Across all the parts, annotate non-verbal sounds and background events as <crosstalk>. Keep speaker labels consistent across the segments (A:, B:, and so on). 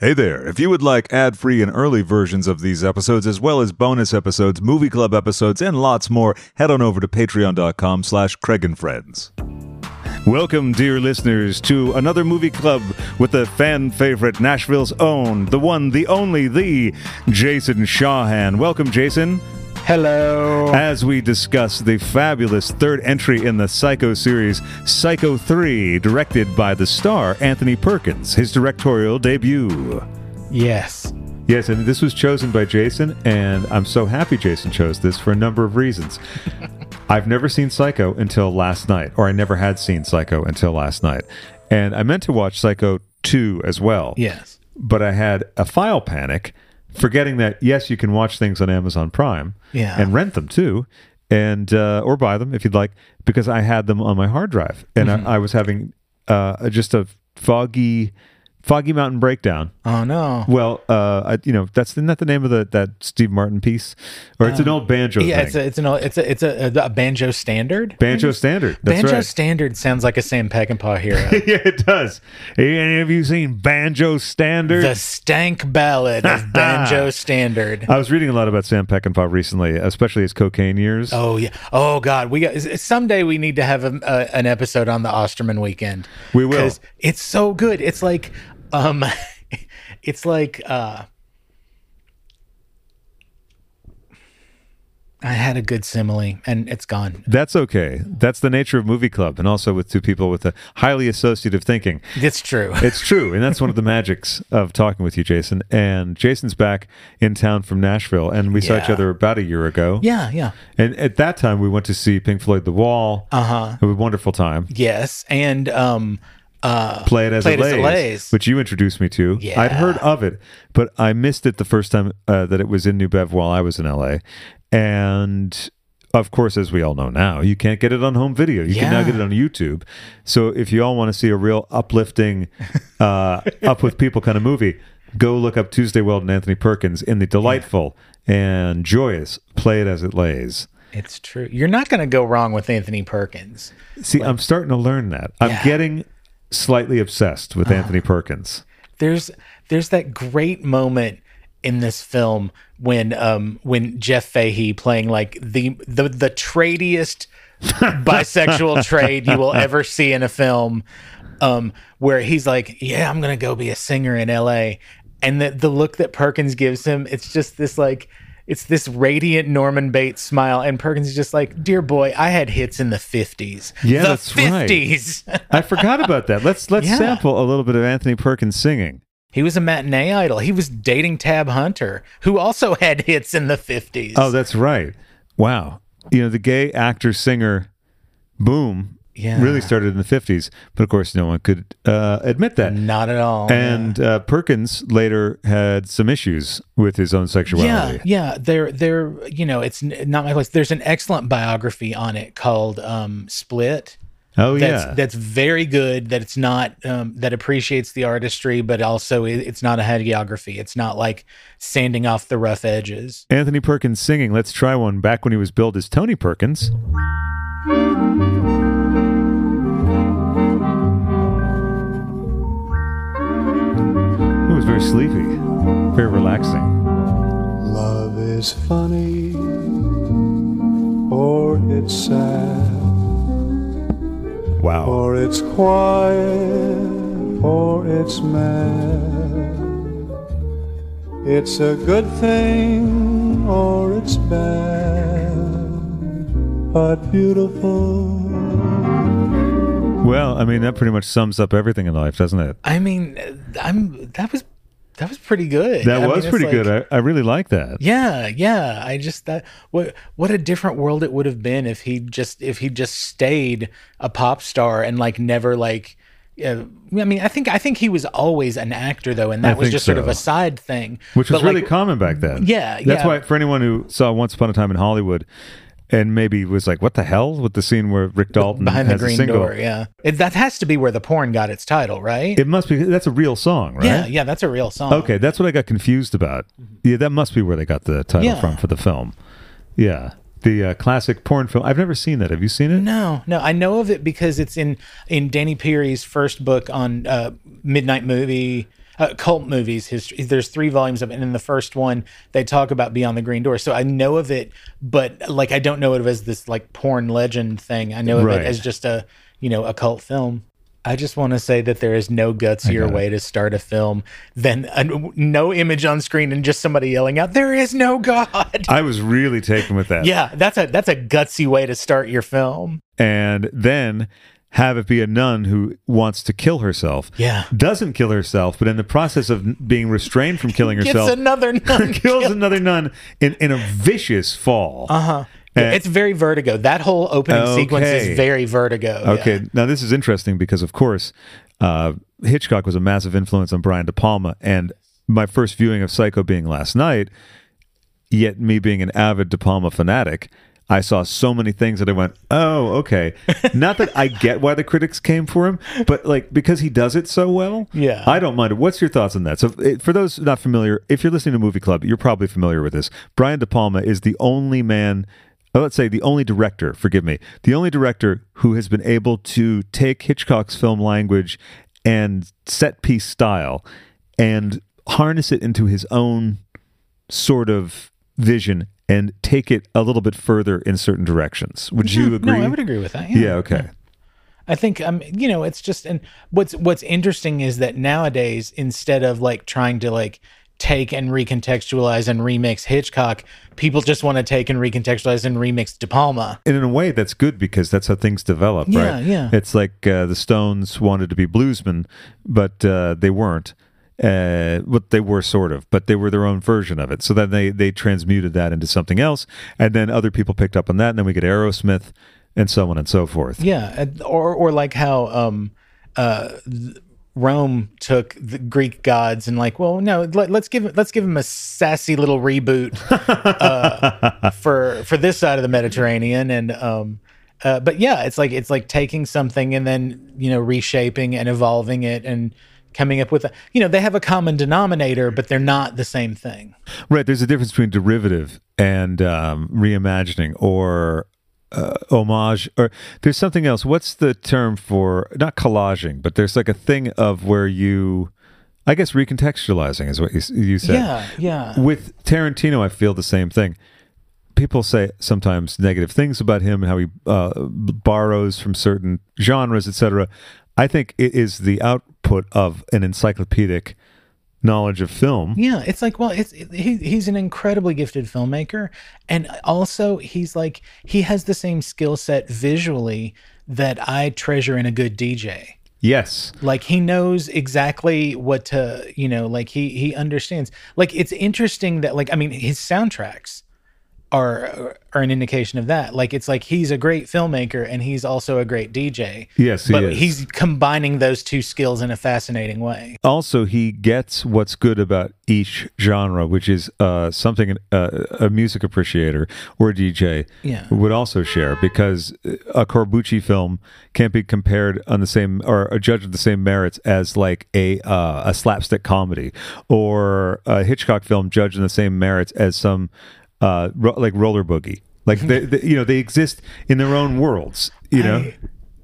A: Hey there! If you would like ad free and early versions of these episodes, as well as bonus episodes, movie club episodes, and lots more, head on over to patreon.com slash Craig and Friends. Welcome, dear listeners, to another movie club with the fan favorite, Nashville's own, the one, the only, the Jason Shahan. Welcome, Jason.
B: Hello.
A: As we discuss the fabulous third entry in the Psycho series, Psycho 3, directed by the star Anthony Perkins, his directorial debut.
B: Yes.
A: Yes, and this was chosen by Jason, and I'm so happy Jason chose this for a number of reasons. I've never seen Psycho until last night, or I never had seen Psycho until last night. And I meant to watch Psycho 2 as well.
B: Yes.
A: But I had a file panic, forgetting that, yes, you can watch things on Amazon Prime
B: Yeah.
A: and rent them too. And uh, or buy them if you'd like, because I had them on my hard drive, and I, I was having uh, just a foggy, foggy mountain breakdown
B: Oh no.
A: well, uh, I, you know, that's isn't that the name of the that Steve Martin piece, or it's an old banjo
B: Uh, Yeah,
A: thing.
B: it's a, it's an old- it's a, it's a, a banjo standard.
A: banjo standard. That's
B: banjo
A: right.
B: standard sounds like a Sam
A: <laughs>
B: Peckinpah hero.
A: yeah, it does. Hey, Have you seen Banjo Standard?
B: the stank
A: <laughs>
B: ballad of banjo standard.
A: I was reading a lot about Sam Peckinpah recently, especially his cocaine years.
B: Oh yeah. Oh god. We got s- someday we need to have a, a, an episode on the Osterman weekend.
A: We will.
B: 'Cause It's so good. It's like, um, <laughs> it's like uh, I had a good simile and it's gone.
A: That's okay. That's the nature of movie club, and also with two people with a highly associative thinking. <laughs>
B: It's true.
A: It's true, and that's one of the <laughs> magics of talking with you, Jason. And Jason's back in town from Nashville, and we saw each
B: Yeah.
A: other about a year ago.
B: yeah. Yeah.
A: And at that time, we went to see Pink Floyd The Wall. Uh
B: Uh-huh.
A: huh. It was a wonderful time.
B: Yes. And um, uh,
A: Play it as
B: Play It
A: it
B: As It
A: lays,
B: Lays.
A: which you introduced me to.
B: Yeah.
A: I'd heard of it, but I missed it the first time uh, that it was in New Bev while I was in LA. And of course, as we all know now, you can't get it on home video. You can now
B: Yeah.
A: get it on YouTube. So if you all want to see a real
B: <laughs>
A: uplifting, uh, up with people kind of movie, go look up Tuesday Weld and Anthony Perkins in the delightful and joyous Play It As It Lays.
B: it's true. You're not going to go wrong with Anthony Perkins.
A: See, I'm starting to learn that. I'm
B: Yeah. Uh-huh.
A: getting slightly obsessed with Anthony Perkins.
B: there's there's that great moment in this film when um when Jeff Fahey playing like the the
A: <laughs>
B: the tradiest bisexual trade you will ever see in a film um where he's like yeah I'm going to go be a singer in LA and the the look that Perkins gives him it's just this like it's this radiant Norman Bates smile and Perkins is just like dear boy I had hits in the 50s
A: Yeah,
B: the
A: that's right.
B: <laughs> 50s
A: I forgot about that.
B: <laughs>
A: Let's let's
B: Yeah.
A: sample a little bit of Anthony Perkins singing.
B: He was a matinee idol. He was dating Tab Hunter, who also <laughs> had hits in the 50s.
A: Oh, that's right. Wow. You know, the gay actor singer boom
B: Yeah.
A: really started in the 50s, but of course no one could uh, admit that.
B: not at all.
A: And uh, Perkins later had some issues with his own
B: yeah,
A: sexuality.
B: yeah, they're they're you know it's n- not my place. There's an excellent biography on it called um, Split.
A: Oh
B: That's
A: yeah.
B: that's very good. That it's not um, that appreciates the artistry, but also it, it's not a hagiography. It's not like sanding off the rough edges.
A: Anthony Perkins singing Let's Try One back when he was billed as Tony Perkins. It was very sleepy, very relaxing.
C: Love is funny or it's sad
A: Wow.
C: or it's quiet or it's mad. It's a good thing or it's bad, but beautiful.
A: Well, I mean, that pretty much sums up everything in life, doesn't it?
B: I mean, uh, I'm that was that was pretty good.
A: That
B: I mean,
A: was
B: it's
A: pretty
B: like-
A: good. I, I really like that.
B: Yeah, yeah. I just that what what a different world it would have been if he just if he just stayed a pop star and like never like uh, I mean I think I think he was always an actor though and that was
A: think
B: just sort of
A: so.
B: a side thing
A: Which was
B: But,
A: really
B: like,
A: common back then.
B: Yeah,
A: That's
B: yeah.
A: why, for anyone who saw Once Upon a Time in Hollywood and maybe was like, what the hell with the scene where Rick Dalton
B: behind the
A: has a
B: green
A: single.
B: door. Yeah, it, that has to be where the porn got its title, right?
A: It must be, that's a real song, right?
B: Yeah, yeah. That's a real song.
A: Okay, that's what I got confused about. Yeah, that must be where they got the title
B: Mm-hmm. Yeah.
A: from for the film. Yeah, the uh, classic porn film. I've never seen that. Have you seen it?
B: No, no, I know of it because it's in in Danny Peary's first book on uh, Midnight Movie. uh, cult movies history. There's three volumes of it, and in the first one they talk about Beyond the Green Door. So I know of it, but like I don't know it as this like porn legend thing. I know of
A: Right.
B: it as just a you know a cult film. I just want to say that there is no gutsier way to start a film than a, no image on screen and just somebody yelling out, "There is no God." <laughs>
A: I was really taken with that.
B: Yeah, that's a that's a gutsy way to start your film.
A: And then have it be a nun who wants to kill herself.
B: Yeah.
A: Doesn't kill herself, but in the process of n- being restrained from
B: <laughs>
A: killing
B: Gives
A: herself,
B: another
A: <laughs>
B: nun.
A: kills another nun in, in a vicious fall. Uh
B: Uh-huh.
A: huh.
B: Yeah, it's very vertigo. That whole opening sequence
A: Okay.
B: is very vertigo. yeah.
A: Okay, now this is interesting because, of course, uh, Hitchcock was a massive influence on Brian De Palma, and my first viewing of Psycho being last night, yet me being an avid De Palma fanatic, I saw so many things that I went, "Oh, okay." Not that I get why the critics came for him, but like because he does it so well,
B: Yeah.
A: I don't mind it. What's your thoughts on that? So, it, for those not familiar, if you're listening to Movie Club, you're probably familiar with this. Brian De Palma is the only man, oh, let's say the only director, forgive me, the only director who has been able to take Hitchcock's film language and set piece style and harness it into his own sort of vision and take it a little bit further in certain directions. Would you agree?
B: Hmm. No, I would agree with that.
A: Yeah, okay.
B: I think um, you know, it's just and what's what's interesting is that nowadays, instead of like trying to like take and recontextualize and remix Hitchcock, people just want to take and recontextualize and remix De Palma.
A: And in a way, that's good because that's how things develop,
B: Yeah,
A: right?
B: yeah.
A: It's like uh, the Stones wanted to be bluesmen, but uh, they weren't. Uh, but they were sort of, but they were their own version of it. So then they they transmuted that into something else, and then other people picked up on that, and then we get Aerosmith, and so on and so forth.
B: Yeah, and- or or like how um uh th- Rome took the Greek gods and like, well, no, let, let's give let's give him a sassy little reboot uh, for for this side of the Mediterranean and um uh, but yeah it's like it's like taking something and then you know reshaping and evolving it and coming up with a you know they have a common denominator but they're not the same thing
A: Right. There's a difference between derivative and um, reimagining or uh, homage, or there's something else. What's the term for not collaging, but there's like a thing of where you, I guess, recontextualizing is what you, s- you said.
B: yeah yeah
A: With Tarantino, I feel the same thing. People say sometimes negative things about him, how he uh, b- borrows from certain genres, etc. I think it is the output of an encyclopedic knowledge of film.
B: Yeah, it's like, well, it's he, he's an incredibly gifted filmmaker, and also he's like he has the same skill set visually that I treasure in a good DJ.
A: Yes.
B: Like he knows exactly what to, you know, like he he understands. Like it's interesting that like I mean his soundtracks are are an indication of that. Like it's like he's a great filmmaker and he's also a great DJ.
A: Yes, he
B: but
A: is.
B: he's combining those two skills in a fascinating way.
A: also he gets what's good about each genre which is uh, something uh, a music appreciator or a dj
B: Yeah.
A: would also share because a corbucci film can't be compared on the same or a judge of the same merits as like a uh, a slapstick comedy or a hitchcock film judged on the same merits as some uh, ro- like roller boogie like they, they, you know they exist in their own worlds you know
B: I-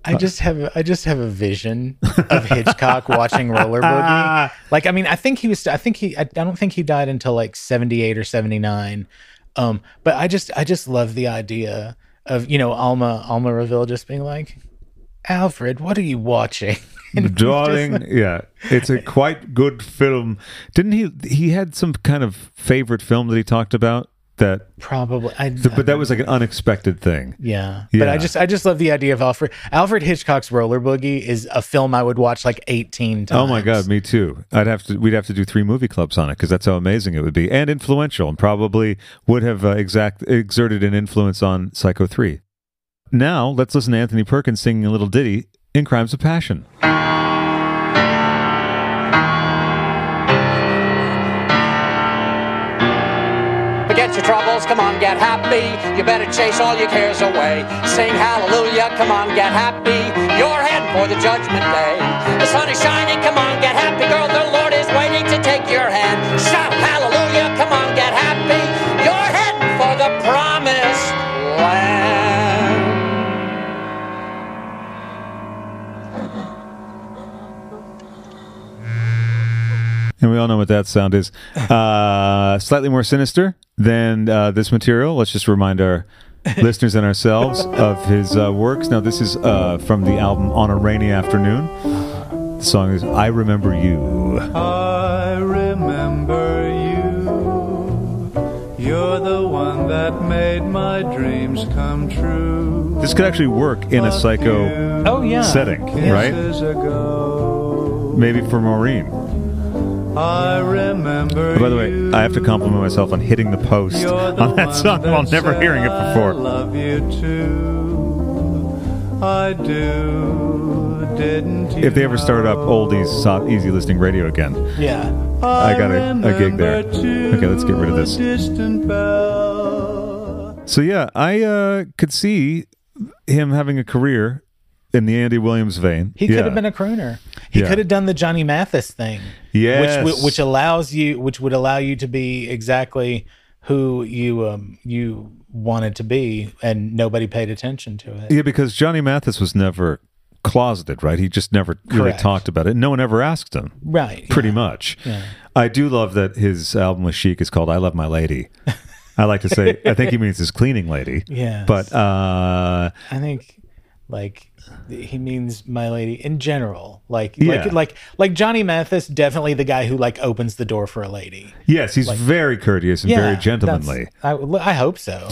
B: I
A: Uh,
B: just have I just have a vision of Hitchcock watching
A: <laughs>
B: Roller Boogie. Like I mean, I think he was I think he I, I don't think he died until like 78 or 79. Um but I just I just love the idea of, you know, Alma Alma Reville just being like, "Alfred, what are you watching?" <laughs>
A: darling yeah it's a quite good film didn't he he had some kind of favorite film that he talked about that
B: Probably I
A: but that was like an unexpected thing
B: yeah. But
A: Yeah.
B: I just I just love the idea of Alfred Alfred Hitchcock's Roller Boogie is a film I would watch like 18 times.
A: oh my god me too i'd have to we'd have to do three movie clubs on it because that's how amazing it would be and influential and probably would have uh, exact exerted an influence on psycho 3 now let's listen to anthony perkins singing a little ditty in crimes of passion
D: Forget your troubles, come on, get happy. You better chase all your cares away. Sing hallelujah, come on, get happy. You're heading for the judgment day. The sun is shining, come on, get happy, girl. The Lord is waiting to take your hand. Shout hallelujah, come on, get happy. You're heading for the promised land.
A: what that sound
C: <laughs>
A: is. Uh, slightly more sinister than uh, this material. Let's just remind
C: <laughs>
A: our listeners and ourselves of his uh, works. Now, this is uh, from the album On a Rainy Afternoon. The song is I Remember You.
C: I remember you. You're the one that made my dreams come true.
A: This could actually work in a psycho
B: Oh yeah.
A: setting, right?
C: Kisses ago,
A: Maybe for Maureen.
C: I remember.
A: By the way, I have to <laughs> compliment myself on hitting the post
C: You're the
A: on that
C: one
A: song while
C: that
A: never
C: said
A: hearing it
C: I
A: before.
C: love you too. I do. Didn't you
A: If they ever start up oldies, soft, easy listening radio again,
B: Yeah.
A: I got a, a gig there.
C: remember
A: Okay, let's get rid of
C: too,
A: this.
C: Distant bell.
A: So yeah, I uh, could see him having a career in the Andy Williams vein.
B: He could have been a crooner. He
A: Yeah.
B: could have done the Johnny Mathis thing.
A: Yes.
B: Which wou- which allows you which would allow you to be exactly who you um you wanted to be and nobody paid attention to it.
A: yeah, because Johnny Mathis was never closeted, right? He just never really
B: Correct.
A: talked about it. No one ever asked him,
B: Right.
A: pretty much. I do love that his album with Chic is called "I Love My
B: <laughs>
A: Lady." I like to say, I think he means his cleaning lady.
B: Yes.
A: But uh,
B: I think like he means my lady in general. Like
A: Yeah.
B: like like like Johnny Mathis definitely the guy who like opens the door for a lady.
A: yes, he's very courteous and
B: Yeah.
A: very
B: that's-
A: gentlemanly. <laughs>
B: I, I hope so.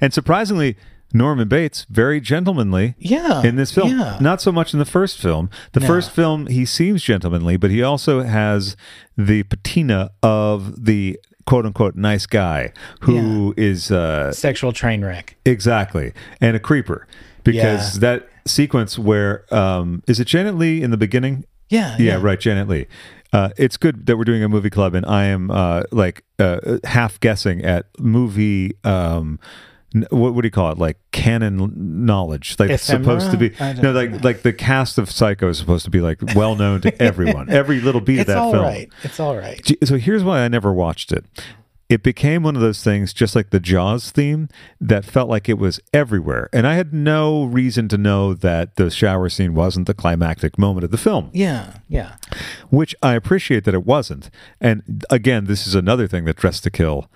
A: and surprisingly, Norman Bates very gentlemanly.
B: Yeah,
A: In this film,
B: yeah.
A: not so much in the first film. The first film, he seems gentlemanly, but he also has the patina of the "quote unquote" nice guy who is uh,
B: Sexual train wreck.
A: exactly and a creeper because
B: Yeah.
A: that sequence where um, is it Janet Lee in the beginning
B: Yeah.
A: yeah, right, Janet Lee. Uh, it's good that we're doing a movie club, and I am uh, like uh, half guessing at movie. Um, n- what, what do you call it? Like canon knowledge, like it's supposed to be
B: Ephemera? I don't
A: no, like like the cast of Psycho is supposed to be like well known to
B: <laughs>
A: everyone. Every little beat of
B: It's
A: that
B: all right.
A: film.
B: It's all right.
A: Gee, So here's why I never watched it. It became one of those things, just like the Jaws theme, that felt like it was everywhere. And I had no reason to know that the shower scene wasn't the climactic moment of the film
B: Yeah. Yeah.
A: which I appreciate that it wasn't. And again, this is another thing that Dress to Kill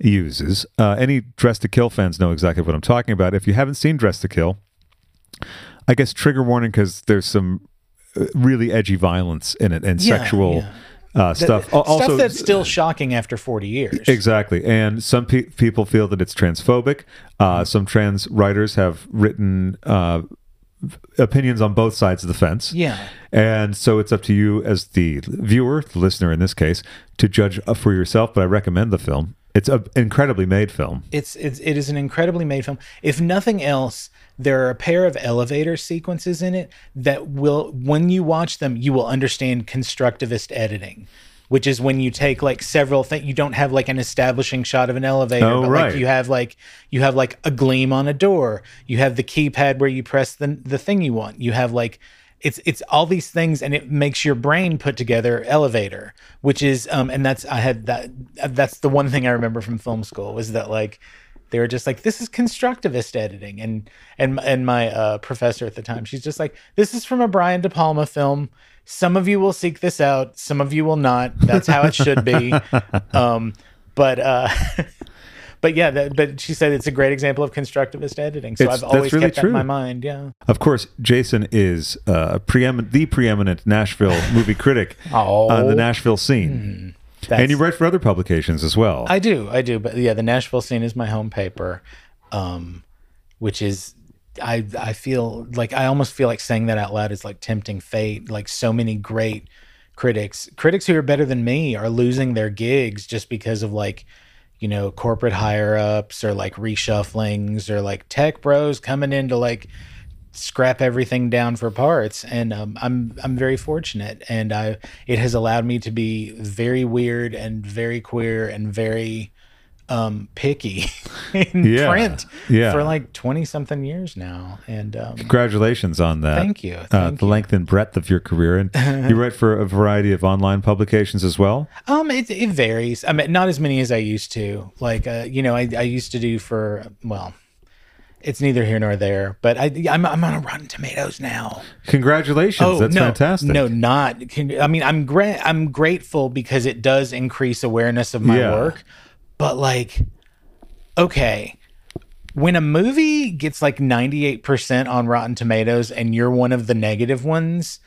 A: uses. Uh, any Dress to Kill fans know exactly what I'm talking about. If you haven't seen Dress to Kill, I guess trigger warning because there's some uh, really edgy violence in it and
B: Yeah,
A: sexual
B: yeah.
A: Uh, stuff. Al- also,
B: Stuff that's still shocking after 40 years.
A: Exactly. And some pe- people feel that it's transphobic.
B: Mm-hmm.
A: Uh, some trans writers have written uh, opinions on both sides of the fence.
B: Yeah.
A: And so it's up to you, as the viewer, the listener in this case, to judge uh, for yourself. But I recommend the film. It's an incredibly made film.
B: it's it's it is an incredibly made film. If nothing else, there are a pair of elevator sequences in it that will when you watch them, you will understand constructivist editing. Which is when you take like several things. You don't have like an establishing shot of an elevator,
A: Oh,
B: but
A: right.
B: like you have like you have like a gleam on a door. You have the keypad where you press the the thing you want. You have like it's it's all these things, and it makes your brain put together elevator, which is um and that's I had that that's the one thing I remember from film school was that like they were just like this is constructivist editing and and and my uh, professor at the time she's just like this is from a brian de palma film some of you will seek this out some of you will not that's how it should be um, but uh, <laughs> but yeah that, but she said it's a great example of constructivist editing so
A: It's-
B: i've
A: that's
B: always
A: really
B: kept that in my
A: true.
B: mind yeah
A: Of course, Jason is uh, preemin- the preeminent Nashville movie
B: <laughs>
A: critic on the Nashville scene.
B: Oh. Mm-hmm. that's,
A: And you write for other publications as well.
B: i do i do but yeah the nashville scene is my home paper um, which is I I feel like I almost feel like saying that out loud is like tempting fate. Like so many great critics, critics who are better than me are losing their gigs just because of like, you know, corporate higher ups or like reshufflings or like tech bros coming in to like scrap everything down for parts. And um, I'm I'm very fortunate, and I it has allowed me to be very weird and very queer and very um picky <laughs> in
A: Yeah.
B: print
A: Yeah.
B: for like 20 something years now and um
A: Congratulations on that.
B: Thank you.
A: uh,
B: Thank
A: the length and breadth of your career.
B: <laughs>
A: And you write for a variety of online publications as well.
B: um it, it varies i mean not as many as i used to like uh you know i, I used to do for well It's neither here nor there, but I, I'm, I'm on a Rotten Tomatoes now.
A: Congratulations. That's
B: Oh, no,
A: fantastic.
B: No, not. Can, I mean, I'm gra- I'm grateful because it does increase awareness of my
A: Yeah.
B: work. But like, okay, when a movie gets like 98% on Rotten Tomatoes and you're one of the negative ones,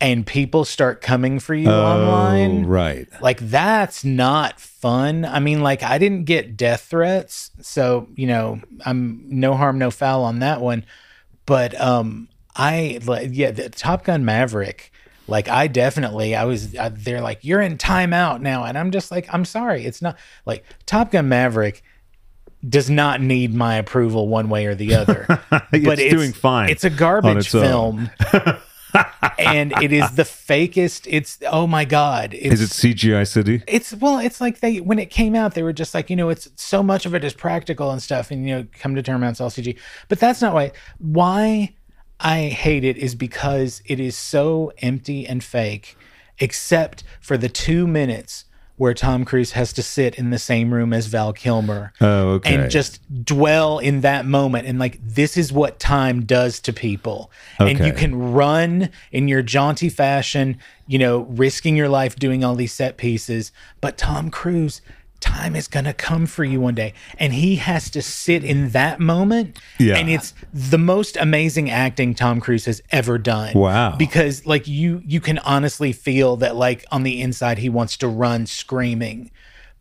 B: and people start coming for you
A: Oh,
B: online,
A: right. <laughs>
B: like that's not fun. I mean, like I didn't get death threats, so you know, I'm no harm, no foul on that one. But um, I like yeah, the Top Gun Maverick. Like I definitely, I was. I, they're like, you're in timeout now, and I'm just like, I'm sorry, it's not like Top Gun Maverick does not need my approval one way or
A: <laughs>
B: the other. but
A: It's doing fine
B: It's a
A: on
B: garbage
A: its own. <laughs>
B: film. and it is the fakest. It's oh my god! It's,
A: Is it CGI City?
B: it's well it's like they when it came out they were just like you know it's so much of it is practical and stuff and you know come to terms it's all cg but that's not why why i hate it is because it is so empty and fake except for the two minutes where tom cruise has to sit in the same room as val kilmer
A: Oh, okay.
B: and just dwell in that moment and like this is what time does to people and you
A: Okay.
B: can run in your jaunty fashion you know risking your life doing all these set pieces but tom cruise time is going to come for you one day and he has to sit in that moment
A: Yeah.
B: and it's the most amazing acting tom cruise has ever done
A: Wow.
B: because like you you can honestly feel that like on the inside he wants to run screaming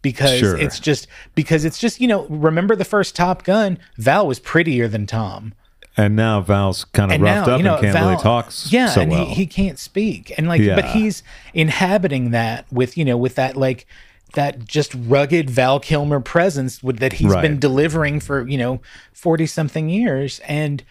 B: because
A: Sure.
B: it's just because it's just you know remember the first top gun val was prettier than tom
A: and now Val's kind of
B: and
A: roughed
B: now
A: up
B: you know
A: and can't
B: val,
A: really talk s-
B: yeah
A: so
B: and
A: well.
B: he, he can't speak and like but
A: Yeah.
B: he's inhabiting that with you know with that like that just rugged val kilmer presence with, that he's
A: Right.
B: been delivering for you know 40 something years and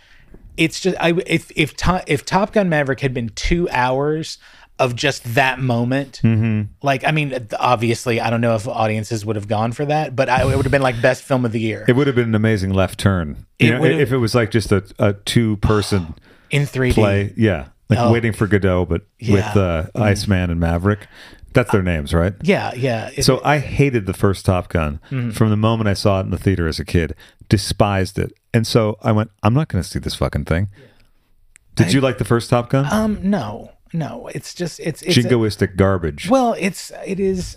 B: it's just i if if, to, if top gun maverick had been two hours of just that moment
A: Mm-hmm.
B: like i mean obviously i don't know if audiences would have gone for that but i it would have been like best film of the year
A: it would have been an amazing left turn.
B: It
A: You know,
B: would've-
A: if it was like just a, a two
B: <gasps>
A: person
B: in 3d
A: play. Yeah. Like
B: Oh.
A: waiting for Godot, but with
B: Yeah. Mm.
A: uh, Iceman and Maverick. That's their names, right?
B: yeah yeah It-
A: So I hated the first Top Gun from the moment I saw it in the theater as a kid. Despised it, and so I went, "I'm not going to see this fucking thing." Did you like the first Top Gun?
B: Um, no, no. It's just it's it's a-
A: Jingoistic garbage.
B: well, it's it is.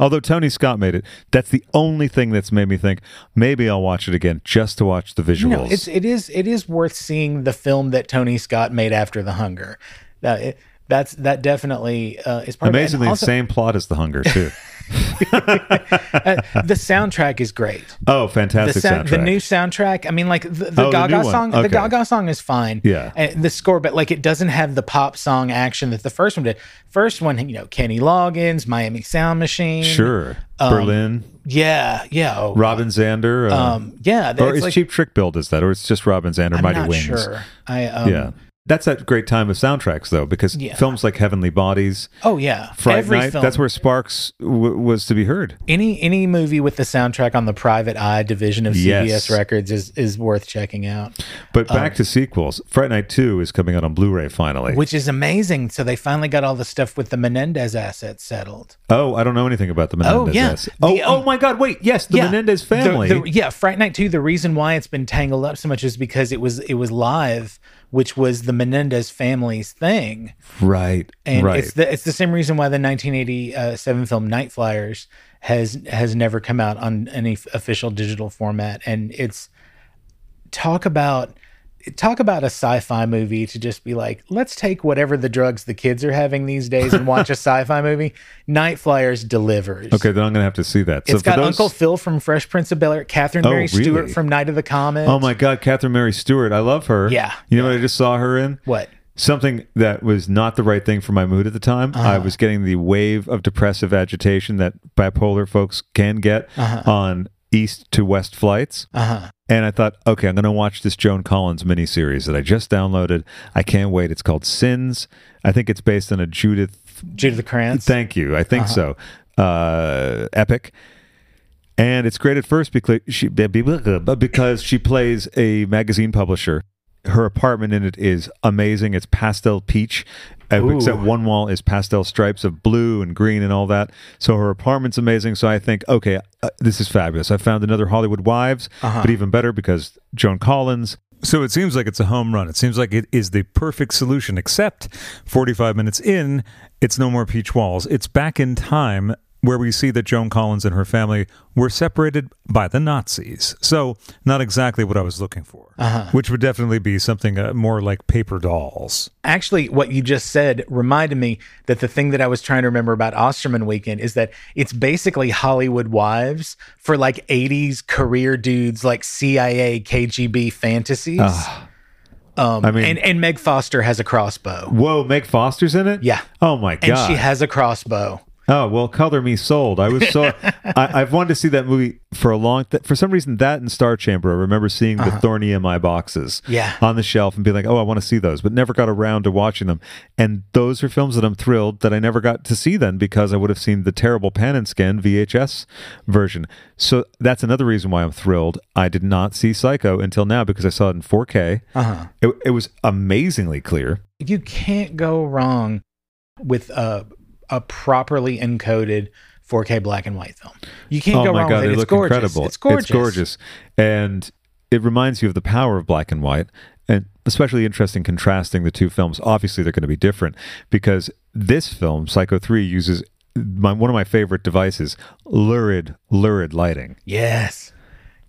A: Although Tony Scott made it, that's the only thing that's made me think maybe I'll watch it again just to watch the visuals.
B: No, it's it is it is worth seeing the film that Tony Scott made after The Hunger. That it, that's that definitely uh, is part
A: Amazingly,
B: of it. And
A: same plot as The Hunger too.
B: <laughs> also, uh, the soundtrack is
A: <laughs>
B: great.
A: oh,
B: The,
A: fantastic
B: sound,
A: soundtrack!
B: the new soundtrack. I mean, like
A: Oh,
B: the, the
A: the new
B: Gaga
A: one.
B: song. The
A: Okay.
B: Gaga song is fine.
A: Yeah.
B: And the score, but like it doesn't have the pop song action that the first one did. First one, you know, Kenny Loggins, Miami Sound um, Machine.
A: sure, Berlin,
B: Yeah. Yeah. Oh,
A: Robin Zander, uh,
B: Um. Yeah.
A: or
B: it's
A: is
B: like-
A: Cheap Trick Bill does that, or it's just Robin Zander,
B: I'm
A: Mighty
B: not
A: Wings.
B: sure. I um,
A: yeah. That's a great time of soundtracks, though, because
B: Yeah.
A: films like Heavenly Bodies,
B: Oh yeah.
A: Fright
B: Every
A: Night,
B: film.
A: that's where Sparks w- was to be heard.
B: any any movie with the soundtrack on the Private Eye division of CBS
A: Yes.
B: Records is is worth checking out,
A: But
B: Oh.
A: back to sequels. Fright Night 2 is coming out on Blu ray finally.
B: which is amazing. So they finally got all the stuff with the Menendez assets settled.
A: oh, I don't know anything about the Menendez.
B: yeah.
A: yes. Oh,
B: The, um,
A: oh, my God. Wait. Yes. The Menendez
B: The-
A: family.
B: the- yeah, Fright Night Two. The reason why it's been tangled up so much is because it was it was live, which was the Menendez family's thing.
A: right.
B: and
A: right.
B: it's the it's the same reason why the 1987 film Night Flyers has has never come out on any f- official digital format, and it's talk about talk about a sci-fi movie to just be like let's take whatever the drugs the kids are having these days
A: <laughs>
B: and watch a sci-fi movie night flyers delivers
A: okay. Then I'm going to have to see that.
B: it's
A: for
B: got
A: those-
B: uncle phil from fresh prince of bel-air catherine
A: Oh,
B: mary stewart
A: really?
B: from night of the comet
A: Oh, my God. Catherine Mary Stewart. I love her.
B: Yeah.
A: You know what I just saw her in?
B: what
A: Something that was not the right thing for my mood at the time. I was getting the wave of depressive agitation that bipolar folks can get on east to west flights.
B: uh-huh
A: And I thought, okay, I'm going to watch this Joan Collins miniseries that I just downloaded. I can't wait. It's called Sins. I think it's based on a Judith.
B: judith krantz
A: Thank you. I think
E: Uh-huh.
A: so. Uh, epic. And it's great at first because she because she plays a magazine publisher her apartment in it is amazing. It's pastel peach, uh, except one wall is pastel stripes of blue and green and all that. So her apartment's amazing. So I think, okay, uh, this is fabulous. I found another Hollywood Wives, but even better because Joan Collins.
E: Uh-huh. So it seems like it's a home run. It seems like it is the perfect solution, except 45 minutes in, it's no more peach walls. It's back in time where we see that Joan Collins and her family were separated by the Nazis. So, not exactly what I was looking for,
F: Uh-huh.
E: which would definitely be something uh, more like paper dolls.
B: Actually, what you just said reminded me that the thing that I was trying to remember about Osterman Weekend is that it's basically Hollywood wives for like 80s career dudes like CIA, KGB fantasies. um,
A: I mean-
B: and, and Meg Foster has a crossbow.
A: Whoa, Meg Foster's in it?
B: Yeah.
A: Oh my God.
B: And she has a crossbow.
A: Oh well, color me sold. I was
B: <laughs>
A: so I, I've wanted to see that movie for a long. Th- for some reason, that and Star Chamber, I remember seeing the thorny MI boxes,
B: Uh-huh. Yeah.
A: on the shelf and being like, oh, I want to see those, but never got around to watching them. And those are films that I'm thrilled that I never got to see then because I would have seen the terrible pan and scan VHS version. So that's another reason why I'm thrilled. I did not see Psycho until now because I saw it in 4K. Uh-huh. It, it was amazingly clear.
B: you can't go wrong with a a properly encoded 4K black and white film. You can't go wrong with it.
A: Oh they
B: It's
A: look
B: gorgeous. It's gorgeous.
A: gorgeous. And it reminds you of the power of black and white. And especially interesting contrasting the two films. Obviously, they're going to be different because this film, Psycho 3, uses my, one of my favorite devices lurid, lurid lighting.
B: Yes.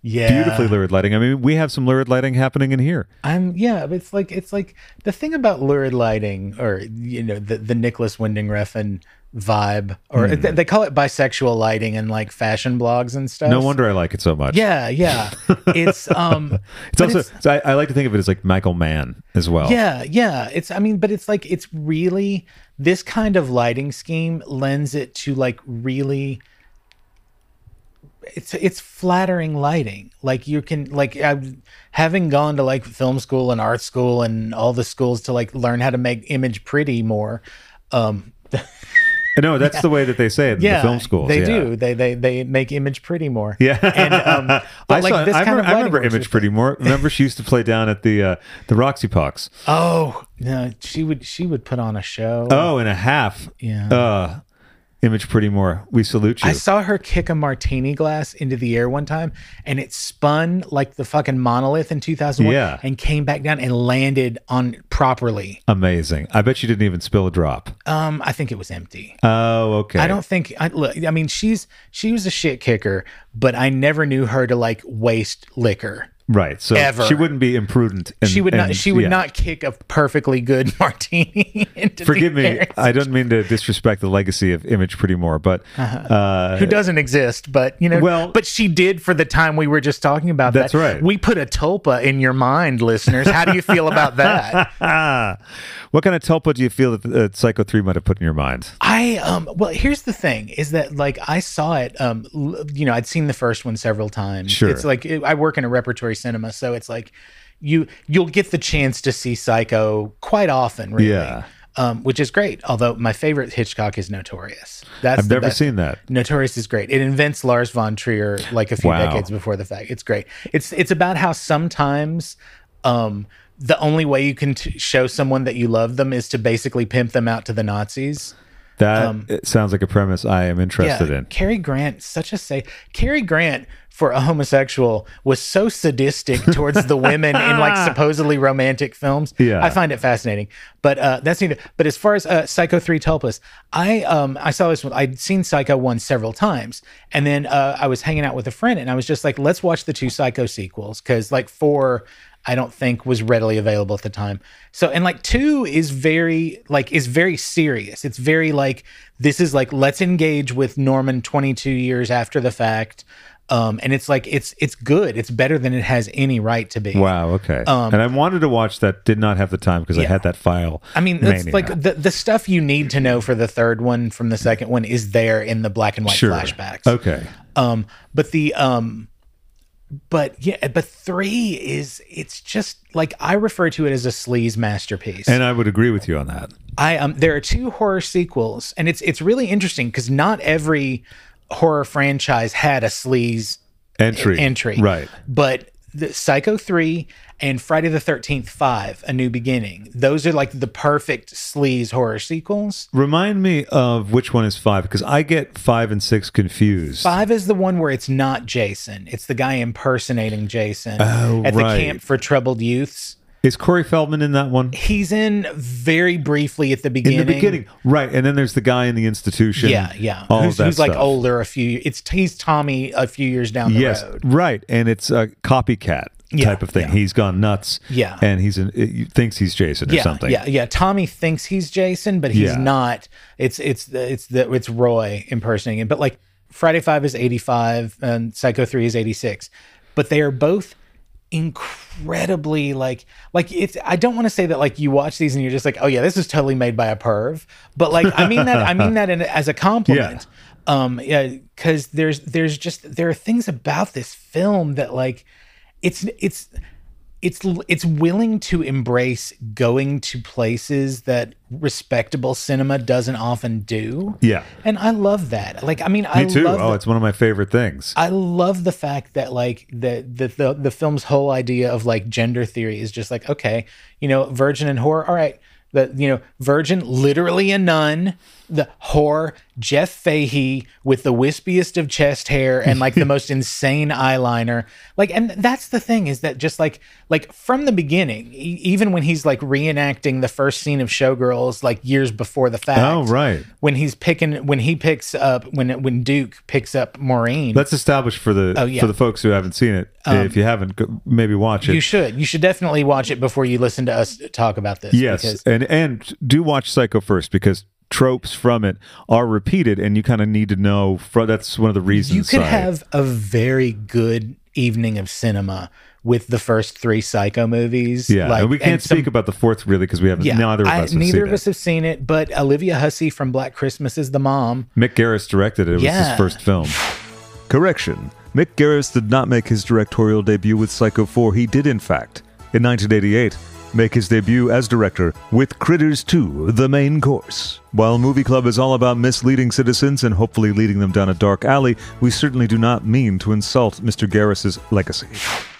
B: Yeah.
A: Beautifully lurid lighting. I mean, we have some lurid lighting happening in here.
B: I'm yeah, but it's like it's like the thing about lurid lighting or you know the the Nicholas Winding Refn vibe or
A: Hmm.
B: they, they call it bisexual lighting in like fashion blogs and stuff.
A: No wonder I like it so much. <laughs>
B: Yeah, yeah. It's um
A: It's also, so I, I like to think of it as like Michael Mann as well.
B: Yeah, yeah. It's I mean, but it's like it's really this kind of lighting scheme lends it to like really it's it's flattering lighting. Like you can like I having gone to like film school and art school and all the schools to like learn how to make image pretty more. Um
A: No, that's the way that they say it in
B: yeah,
A: the film schools.
B: They
A: yeah.
B: do. They they they make image pretty more.
A: Yeah. <laughs>
B: And um
A: I,
B: but like
A: saw,
B: this
A: I,
B: kind
A: remember,
B: of
A: I
B: lighting
A: remember
B: works
A: Image
B: with
A: pretty
B: it.
A: more. Remember, she used to play down at the uh, the Roxy Pucks.
B: Oh, no, she would she would put on a show.
A: Oh, and a half.
B: Yeah.
A: Uh, Image pretty more. We salute you.
B: I saw her kick a martini glass into the air one time and it spun like the fucking monolith in 2001
A: Yeah.
B: and came back down and landed on properly.
A: Amazing. I bet you didn't even spill a drop.
B: Um, I think it was empty.
A: Oh, okay.
B: I don't think I look, I mean she's she was a shit kicker, but I never knew her to like waste liquor.
A: Right. So
B: Ever.
A: she wouldn't be imprudent. And,
B: She would not
A: and-
B: she would
A: yeah.
B: not kick a perfectly good <laughs> martini into the
A: Forgive me.
B: air.
A: I don't mean to disrespect the legacy of Image pretty more, but uh,
B: <laughs> who doesn't exist, but you know,
A: Well-
B: but she did for the time we were just talking about.
A: That's
B: that.
A: right.
B: We put a tulpa in your mind, listeners. How do you feel about that?
A: ah, <laughs> what kind of tulpa do you feel that uh, Psycho 3 might have put in your mind?
B: I um. Well, here's the thing: is that like I saw it. Um, l- you know, I'd seen the first one several times.
A: Sure.
B: It's like it, I work in a repertory cinema, so it's like you you'll get the chance to see Psycho quite often. Really.
A: Yeah.
B: Um, which is great. Although my favorite Hitchcock is Notorious. That's
A: I've
B: the
A: never
B: best-
A: seen that.
B: Notorious is great. It invents Lars von Trier like a few
A: Wow.
B: decades before the fact. It's great. It's it's about how sometimes um, the only way you can t- show someone that you love them is to basically pimp them out to the Nazis.
A: That
B: Um,
A: it sounds like a premise I am interested in.
B: Cary Grant, such a say. Cary Grant for a homosexual was so sadistic towards the women in like supposedly romantic films.
A: Yeah.
B: I find it fascinating. But uh, that's neither. But as far as uh, Psycho three Tulpas, I um I saw this one. I'd seen Psycho one several times, and then uh, I was hanging out with a friend, and I was just like, let's watch the two Psycho sequels because like four. I don't think was readily available at the time. So and like 2 is very like is very serious. It's very like this is like let's engage with Norman 22 years after the fact. Um and it's like it's it's good. It's better than it has any right to be.
A: Wow. Okay. and I wanted to watch that. Did not have the time because I
B: Um, Yeah.
A: had that file.
B: I mean, it's
A: mania.
B: like the, the stuff you need to know for the third one from the second one is there in the black and white
A: sure.
B: flashbacks.
A: Okay.
B: Um, but the um, but yeah, but three is it's just like I refer to it as a sleaze masterpiece.
A: And I would agree with you on that.
B: I um there are two horror sequels and it's it's really interesting because not every horror franchise had a sleaze
A: Entry.
B: entry.
A: Right.
B: But the Psycho 3 and Friday the 13th 5, A New Beginning. Those are like the perfect sleaze horror sequels.
A: Remind me of which one is five because I get five and six confused.
B: 5 is the one where it's not Jason, it's the guy impersonating Jason
A: Oh,
B: at
A: right.
B: the Camp for Troubled Youths.
A: Is Corey Feldman in that one?
B: He's in very briefly at the
A: In
B: beginning.
A: the beginning, right? And then there's the guy in the institution.
B: Yeah, yeah.
A: All
B: who's
A: of that
B: who's like
A: stuff.
B: older a few it's he's Tommy a few years down the
A: Yes,
B: road.
A: right. And it's a copycat
B: Yeah,
A: type of thing.
B: yeah.
A: He's gone nuts.
B: Yeah.
A: and he's in, he thinks he's Jason or
B: yeah,
A: something.
B: Yeah, yeah. Tommy thinks he's Jason, but he's
A: Yeah.
B: not. It's it's the it's the it's Roy impersonating him. But like Friday Five is eighty five and Psycho Three is eighty six, but they are both incredibly like like it's i don't want to say that like you watch these and you're just like oh yeah this is totally made by a perv but like i mean that i mean that in, as
A: <laughs>
B: a compliment um yeah because there's there's just there are things about this film that like it's it's it's it's willing to embrace going to places that respectable cinema doesn't often do.
A: Yeah.
B: and I love that. Like, I mean, I
A: Me too.
B: love.
A: Oh,
B: the,
A: it's one of my favorite things.
B: I love the fact that like the, the the the film's whole idea of like gender theory is just like okay, you know, virgin and whore. All right, the you know, virgin literally a nun, the whore Jeff Fahey with the wispiest of chest hair
A: <laughs>
B: and like the most insane eyeliner. Like, and that's the thing is that just like like from the beginning, e- even when he's like reenacting the first scene of Showgirls like years before the fact.
A: Oh, right.
B: When he's picking when he picks up when when Duke picks up Maureen.
A: Let's establish for the
B: Oh, yeah. Um,
A: for the folks who haven't seen it. if you haven't, go- maybe watch it.
B: You should. You should definitely watch it before you listen to us talk about this.
A: Yes,
B: because-
A: and and do watch Psycho first because tropes from it are repeated, and you kind of need to know. fro- that's one of the reasons
B: you could
A: I-
B: have a very good evening of cinema with the first three Psycho movies.
A: Yeah, and we can't
B: some-
A: speak about the fourth really because we haven't.
B: yeah,
A: neither of
B: I-
A: us have
B: neither
A: seen
B: of
A: it.
B: us have seen it, but Olivia Hussey from Black Christmas is the mom.
A: Mick Garris directed it. It was
B: Yeah.
A: his first film.
E: Correction. Mick Garris did not make his directorial debut with Psycho 4. He did, in fact, in 1988, make his debut as director with Critters 2, The Main Course. While Movie Club is all about misleading citizens and hopefully leading them down a dark alley, we certainly do not mean to insult Mr. Garris's legacy.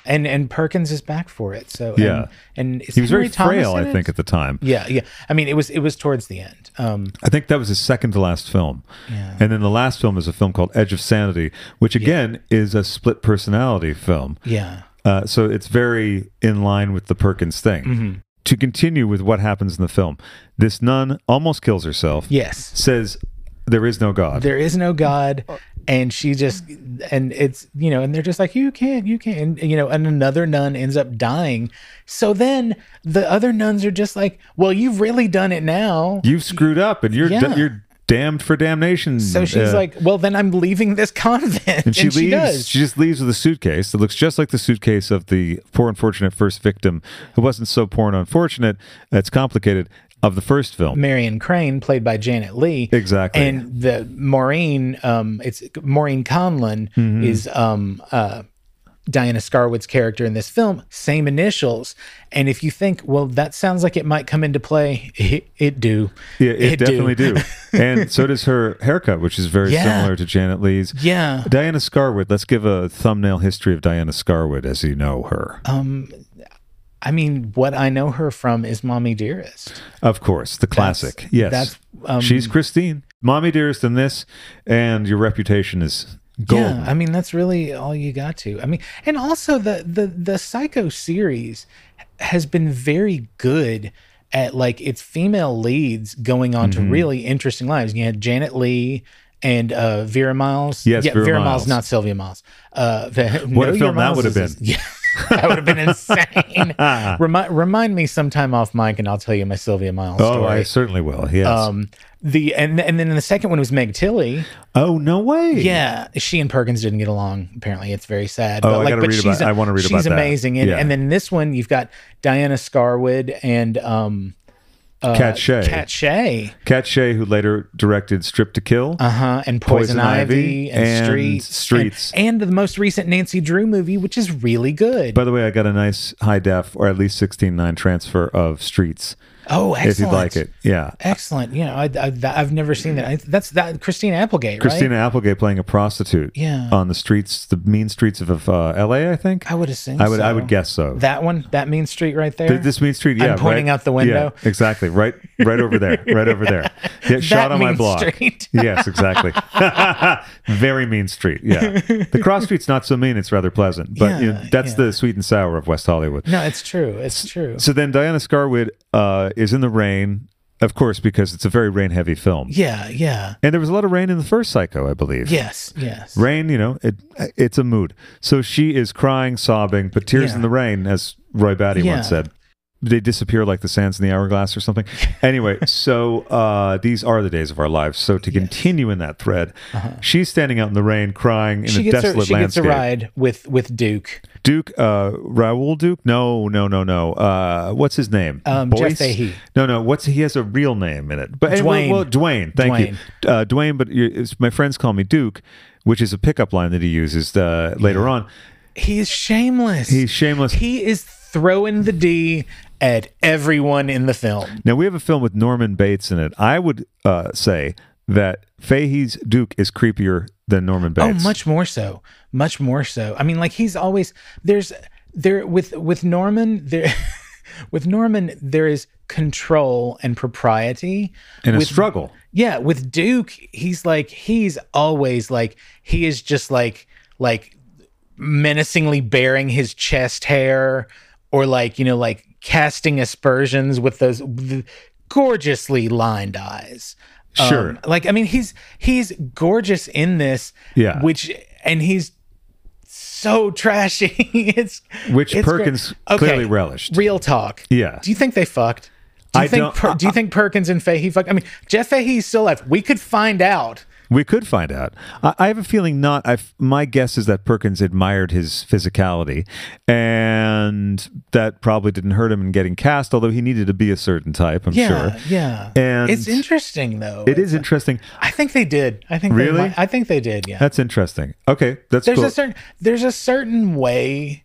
B: And and Perkins is back for it. So and-
A: Yeah.
B: and, is
A: He was very
B: Henry Thomas
A: frail,
B: in
A: I
B: it?
A: think, at the time.
B: Yeah, yeah. I mean, it was it was towards the end. Um,
A: I think that was his second to last film.
B: Yeah.
A: And then the last film is a film called Edge of Sanity, which again is a split personality film.
B: yeah.
A: Uh, so it's very in line with the Perkins thing.
B: Mm-hmm.
A: To continue with what happens in the film, this nun almost kills herself.
B: Yes.
A: Says, There is no God.
B: there is no god and she just and it's you know and they're just like you can't you can't and, you know and another nun ends up dying so then the other nuns are just like well you've really done it now
A: You've screwed up and you're,
B: Yeah.
A: you're damned for damnation.
B: so she's
A: Uh,
B: like well then i'm leaving this <laughs> convent and,
A: and she leaves. She,
B: does
A: just leaves with a suitcase that looks just like the suitcase of the poor unfortunate first victim, who wasn't so poor and unfortunate. uh, It's complicated of the first film.
B: Marion Crane, played by Janet Lee.
A: Exactly.
B: And the Maureen, um, it's Maureen Conlon
A: Mm-hmm.
B: is um uh Diana Scarwood's character in this film, same initials. And if you think, well, that sounds like it might come into play, it, it do.
A: Yeah, it,
B: do.
A: definitely
B: <laughs>
A: do. and so does her haircut, which is very
B: Yeah.
A: similar to Janet Lee's.
B: Yeah.
A: Diana Scarwood. Let's give a thumbnail history of Diana Scarwood as you know her.
B: Oh. I mean, what I know her from is Mommy Dearest.
A: of course, the classic. yes.
B: that's, um,
A: She's Christine. Mommy dearest in this, and your reputation is golden.
B: Yeah, I mean that's really all you got to. I mean, and also the the the Psycho series has been very good at like its female leads going on
A: Mm-hmm.
B: to really interesting lives. You had Janet Lee and uh, Vera Miles.
A: Yes,
B: yeah,
A: Vera
B: Vera, Miles.
A: Miles.
B: not Sylvia Miles. Uh, <laughs> what
A: a film that would have been.
B: <laughs> yeah, that would have
A: <laughs>
B: been insane. remind remind me sometime off mic, and I'll tell you my Sylvia Miles
A: Oh,
B: story.
A: I certainly will. Yes.
B: um, the and and then the second one was Meg Tilly.
A: oh no way.
B: Yeah, she and Perkins didn't get along. Apparently, it's very sad.
A: Oh, I gotta read about-
B: she's-
A: I wanna read about
B: She's
A: that.
B: amazing, and,
A: Yeah.
B: and then this one you've got Diana Scarwood and um,
A: Cat Shea.
B: Kat Shea,
A: Cat Shea, who later directed Strip to Kill.
B: uh huh, and Poison,
A: Poison Ivy
B: Ivy, and,
A: and
B: Streets,
A: Streets.
B: and, and the most recent Nancy Drew movie, which is really good.
A: By the way, I got a nice high def or at least 16.9 transfer of Streets
B: Oh, excellent.
A: if you'd like it. Yeah.
B: Excellent. You know, I, I, I've never seen that. I, that's that Christina Applegate,
A: Christina
B: right?
A: Applegate playing a prostitute
B: Yeah.
A: on the streets, the mean streets of, of uh, L.A., I think.
B: I would assume.
A: I would, I
B: so.
A: would guess so.
B: That one, that mean street right there.
A: Th- this mean street, yeah.
B: I'm pointing
A: right-
B: out the window.
A: Yeah, exactly. Right right over there. Right over
B: <laughs>
A: there. Yeah, shot on my
B: mean
A: blog.
B: street.
A: <laughs> yes, exactly. Very mean street.
B: <laughs>
A: Yeah. The cross street's not so mean, it's rather pleasant. But you know,
B: Yeah,
A: that's
B: yeah.
A: the sweet and sour of West Hollywood.
B: no, it's true. It's true.
A: So then Diana Scarwood uh, is in the rain, of course, because it's a very rain heavy film.
B: Yeah, yeah.
A: And there was a lot of rain in the first psycho, I believe.
B: Yes, yes.
A: Rain, you know, it it's a mood. So she is crying, sobbing, but tears
B: Yeah.
A: in the rain, as Roy Batty
B: Yeah.
A: once said. They disappear like the sands in the hourglass or
B: <laughs>
A: something. Anyway, so uh, these are the days of our lives. So to continue in that thread, she's standing out in the rain, crying in
B: Uh-huh. she
A: a
B: gets
A: desolate
B: her, she gets a
A: landscape.
B: ride with with Duke.
A: Duke, uh, Raoul Duke? No, no, no, no. Uh, what's his name?
B: Um, Jeff Fahey.
A: No, no. What's he has a real name in it? But anyway,
B: Dwayne.
A: well, Dwayne. Thank you, uh, Dwayne. But you- it's, my friends call me Duke, which is a pickup line that he uses uh, later on.
B: He's shameless.
A: He's shameless.
B: He is throwing the D at everyone in the film.
A: Now we have a film with Norman Bates in it. I would uh, say that Fahey's Duke is creepier than Norman
B: Oh,
A: Bates.
B: much more so. Much more so. I mean, like he's always there's there with with Norman there <laughs> with Norman there is control and propriety
A: in a
B: with
A: struggle.
B: Yeah, with Duke, he's like he's always like he is just like like menacingly baring his chest hair or like, you know, like casting aspersions with those th- gorgeously lined eyes. Um,
A: Sure.
B: like I mean he's he's gorgeous in this
A: Yeah.
B: which and he's so trashy. <laughs> it's
A: Which
B: it's great.
A: Perkins clearly relished.
B: Real talk.
A: Yeah.
B: Do you think they fucked? Do you
A: I
B: think
A: don't-
B: Per- do you think Perkins and Fahey fucked? I mean, Jeff Fahey's still alive. We could find out.
A: We could find out. I, I have a feeling not. I my guess is that Perkins admired his physicality, and that probably didn't hurt him in getting cast. Although he needed to be a certain type, I'm
B: Yeah,
A: sure.
B: yeah.
A: And-
B: it's interesting though.
A: It is interesting.
B: I think they did. I think they
A: Really?
B: might- I think they did. Yeah.
A: That's interesting. Okay, that's
B: there's
A: cool.
B: a certain there's a certain way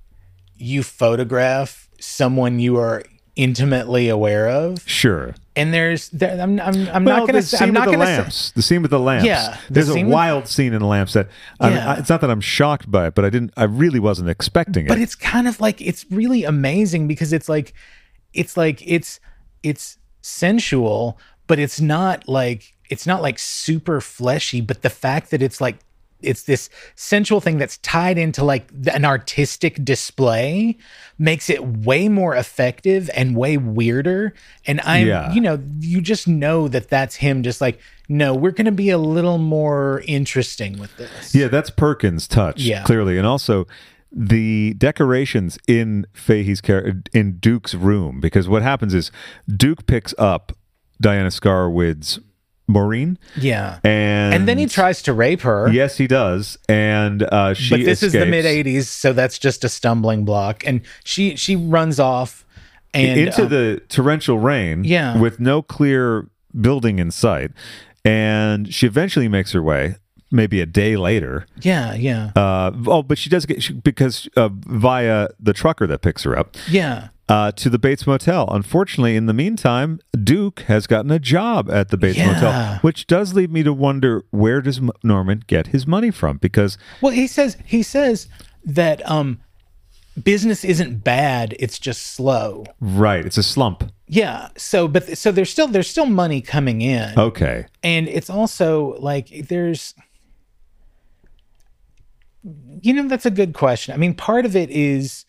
B: you photograph someone you are intimately aware of,
A: sure.
B: and there's there, I'm I'm, I'm
A: Well,
B: not gonna
A: the
B: say,
A: scene
B: I'm
A: with
B: not
A: the
B: gonna say-
A: lamps. The scene with the lamps.
B: Yeah, the
A: There's a
B: scene with-
A: wild scene in the lamps that. I mean,
B: Yeah.
A: I, it's not that I'm shocked by it, but I didn't. I really wasn't expecting it.
B: but it's kind of like it's really amazing because it's like it's like it's it's sensual but it's not like it's not like super fleshy but the fact that it's like it's this sensual thing that's tied into like th- an artistic display makes it way more effective and way weirder and i'm
A: Yeah.
B: you know you just know that that's him just like no we're gonna be a little more interesting with this
A: Yeah, that's Perkins' touch,
B: Yeah.
A: clearly, and also the decorations in Fahey's car- in Duke's room. Because what happens is Duke picks up Diana Scarwood's Maureen,
B: yeah
A: and
B: and then he tries to rape her
A: Yes, he does, and uh, she.
B: but this is the
A: escapes.
B: mid 80s so that's just a stumbling block and she she runs off and
A: into
B: um,
A: the torrential rain
B: Yeah.
A: with no clear building in sight and she eventually makes her way maybe a day later
B: yeah yeah
A: uh, oh but she does get she, because uh, via the trucker that picks her up
B: yeah
A: uh, to the Bates Motel. Unfortunately, in the meantime, Duke has gotten a job at the Bates
B: Yeah.
A: Motel, which does leave me to wonder where does M- Norman get his money from? Because
B: well he says he says that um business isn't bad it's just slow
A: right, it's a slump.
B: yeah so but so there's still there's still money coming in
A: Okay,
B: and it's also like there's you know that's a good question i mean part of it is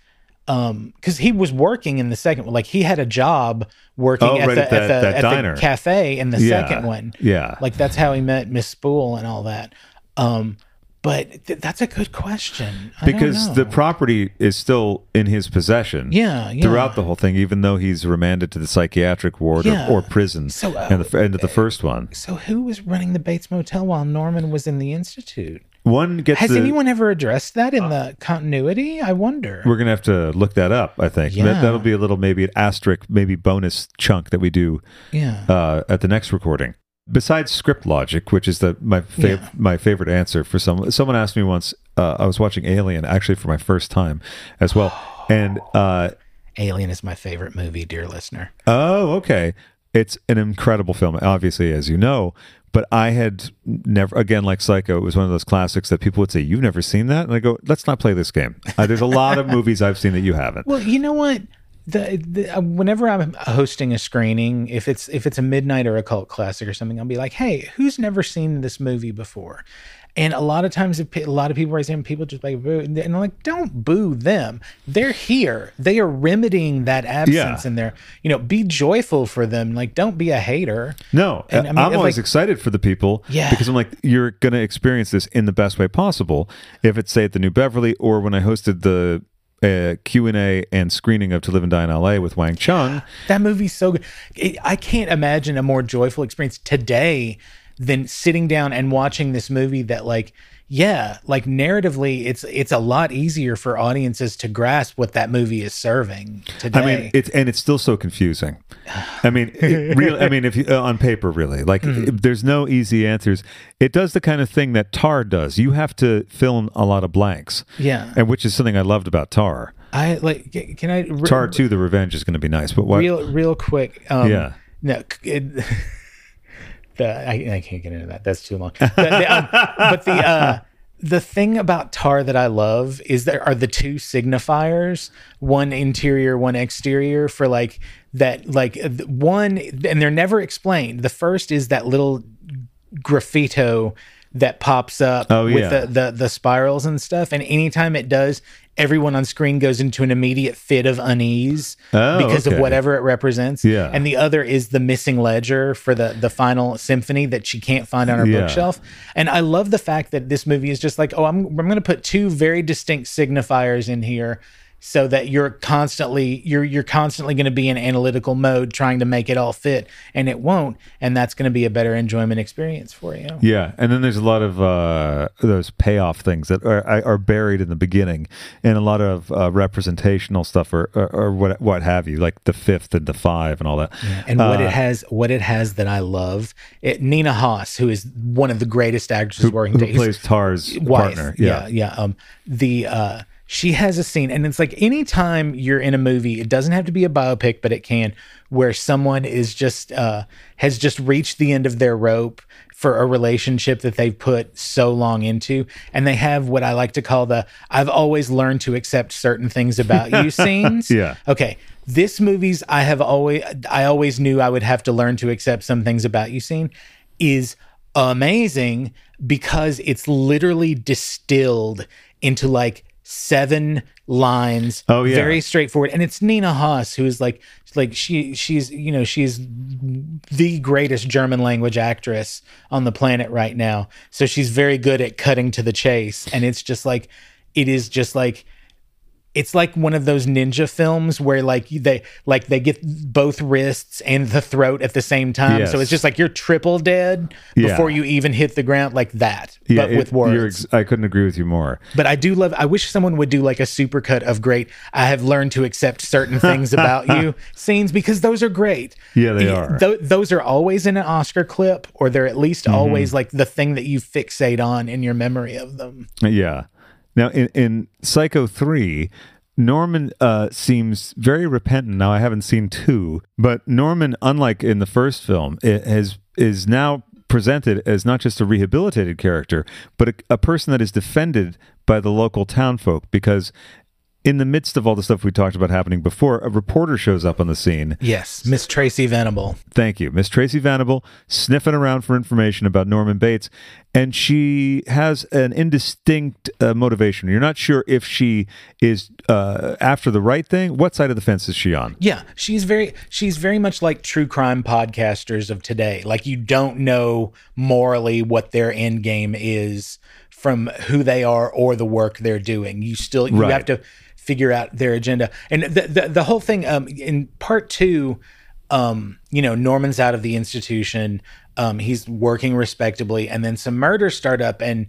B: um because he was working in the second one like he had a job working
A: Oh,
B: at,
A: right,
B: the,
A: at
B: at,
A: that-
B: the,
A: that
B: at
A: diner.
B: the cafe in the
A: Yeah,
B: second one
A: yeah.
B: like that's how he met miss spool and all that um but th- that's a good question I don't
A: because
B: know.
A: the property is still in his possession.
B: Yeah, yeah.
A: Throughout the whole thing, even though he's remanded to the psychiatric ward
B: Yeah.
A: or, or prison,
B: So, uh,
A: and the end of the first one,
B: so who was running the bates motel while norman was in the institute
A: one gets.
B: has
A: the- Uh,
B: anyone ever addressed that in the continuity i wonder
A: We're gonna have to look that up. I think that,
B: Yeah.
A: that'll be a little maybe an asterisk, maybe bonus chunk that we do
B: yeah
A: uh, at the next recording. Besides script logic, which is the my fa-
B: Yeah.
A: my favorite answer for someone, someone asked me once. Uh, I was watching Alien actually for my first time as well, and uh,
B: Alien is my favorite movie, dear listener.
A: Oh, okay. It's an incredible film, obviously, as you know. But I had never, again, like Psycho, it was one of those classics that people would say, You've never seen that? And I go, Let's not play this game. Uh, there's a lot of movies I've seen that you haven't.
B: Well, you know what? The, the, uh, whenever I'm hosting a screening, if it's if it's a midnight or a cult classic or something, I'll be like, "Hey, who's never seen this movie before?" And a lot of times, if pe- a lot of people are saying people just like boo, and I'm like, "Don't boo them. They're here. They are remedying that absence
A: Yeah.
B: in there. You know, be joyful for them. Like, don't be a hater."
A: No,
B: And, I mean,
A: I
B: if,
A: am always
B: like-
A: excited for the people
B: Yeah.
A: because I'm like, you're going to experience this in the best way possible. If it's say at the New Beverly or when I hosted the uh, Q and A and screening of To Live and Die in L.A. with Wang Chung,
B: That movie's so good. It, I can't imagine a more joyful experience today than sitting down and watching this movie that like yeah, like narratively it's it's a lot easier for audiences to grasp what that movie is serving today.
A: I mean, it's and it's still so confusing. I mean,
B: <laughs>
A: it real. I mean, if you, uh, on paper, really, like
B: Mm-hmm.
A: there's no easy answers. It does the kind of thing that Tar does. You have to fill in a lot of blanks.
B: Yeah.
A: and which is something I loved about Tar.
B: I like c- can I re-
A: Tar Two: The Revenge is going to be nice, but what?
B: real real quick um
A: Yeah.
B: no c- it, <laughs> the, I, I can't get into that that's too long The- the, um, but the uh the thing about tar that i love is there are the two signifiers one interior one exterior for like that like uh, th- one and they're never explained the first is that little graffito that pops up
A: Oh,
B: with
A: yeah.
B: the, the the spirals and stuff and anytime it does everyone on screen goes into an immediate fit of unease
A: Oh,
B: because of
A: okay.
B: whatever it represents
A: Yeah.
B: and the other is the missing ledger for the the final symphony that she can't find on her
A: Yeah.
B: bookshelf and i love the fact that this movie is just like oh i'm, I'm going to put two very distinct signifiers in here so that you're constantly you're you're constantly going to be in analytical mode trying to make it all fit and it won't and that's going to be a better enjoyment experience for you
A: Yeah, and then there's a lot of uh, those payoff things that are, are buried in the beginning, and a lot of uh, representational stuff, or, or, or what what have you, like the fifth and the five and all that. Uh,
B: and what it has what it has that i love it nina haas who is one of the greatest actresses working
A: Who
B: days
A: plays Tar's
B: wife.
A: partner?
B: Yeah. yeah, Um, the uh, she has a scene, and it's like anytime you're in a movie, it doesn't have to be a biopic, but it can, where someone is just uh, has just reached the end of their rope for a relationship that they've put so long into, and they have what I like to call the "I've always learned to accept certain things about
A: <laughs>
B: you" scenes.
A: Yeah.
B: Okay. This movie's I have always I always knew I would have to learn to accept some things about you scene is amazing because it's literally distilled into like seven lines.
A: Oh, yeah.
B: Very straightforward. And it's Nina Haas who is like like she she's you know, she's the greatest German language actress on the planet right now. So she's very good at cutting to the chase. And it's just like, it is just like, it's like one of those ninja films where like they like they get both wrists and the throat at the same time. So
A: Yes.
B: it's just like you're triple dead
A: Yeah.
B: before you even hit the ground, like that,
A: Yeah,
B: but
A: it-
B: with
A: you're
B: words.
A: ex- I couldn't agree with you more.
B: but I do love. I wish someone would do like a supercut of great. I have learned to accept certain things about
A: <laughs>
B: you scenes because those are great.
A: Yeah, they
B: Y-
A: are. Mm-hmm.
B: tho- those are always in an Oscar clip, or they're at least always like the thing that you fixate on in your memory of them.
A: Yeah. Now in, in Psycho three, Norman uh, seems very repentant. Now I haven't seen two, but Norman, unlike in the first film, i- has is now presented as not just a rehabilitated character, but a, a person that is defended by the local townfolk because. In the midst of all the stuff we talked about happening before, a reporter shows up on the scene
B: Yes, Miss Tracy Venable.
A: Thank you. Miss Tracy Vanable sniffing around for information about Norman Bates, and she has an indistinct uh, motivation. You're not sure if she is uh, after the right thing. What side of the fence is she on?
B: Yeah, she's very she's very much like true crime podcasters of today. Like you don't know morally what their end game is from who they are or the work they're doing. You still you
A: Right.
B: have to figure out their agenda. And the the, the whole thing um in part 2 um you know Norman's out of the institution. Um he's working respectably and then some murders start up and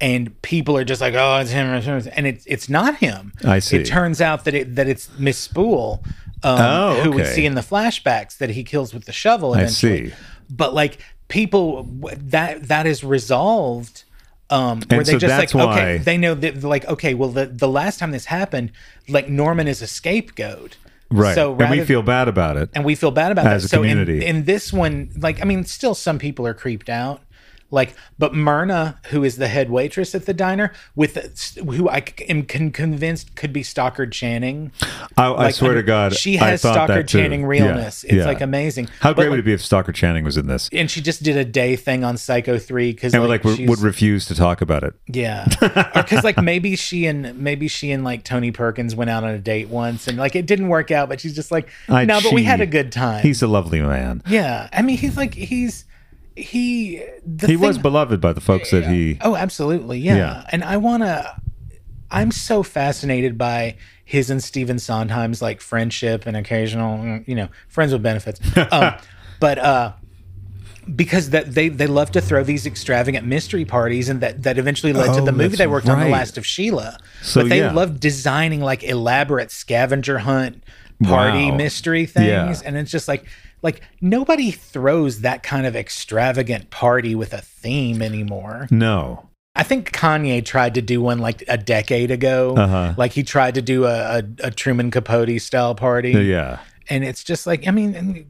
B: and people are just like, oh, it's him, it's him," and it's it's not him.
A: I see.
B: It turns out that it that it's Miss Spool, um,
A: Oh,
B: who we
A: okay.
B: see in the flashbacks that he kills with the shovel. Eventually.
A: see.
B: But like people, w- that that is resolved. Um, where they
A: so
B: just
A: that's
B: like
A: why-
B: okay, they know that like okay, well the the last time this happened, like Norman is a scapegoat.
A: Right.
B: So
A: and we
B: rather-
A: feel bad about it.
B: and we feel bad about
A: As
B: that.
A: a
B: so in-
A: community.
B: In, this one, like I mean, still some people are creeped out. Like, but Myrna, who is the head waitress at the diner, with who I c- am con- convinced could be Stockard Channing.
A: I, I
B: Like,
A: swear to God,
B: she
A: I
B: has
A: thought that
B: Stockard
A: too.
B: Channing realness.
A: Yeah,
B: It's
A: yeah.
B: like amazing.
A: How
B: But,
A: great would it
B: like,
A: be if Stalker Channing was in this?
B: And she just did a day thing on Psycho Three because
A: And like,
B: like,
A: like
B: she's-
A: would refuse to talk about it. <laughs>
B: yeah, because like maybe she and maybe she and like Tony Perkins went out on a date once and like it didn't work out, but she's just like
A: I
B: no, but we had a
A: cheat.
B: good time.
A: He's a lovely man.
B: Yeah, I mean, he's like he's he. The
A: He
B: thing-
A: was beloved by the folks that he.
B: Oh, absolutely, yeah.
A: Yeah.
B: And I wanna. I'm so fascinated by his and Stephen Sondheim's like friendship and occasional, mm, you know, friends
A: <laughs>
B: with benefits. Um, but uh, because that they they love to throw these extravagant mystery parties, and that that eventually led to
A: Oh,
B: the movie
A: that's
B: they worked on, The
A: right.
B: Last of Sheila.
A: So,
B: but they
A: yeah.
B: love designing like elaborate scavenger hunt party
A: Wow.
B: mystery things,
A: Yeah.
B: and it's just like like nobody throws that kind of extravagant party with a theme anymore.
A: No.
B: I think Kanye tried to do one like a decade ago.
A: Uh-huh.
B: Like he tried to do a, a, a Truman Capote style party.
A: Yeah.
B: And it's just like, I mean, and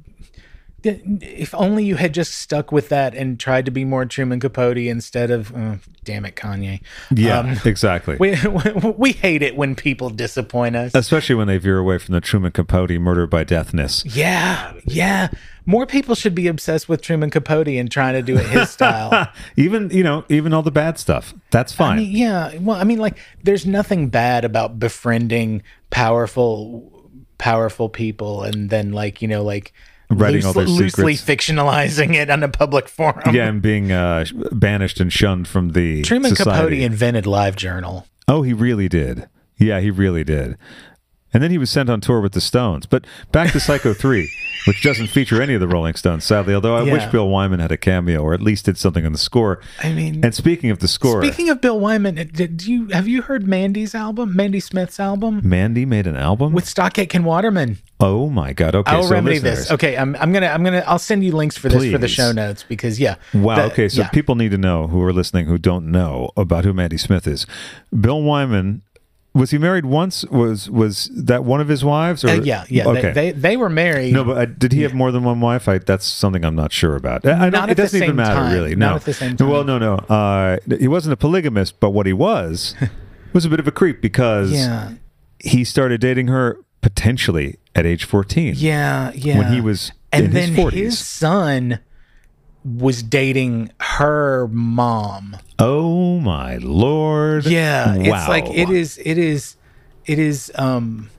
B: th- if only you had just stuck with that and tried to be more Truman Capote instead of, oh, damn it, Kanye.
A: Yeah.
B: Um,
A: exactly.
B: we, <laughs> we hate it when people disappoint us.
A: Especially when they veer away from the Truman Capote murder by deathness.
B: yeah. Yeah. More people should be obsessed with Truman Capote and trying to do it his style.
A: Even you know, even all the bad stuff. That's fine.
B: I mean, yeah. Well, I mean, like, there's nothing bad about befriending powerful, powerful people, and then like you know, like
A: Writing all their
B: loosely
A: secrets.
B: fictionalizing it on a public forum.
A: yeah, and being uh, sh- banished and shunned from the
B: Truman
A: society.
B: Capote invented Live Journal.
A: Oh, he really did. Yeah, he really did. And then he was sent on tour with the Stones. But back to Psycho
B: <laughs>
A: 3, which doesn't feature any of the Rolling Stones, sadly, although I wish
B: Yeah.
A: Bill Wyman had a cameo or at least did something on the score.
B: I mean-
A: and speaking of the score,
B: Speaking of Bill Wyman, did did you have you heard Mandy's album, Mandy Smith's album
A: Mandy made an album?
B: with Stockatkin Waterman?
A: oh my God. Okay,
B: I'll
A: so
B: remedy this.
A: listeners-
B: Okay, I'm, I'm gonna I'm gonna I'll send you links for this for the
A: Please.
B: show notes because yeah.
A: Wow.
B: the-
A: okay. So
B: yeah.
A: people need to know who are listening who don't know about who Mandy Smith is. Bill Wyman. Was he married once? Was was that one of his wives? Or
B: Uh, yeah, yeah.
A: Okay.
B: They, they they were married.
A: No, but uh, did he have more than one wife? I, that's something I'm not sure about. Uh, I- I,
B: Not
A: don't,
B: at
A: it
B: the
A: doesn't even
B: same
A: matter,
B: time.
A: really.
B: Not
A: No.
B: at the same
A: No, Well, no, no. Uh, he wasn't a polygamist, but what he
B: <laughs>
A: was was a bit of a creep because
B: Yeah.
A: he started dating her potentially at age 14.
B: Yeah, yeah.
A: When he was
B: and
A: in his
B: then
A: 40s.
B: his son was dating her mom.
A: Oh my lord!
B: Yeah, it's like it
A: Wow.
B: is, it is, it is. Um,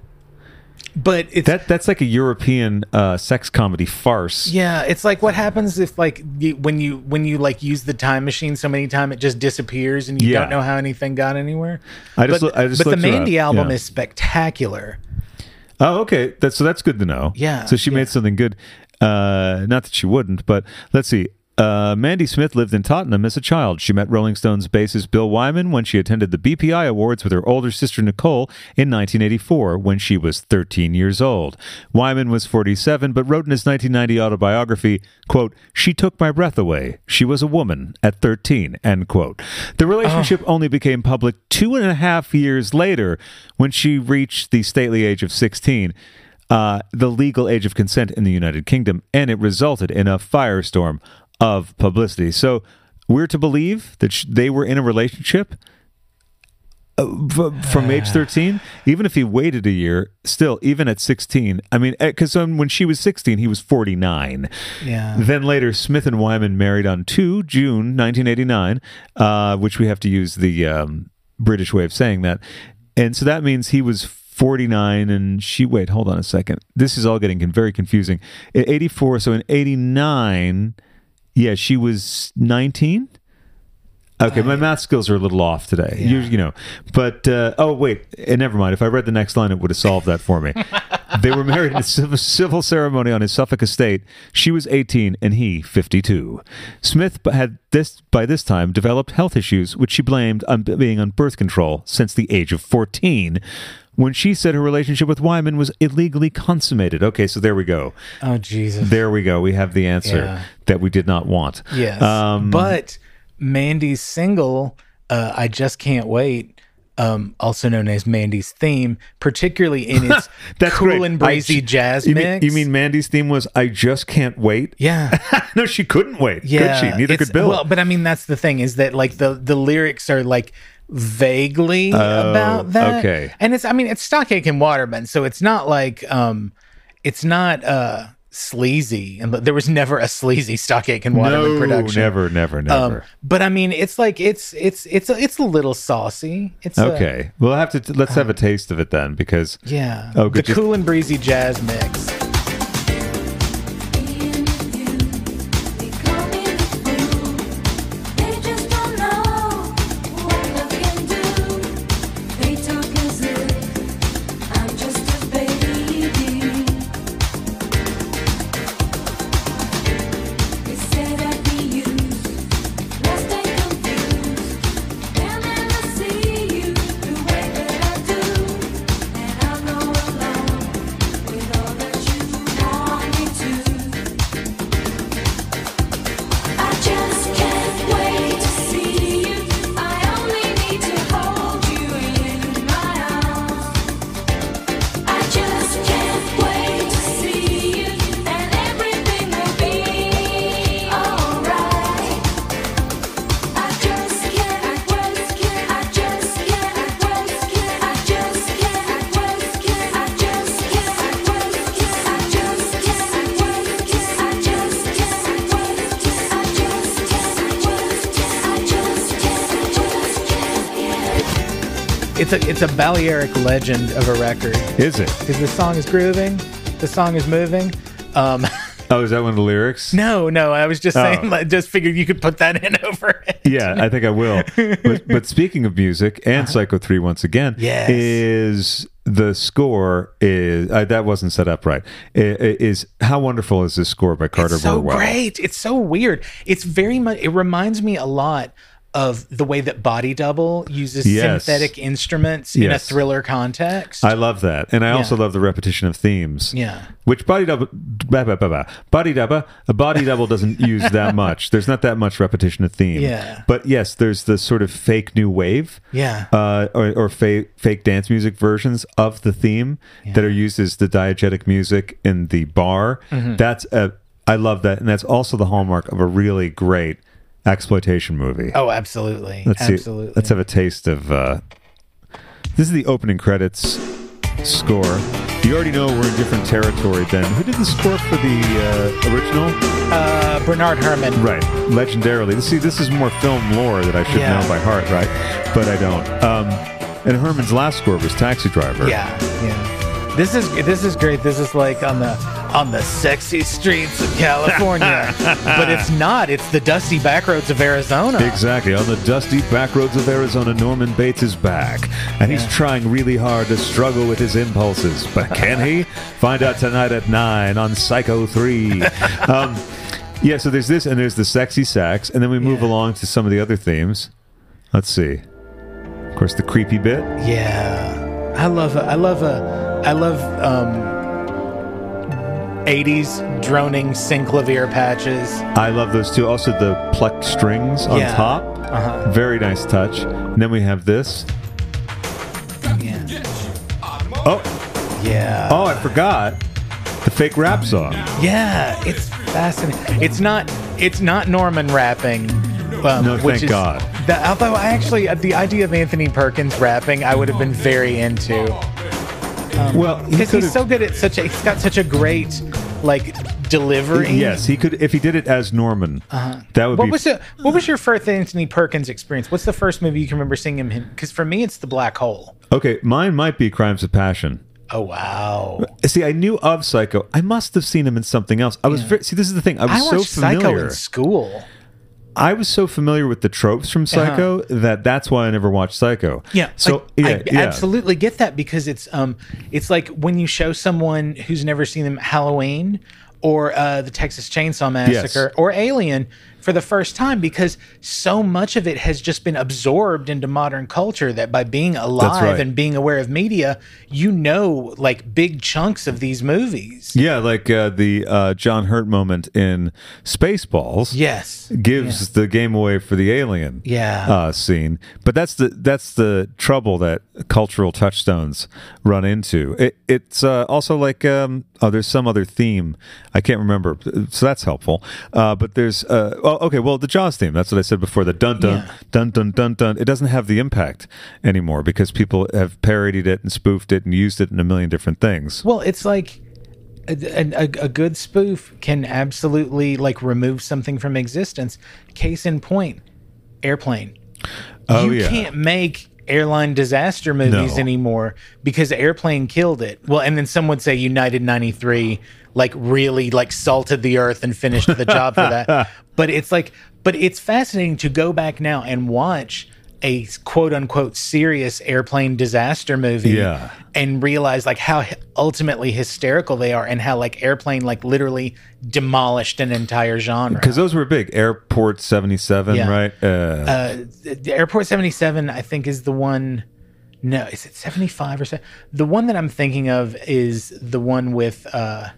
B: but it's
A: That that's like a European uh, sex comedy farce.
B: yeah, it's like what happens if like you, when you when you like use the time machine so many time it just disappears and you
A: Yeah.
B: don't know how anything got anywhere.
A: I just
B: but,
A: loo- I just
B: but the
A: looked her
B: Mandy
A: up,
B: album
A: yeah.
B: is spectacular.
A: Oh, okay. That's so that's good to know.
B: Yeah,
A: So she made something good. Uh, not that she wouldn't, but let's see. Uh, Mandy Smith lived in Tottenham as a child. She met Rolling Stones bassist Bill Wyman when she attended the BPI Awards with her older sister Nicole in 1984 when she was 13 years old. Wyman was 47, but wrote in his 1990 autobiography, quote, She took my breath away. She was a woman at 13, end quote. The relationship only became public two and a half years later when she reached the stately age of 16 uh, the legal age of consent in the United Kingdom, and it resulted in a firestorm of publicity. So we're to believe that sh- they were in a relationship uh, f- from age 13 even if he waited a year still even at 16 i mean because when she was 16 he was 49
B: Yeah.
A: then later smith and wyman married on 2 june 1989 uh, which we have to use the um, british way of saying that and so that means he was 49 and she wait hold on a second this is all getting con- very confusing at 84 so in 89 yeah she was 19 Okay, my math skills are a little off today. You, you know, but uh, oh wait, and never mind. If I read the next line, it would have solved that
B: <laughs>
A: for me. they were married in a civil, civil ceremony on his Suffolk estate. She was 18 and he 52. Smith b- had this by this time developed health issues, which she blamed on b- being on birth control since the age of 14. When she said her relationship with Wyman was illegally consummated. Okay, so there we go.
B: Oh Jesus.
A: There we go. We have the answer
B: Yeah.
A: that we did not want.
B: Yes.
A: Um,
B: but Mandy's single, uh, I Just Can't Wait, um, also known as Mandy's theme, particularly
A: <laughs>
B: in its
A: That's
B: cool
A: great.
B: and breezy
A: I-
B: jazz
A: you
B: mix.
A: Mean, you mean Mandy's theme was "I just can't wait"?
B: yeah.
A: <laughs> no, she couldn't wait. could
B: Yeah,
A: she? Neither
B: it's-
A: could Bill.
B: Well, but I mean, that's the thing is that like the the lyrics are like vaguely about that.
A: Oh, okay.
B: and it's I mean it's Stockake and Waterman, so it's not like um, it's not uh sleazy, and there was never a sleazy Stockake and Waterman
A: no,
B: production.
A: never, never, never.
B: Um, but I mean, it's like it's it's it's a, it's a little saucy. It's a-
A: okay, we'll have to. T- let's have a taste of it then, because
B: yeah.
A: Oh,
B: the
A: good.
B: cool and breezy jazz mix.
G: Thank you I just can't wait to see you. I only need to hold you in my arms. I just can't wait to see you, and everything will be alright. I just can't wait, I just can't wait, I just can't wait, I just can't wait, I just can't wait, I just can't wait, I just can't wait, I just can't wait.
B: It's a it's a Balearic legend of a record
A: is it?
B: because the song is grooving, the song is moving. Um, <laughs>
A: Oh, is that one of the lyrics?
B: No, no, I was just
A: Oh.
B: saying, like, just figured you could put that in <laughs> over it.
A: Yeah, I think I
B: <laughs>
A: will. but, but speaking of music and Psycho 3 once again,
B: Uh-huh. Yes.
A: is the score is uh, that wasn't set up right. I- I- Is how wonderful is this score by Carter
B: It's so
A: Burwell?
B: great. It's so weird. It's very much, it reminds me a lot of the way that Body Double uses
A: Yes.
B: synthetic instruments in a
A: Yes.
B: thriller context.
A: I love that, and I also love the repetition of themes.
B: Yeah.
A: which body double, bah, bah, bah, bah, body double, a body double
B: <laughs>
A: doesn't use that much. There's not that much repetition of theme.
B: Yeah.
A: but yes, there's the sort of fake new wave.
B: Yeah.
A: uh, or, or fa- fake dance music versions of the theme that are used as the diegetic music in the bar.
B: Mm-hmm.
A: That's a I love that, and that's also the hallmark of a really great exploitation movie.
B: oh, absolutely.
A: Let's
B: absolutely.
A: see. Let's have a taste of. Uh, this is the opening credits score. You already know we're in different territory. Then who did the score for the uh, original?
B: uh, Bernard Herman.
A: Right, legendarily. See, this is more film lore that I should
B: Yeah.
A: know by heart, right? But I don't. Um, and Herman's last score was Taxi Driver.
B: Yeah. Yeah. This is this is great. This is like on the on the sexy streets
A: <laughs>
B: of California, but it's not. It's the dusty back roads of Arizona.
A: Exactly. On the dusty back roads of Arizona, Norman Bates is back. And he's trying really hard to struggle with his impulses. But can he? Find out tonight at 9 on Psycho 3. um, yeah, so there's this, and there's the sexy sax. And then we move along to some of the other themes. Let's see. Of course, the creepy bit.
B: Yeah, I love a, I love a, I love um, '80s droning synclavier patches.
A: I love those too. Also, the plucked strings on
B: Yeah.
A: top.
B: Uh-huh.
A: Very nice touch. And then we have this.
B: Yeah,
A: Oh,
B: yeah,
A: oh, I forgot. The fake rap song.
B: yeah. It's fascinating. It's not it's not Norman rapping. Um,
A: No,
B: which
A: thank
B: is,
A: God.
B: The, although I actually uh, the idea of Anthony Perkins rapping, I would have been very into
A: Well, he
B: because
A: could've-
B: he's so good at such a he's got such a great like delivery.
A: Yes, he could if he did it as Norman. That would
B: Uh-huh. What
A: be
B: was the What was your first Anthony Perkins experience? What's the first movie you can remember seeing him? in? Because for me, it's The Black Hole.
A: okay. Mine might be Crimes of Passion.
B: Oh wow!
A: See, I knew of Psycho. I must have seen him in something else. I was very, see. This is the thing. I was
B: I
A: so
B: watched Psycho
A: familiar.
B: in school.
A: I was so familiar with the tropes from
B: Uh-huh.
A: Psycho that that's why I never watched Psycho. So
B: like,
A: yeah,
B: I
A: yeah.
B: absolutely get that because it's um, it's like when you show someone who's never seen them Halloween or uh, the Texas Chainsaw Massacre or Alien. for the first time because so much of it has just been absorbed into modern culture that by being alive
E: right.
B: and being aware of media, you know like big chunks of these movies.
A: Yeah, like uh, the uh, John Hurt moment in Spaceballs.
B: Yes.
A: gives the game away for the alien
B: Yeah.
A: uh, scene. But that's the that's the trouble that cultural touchstones run into. It, it's uh, also like um, oh, there's some other theme I can't remember, so that's helpful. Uh, but there's uh, oh, okay, well the Jaws theme. That's what I said before. The dun dun
B: Yeah.
A: dun dun dun dun. It doesn't have the impact anymore because people have parodied it and spoofed it and used it in a million different things.
B: Well, it's like a, a, a- a good spoof can absolutely like remove something from existence. Case in point, airplane.
A: Oh,
B: you
A: yeah.
B: can't make airline disaster movies
A: No.
B: anymore because airplane killed it. Well, and then some would say United 93 like really like salted the earth and finished the job
A: <laughs>
B: for that. But it's like but it's fascinating to go back now and watch a quote unquote serious airplane disaster movie
A: Yeah.
B: and realize like how hy- ultimately hysterical they are and how like airplane like literally demolished an entire genre.
A: Because those were big. Airport 77,
B: Yeah.
A: right? Uh,
B: the Airport 77, I think, is the one. No, is it 75 or so? The one that I'm thinking of is the one with. Uh,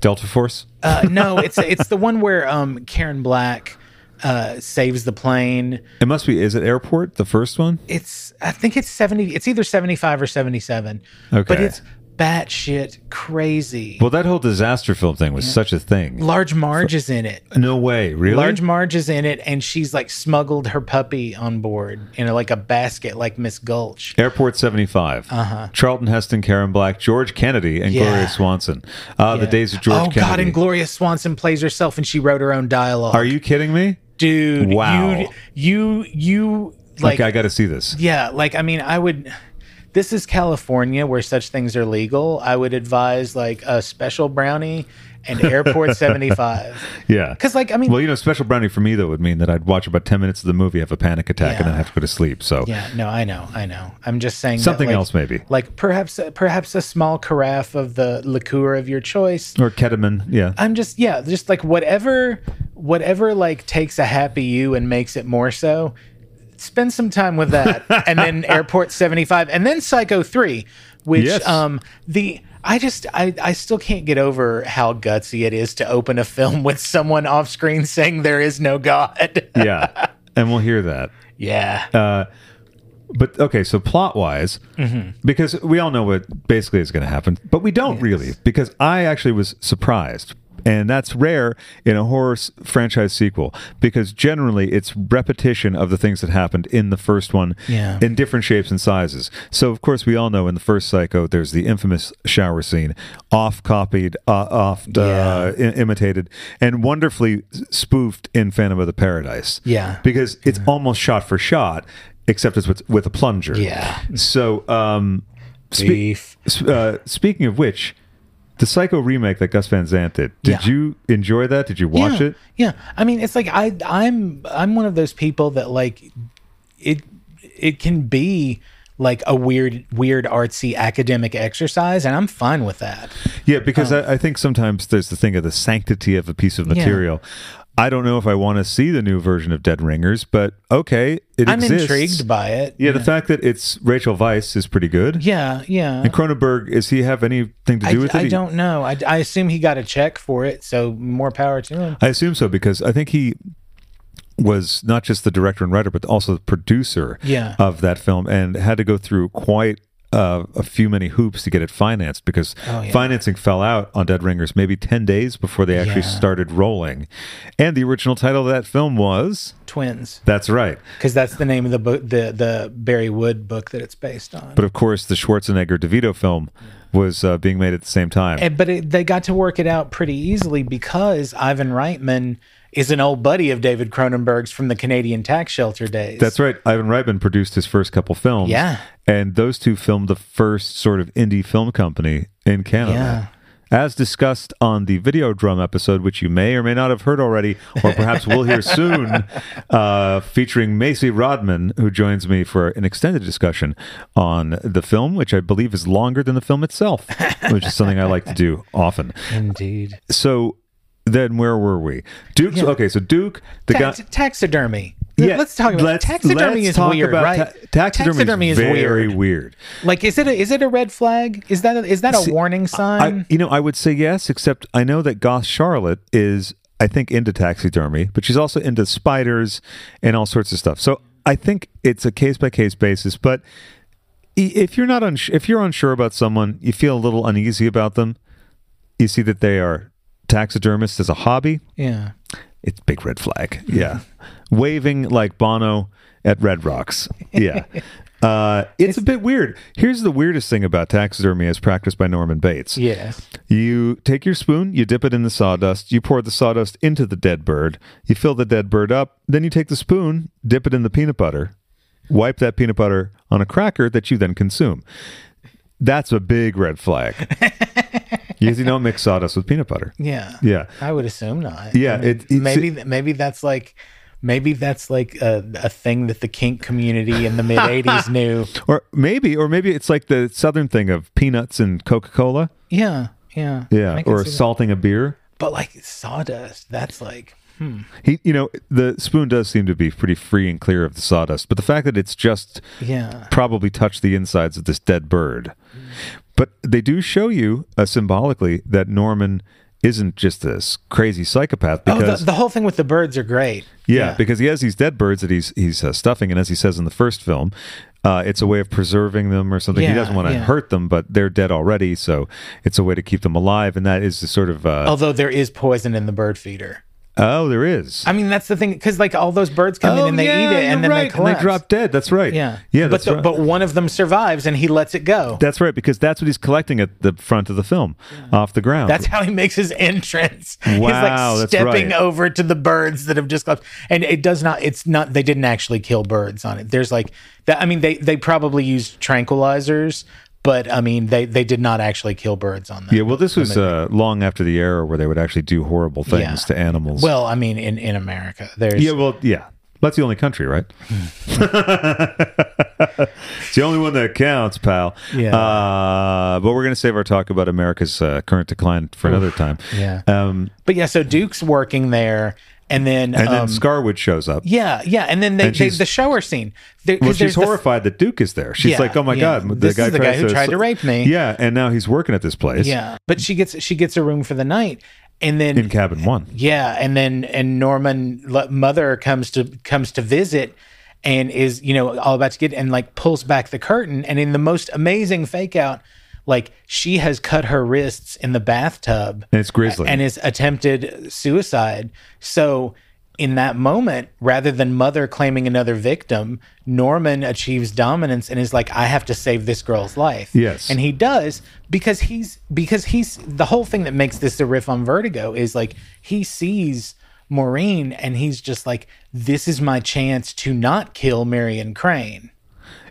A: Delta Force?
B: uh,
A: <laughs>
B: no, it's it's the one where um, Karen Black uh, saves the plane.
A: It must be. Is it airport? The first one?
B: It's I think it's 70. It's either 75 or 77. But
A: Okay.
B: it's batshit crazy.
A: Well, that whole disaster film thing was such a thing.
B: Large Marge is in it.
A: No way, really.
B: Large Marge is in it, and she's like smuggled her puppy on board in like a basket, like Miss Gulch.
A: Airport 75. Uh-huh. Charlton Heston, Karen Black, George Kennedy, and
B: Yeah.
A: Gloria Swanson. Uh, The
B: Yeah.
A: Days of George
B: oh,
A: Kennedy.
B: God, and Gloria Swanson plays herself and she wrote her own dialogue.
A: Are you kidding me?
B: dude?
A: Wow.
B: You you you
A: Like,
B: like,
A: I got to see this.
B: yeah, like I mean, I would. This is California where such things are legal. I would advise like a special brownie
A: <laughs>
B: and Airport seventy five.
A: Yeah.
B: 'Cause, like, I mean-
A: well, you know, special brownie for me though would mean that I'd watch about ten minutes of the movie, have a panic attack, and
B: Yeah.
A: then have to go to sleep. So
B: Yeah, no, I know, I know. I'm just saying that,
A: Something
B: like-
A: else, maybe.
B: like perhaps perhaps a small carafe of the liqueur of your choice.
A: or Ketamine, yeah.
B: <laughs> I'm just yeah, just like whatever whatever like takes a happy you and makes it more so. Spend some time
A: <laughs>
B: with that, and then Airport 75, and then Psycho 3, which
A: Yes.
B: um the I just I I still can't get over how gutsy it is to open a film <laughs> with someone off screen saying there is no god.
A: yeah. Uh, And we'll hear that.
B: <laughs> yeah,
A: But okay, so plot wise, because we all know what basically is going to happen, but we don't really, because I actually was surprised. And that's rare in a horror s- franchise sequel because generally it's repetition of the things that happened in the first one
B: Yeah.
A: in different shapes and sizes. So, of course, we all know in the first Psycho, there's the infamous shower scene, off copied, uh, off uh, i- imitated, and wonderfully s- spoofed in Phantom of the Paradise.
B: Yeah.
A: Because it's almost shot for shot, except it's with, with a plunger.
B: Yeah.
A: So, um, spe-
B: Beef.
A: s- uh, speaking of which, the Psycho remake that Gus Van Sant did, did
B: Yeah.
A: you enjoy that? Did you watch
B: yeah,
A: it?
B: Yeah, I mean, it's like I I'm I'm one of those people that like it it can be like a weird weird artsy academic exercise, and I'm fine with that.
A: Yeah,
B: Oh.
A: because I, I think sometimes there's the thing of the sanctity of a piece of material. I don't know if I want to see the new version of Dead Ringers, but okay, it
B: I'm
A: exists.
B: intrigued by it.
A: yeah, the fact that it's Rachel Weisz is pretty good.
B: yeah, yeah.
A: And Cronenberg, is he have anything to do
B: I,
A: with it?
B: I
A: He-
B: don't know. I, I assume he got a check for it, so more power to him.
A: I assume so because I think he was not just the director and writer, but also the producer
B: Yeah.
A: of that film, and had to go through quite uh, a few many hoops to get it financed because
B: Oh,
A: financing fell out on Dead Ringers maybe ten days before they actually
B: Yeah.
A: started rolling. And the original title of that film was
B: Twins,
A: that's right,
B: because that's the name of the book, the the Barry Wood book that it's based on.
A: but of course the Schwarzenegger DeVito film was uh, being made at the same time.
B: And- but it, they got to work it out pretty easily because Ivan Reitman is an old buddy of David Cronenberg's from the Canadian tax shelter days.
A: That's right. Ivan Reitman produced his first couple films.
B: Yeah.
A: And those two filmed the first sort of indie film company in Canada. As discussed on the Video Drum episode, which you may or may not have heard already, or perhaps will hear soon, uh, featuring Macy Rodman, who joins me for an extended discussion on the film, which I believe is longer than the film itself, which is something I like to do often.
B: indeed.
A: So then where were we? Duke. Okay, so Duke, the
B: Tax-
A: guy.
B: taxidermy. let's talk about
A: let's-
B: taxidermy.
A: let's
B: is
A: talk
B: weird,
A: about
B: right?
A: ta- taxidermy, is, very
B: weird.
A: weird.
B: Like, is it a, is it a red flag? Is that a, is that a
A: See,
B: warning sign?
A: I, you know, I would say yes, except I know that Goth Charlotte is, I think, into taxidermy, but she's also into spiders and all sorts of stuff. So I think it's a case by case basis. But i- if you're not uns- if you're unsure about someone, you feel a little uneasy about them. You see that they are taxidermists as a hobby.
B: yeah.
A: It's big red flag. Yeah, waving like Bono at Red Rocks. Yeah. Uh, it's a bit weird. Here's the weirdest thing about taxidermy as practiced by Norman Bates.
B: Yeah.
A: You take your spoon, you dip it in the sawdust, you pour the sawdust into the dead bird, you fill the dead bird up, then you take the spoon, dip it in the peanut butter, wipe that peanut butter on a cracker that you then consume. That's a big red flag. because you don't mix sawdust with peanut butter.
B: Yeah.
A: Yeah.
B: I would assume not.
A: Yeah,
B: I mean,
A: it- it's-
B: maybe th- maybe that's like maybe that's like a, a thing that the kink community in the mid '80s knew.
A: Or maybe, or maybe it's like the southern thing of peanuts and Coca Cola.
B: Yeah. Yeah. I
A: Yeah.
B: can
A: Or
B: see that.
A: salting a beer.
B: But like sawdust, that's like
A: He, you know, the spoon does seem to be pretty free and clear of the sawdust, but the fact that it's just
B: yeah.
A: probably touch the insides of this dead bird. But they do show you uh, symbolically that Norman isn't just this crazy psychopath
B: Oh, the,
A: because
B: the whole thing with the birds are great.
A: yeah, because he has these dead birds that he's he's uh, stuffing, and as he says in the first film, uh, it's a way of preserving them or something. he
B: Yeah,
A: doesn't want to
B: yeah.
A: hurt them, but they're dead already, so it's a way to keep them alive, and that is the sort of uh,
B: Although there is poison in the bird feeder.
A: oh, there is.
B: I mean, that's the thing because like all those birds come
A: Oh,
B: in and they eat it, and then they collapse.
A: drop dead. That's right.
B: Yeah.
A: yeah.
B: But
A: That's
B: the,
A: right.
B: but one of them survives, and he lets it go.
A: that's right because that's what he's collecting at the front of the film, off the ground.
B: That's how he makes his entrance. <laughs> He's
A: Wow,
B: like
A: that's
B: stepping
A: right.
B: over to the birds that have just left. And it does not, it's not, they didn't actually kill birds on it. There's like that. I mean, they, they probably used tranquilizers, but I mean, they, they did not actually kill birds on that.
A: Yeah, well, this was uh, long after the era where they would actually do horrible things
B: Yeah.
A: to animals.
B: Well, I mean, in, in America, there's,
A: yeah, well, yeah. That's the only country, right? it's the only one that counts, pal.
B: Yeah.
A: Uh, but we're going to save our talk about America's uh, current decline for another time.
B: yeah.
A: Um,
B: but yeah, so Duke's working there. And then,
A: and then
B: um,
A: Scarwood shows up.
B: yeah, yeah. And then they,
A: And
B: they
A: she's-
B: the shower scene. There, 'cause
A: Well, she's
B: there's the-
A: horrified that Duke is there. She's
B: Yeah,
A: like, "Oh my
B: yeah.
A: god, the
B: This
A: guy,
B: is the guy who tried to rape me.
A: Yeah, and now he's working at this place.
B: yeah. But she gets, she gets a room for the night. And then
A: in cabin one.
B: Yeah, and then and Norman le- mother comes to comes to visit and is you know all about to get and like pulls back the curtain and in the most amazing fake out like she has cut her wrists in the bathtub
A: And it's grisly.
B: and is attempted suicide so in that moment rather than mother claiming another victim norman achieves dominance and is like i have to save this girl's life
A: Yes.
B: and he does because he's because he's the whole thing that makes this a riff on vertigo is like he sees maureen and he's just like this is my chance to not kill marion crane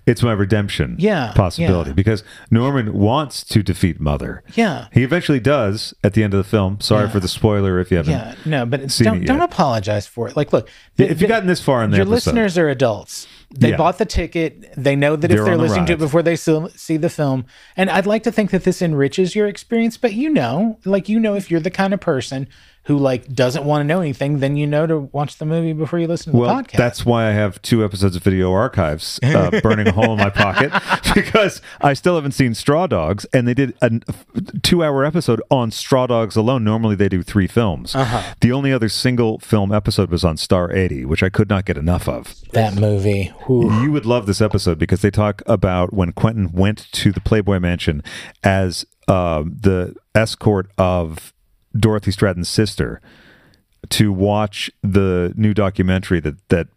A: it's my redemption
B: Yeah,
A: possibility
B: yeah.
A: because norman wants to defeat mother
B: Yeah.
A: he eventually does at the end of the film sorry for the spoiler if you haven't
B: yeah no but
A: Seen
B: don't
A: it
B: don't
A: yet.
B: apologize for it like look
A: Yeah, if you've gotten this far in the
B: your
A: episode.
B: listeners are adults they
A: Yeah.
B: bought the ticket they know that
A: They're
B: if they're
A: on the
B: listening to it
A: ride.
B: before they see see the film and i'd like to think that this enriches your experience but you know like you know if you're the kind of person who like doesn't want to know anything then you know to watch the movie before you listen to
A: well
B: the podcast
A: that's why i have two episodes of video archives uh,
B: <laughs>
A: burning a hole in my pocket <laughs> because i still haven't seen straw dogs and they did a two hour episode on straw dogs alone normally they do three films
B: Uh-huh.
A: the only other single film episode was on star 80 which i could not get enough of
B: that movie whew.
A: You would love this episode because they talk about when Quentin went to the Playboy Mansion as um the escort of Dorothy Stratton's sister to watch the new documentary that that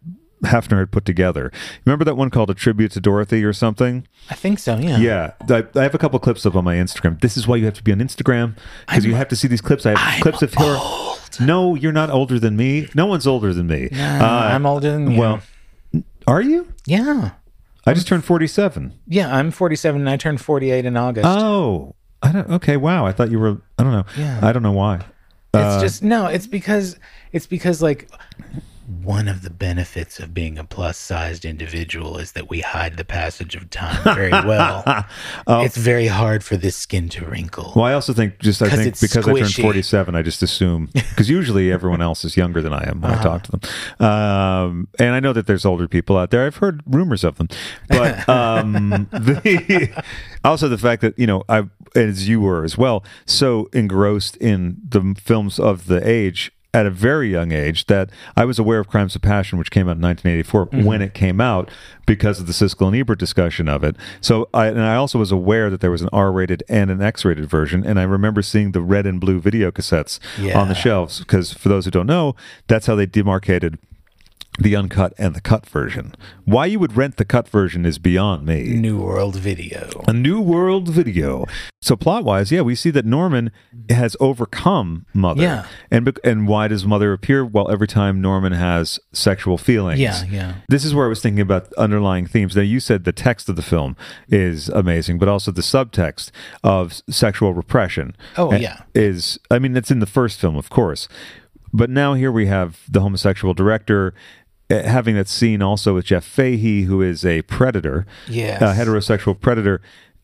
A: Hefner had put together. Remember that one called "A Tribute to Dorothy" or something?
B: i think so yeah
A: Yeah, I, I have a couple clips up on my Instagram. This is why you have to be on Instagram because you have to see these clips. I have clips of her. No, you're not older than me. No one's older than me. Uh,
B: i'm older than you
A: Well, are you?
B: yeah
A: I just turned 47.
B: yeah i'm 47 and i turned 48 in august
A: Oh, I don't. Okay, wow. I thought you were. I don't know.
B: Yeah.
A: I don't know why.
B: It's just no. It's because it's because like one of the benefits of being a plus sized individual is that we hide the passage of time
A: <laughs>
B: very well.
A: Oh.
B: It's very hard for this skin to wrinkle.
A: Well, I also think just I
B: 'Cause
A: think
B: it's
A: because I turned
B: squishy.
A: forty seven, I just
B: <laughs>
A: assume because usually everyone else is younger than I am
B: Uh-huh.
A: when I talk to them, um, and I know that there's older people out there. I've heard rumors of them,
B: <laughs>
A: but um, the, also the fact that you know I as you were as well, so engrossed in the films of the age. At a very young age, that I was aware of Crimes of Passion, which came out in 1984 when it came out because of the Siskel and Ebert discussion of it. So I and I also was aware that there was an R-rated and an X-rated version, and I remember seeing the red and blue video cassettes on
B: Yeah.
A: the shelves because for those who don't know, that's how they demarcated the uncut and the cut version. Why you would rent the cut version is beyond me.
B: New World Video.
A: A New World video. So plot wise, yeah, we see that Norman has overcome Mother.
B: Mm-hmm. Yeah.
A: And bec- and why does Mother appear? Well, every time Norman has sexual feelings.
B: Yeah, yeah.
A: This is where I was thinking about underlying themes. Now you said the text of the film is amazing, but also the subtext of s- sexual repression.
B: Oh,
A: a-
B: yeah.
A: Is I mean that's in the first film, of course. But now here we have the homosexual director eh, having that scene also with Jeff Fahey, who is a predator
B: Yes.
A: a heterosexual predator.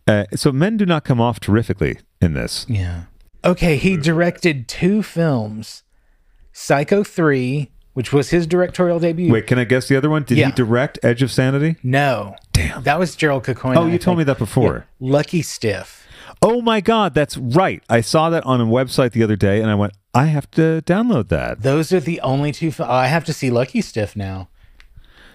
A: Uh, so men do not come off terrifically in this.
B: Yeah. Okay, he directed two films Psycho 3, which was his directorial debut.
A: Wait, can I guess the other one? Did
B: Yeah.
A: he direct Edge of Sanity?
B: No. Damn. That was Gerald Cocoin.
A: oh, you told me that before.
B: Lucky Stiff.
A: Oh my God, that's right. I saw that on a website the other day, and I went, I have to download that.
B: Those are the only two. Fi- I have to see Lucky Stiff now.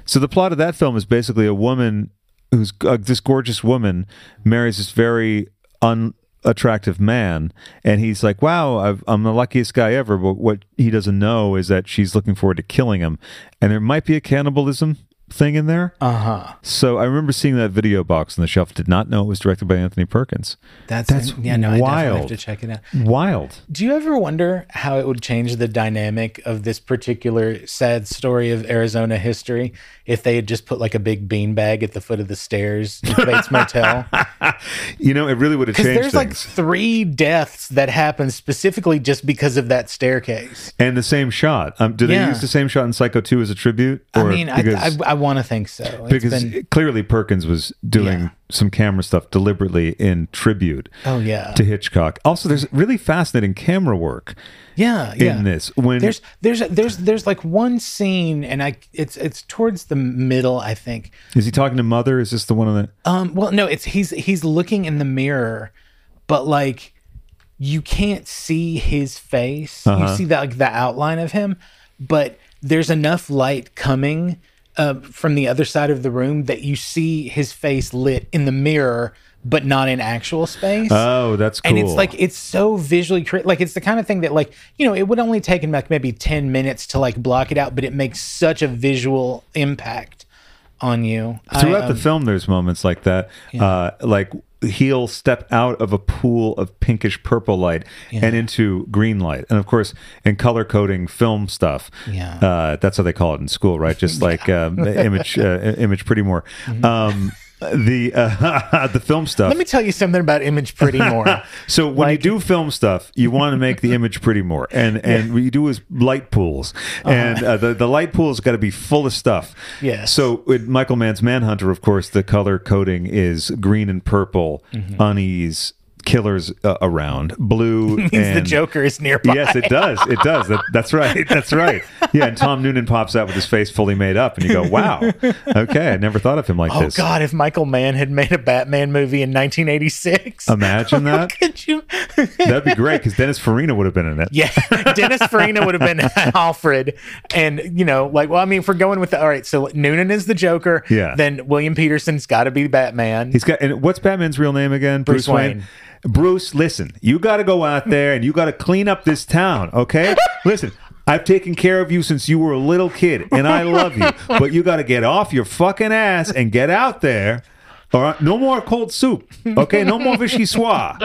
A: So the plot of that film is basically a woman who's uh, this gorgeous woman marries this very unattractive man, and he's like, "Wow, I've, I'm the luckiest guy ever." But what he doesn't know is that she's looking forward to killing him, and there might be a cannibalism thing in there. Uh
B: Uh-huh.
A: huh. So I remember seeing that video box on the shelf. Did not know it was directed by Anthony Perkins.
B: That's,
A: That's
B: yeah, no, I definitely
A: wild.
B: have to check it out.
A: Wild.
B: Do you ever wonder how it would change the dynamic of this particular sad story of Arizona history if they had just put like a big beanbag at the foot of the stairs
A: <laughs>
B: at Bates Motel?
A: You know, it really would have
B: Because
A: changed
B: there's
A: things.
B: like three deaths that happen specifically just because of that staircase.
A: and the same shot. Um, do they
B: Yeah.
A: use the same shot in Psycho 2 as a tribute?
B: I mean, I,
A: because-
B: I, I want to think so. It's
A: because
B: been-
A: clearly Perkins was doing
B: Yeah.
A: some camera stuff deliberately in tribute
B: oh yeah,
A: to Hitchcock. Also, there's really fascinating camera work
B: yeah,
A: in
B: yeah.
A: this. When
B: there's there's there's there's like one scene, and I it's it's towards the middle, I think,
A: is he talking to Mother? Is this the one on the?
B: Um, well, no, it's he's he's looking in the mirror, but like you can't see his face.
A: Uh-huh.
B: You see that like the outline of him, but there's enough light coming uh, from the other side of the room that you see his face lit in the mirror, but not in actual space.
A: Oh, that's cool.
B: And it's like it's so visually cre- like it's the kind of thing that like you know it would only take him like maybe ten minutes to like block it out, but it makes such a visual impact on you I,
A: throughout
B: um,
A: the film, there's moments like that. Uh, like he'll step out of a pool of pinkish purple light and into green light, and of course, in color coding film stuff.
B: Yeah.
A: uh, that's how they call it in school, right? Just
B: <laughs>
A: like um, image, uh, image, pretty more. Um, the uh, <laughs> the film stuff.
B: Mm-hmm. Let me tell you something about Image Pretty
A: <laughs>
B: More.
A: So when you do film stuff, you want to
B: <laughs>
A: make the image pretty more, and and what you do is light pools,
B: Uh-huh.
A: and uh, the the light pool's got to be full of stuff.
B: Yes.
A: So in Michael Mann's Manhunter, of course, the color coding is green and purple,
B: Mm-hmm.
A: unease, killers uh, around,
B: <laughs>
A: blue. Means
B: the Joker is nearby.
A: Yes, it does. It does. That, that's
B: <laughs>
A: right. That's right. Yeah, and Tom Noonan pops out with his face fully made up, and you go, "Wow, okay, I never thought of him like
B: Oh
A: this."
B: God! If Michael Mann had made a Batman movie in 1986,
A: Imagine that.
B: <laughs> could you? <laughs>
A: That'd be great because Dennis Farina would have been in it.
B: yeah, Dennis Farina would have been <laughs> Alfred, and you know, like, well, I mean, if we're going with the all right, so Noonan is the Joker.
A: Yeah.
B: Then William Peterson's got to be Batman.
A: He's got. And what's Batman's real name again?
B: Bruce
A: Bruce, listen, you got to go out there and you got to clean up this town,
B: <laughs>
A: okay? listen, I've taken care of you since you were a little kid, and I love
B: <laughs>
A: you, but you got to get off your fucking ass and get out there. All right, no more cold soup, okay? No
B: <laughs>
A: more vichyssoise.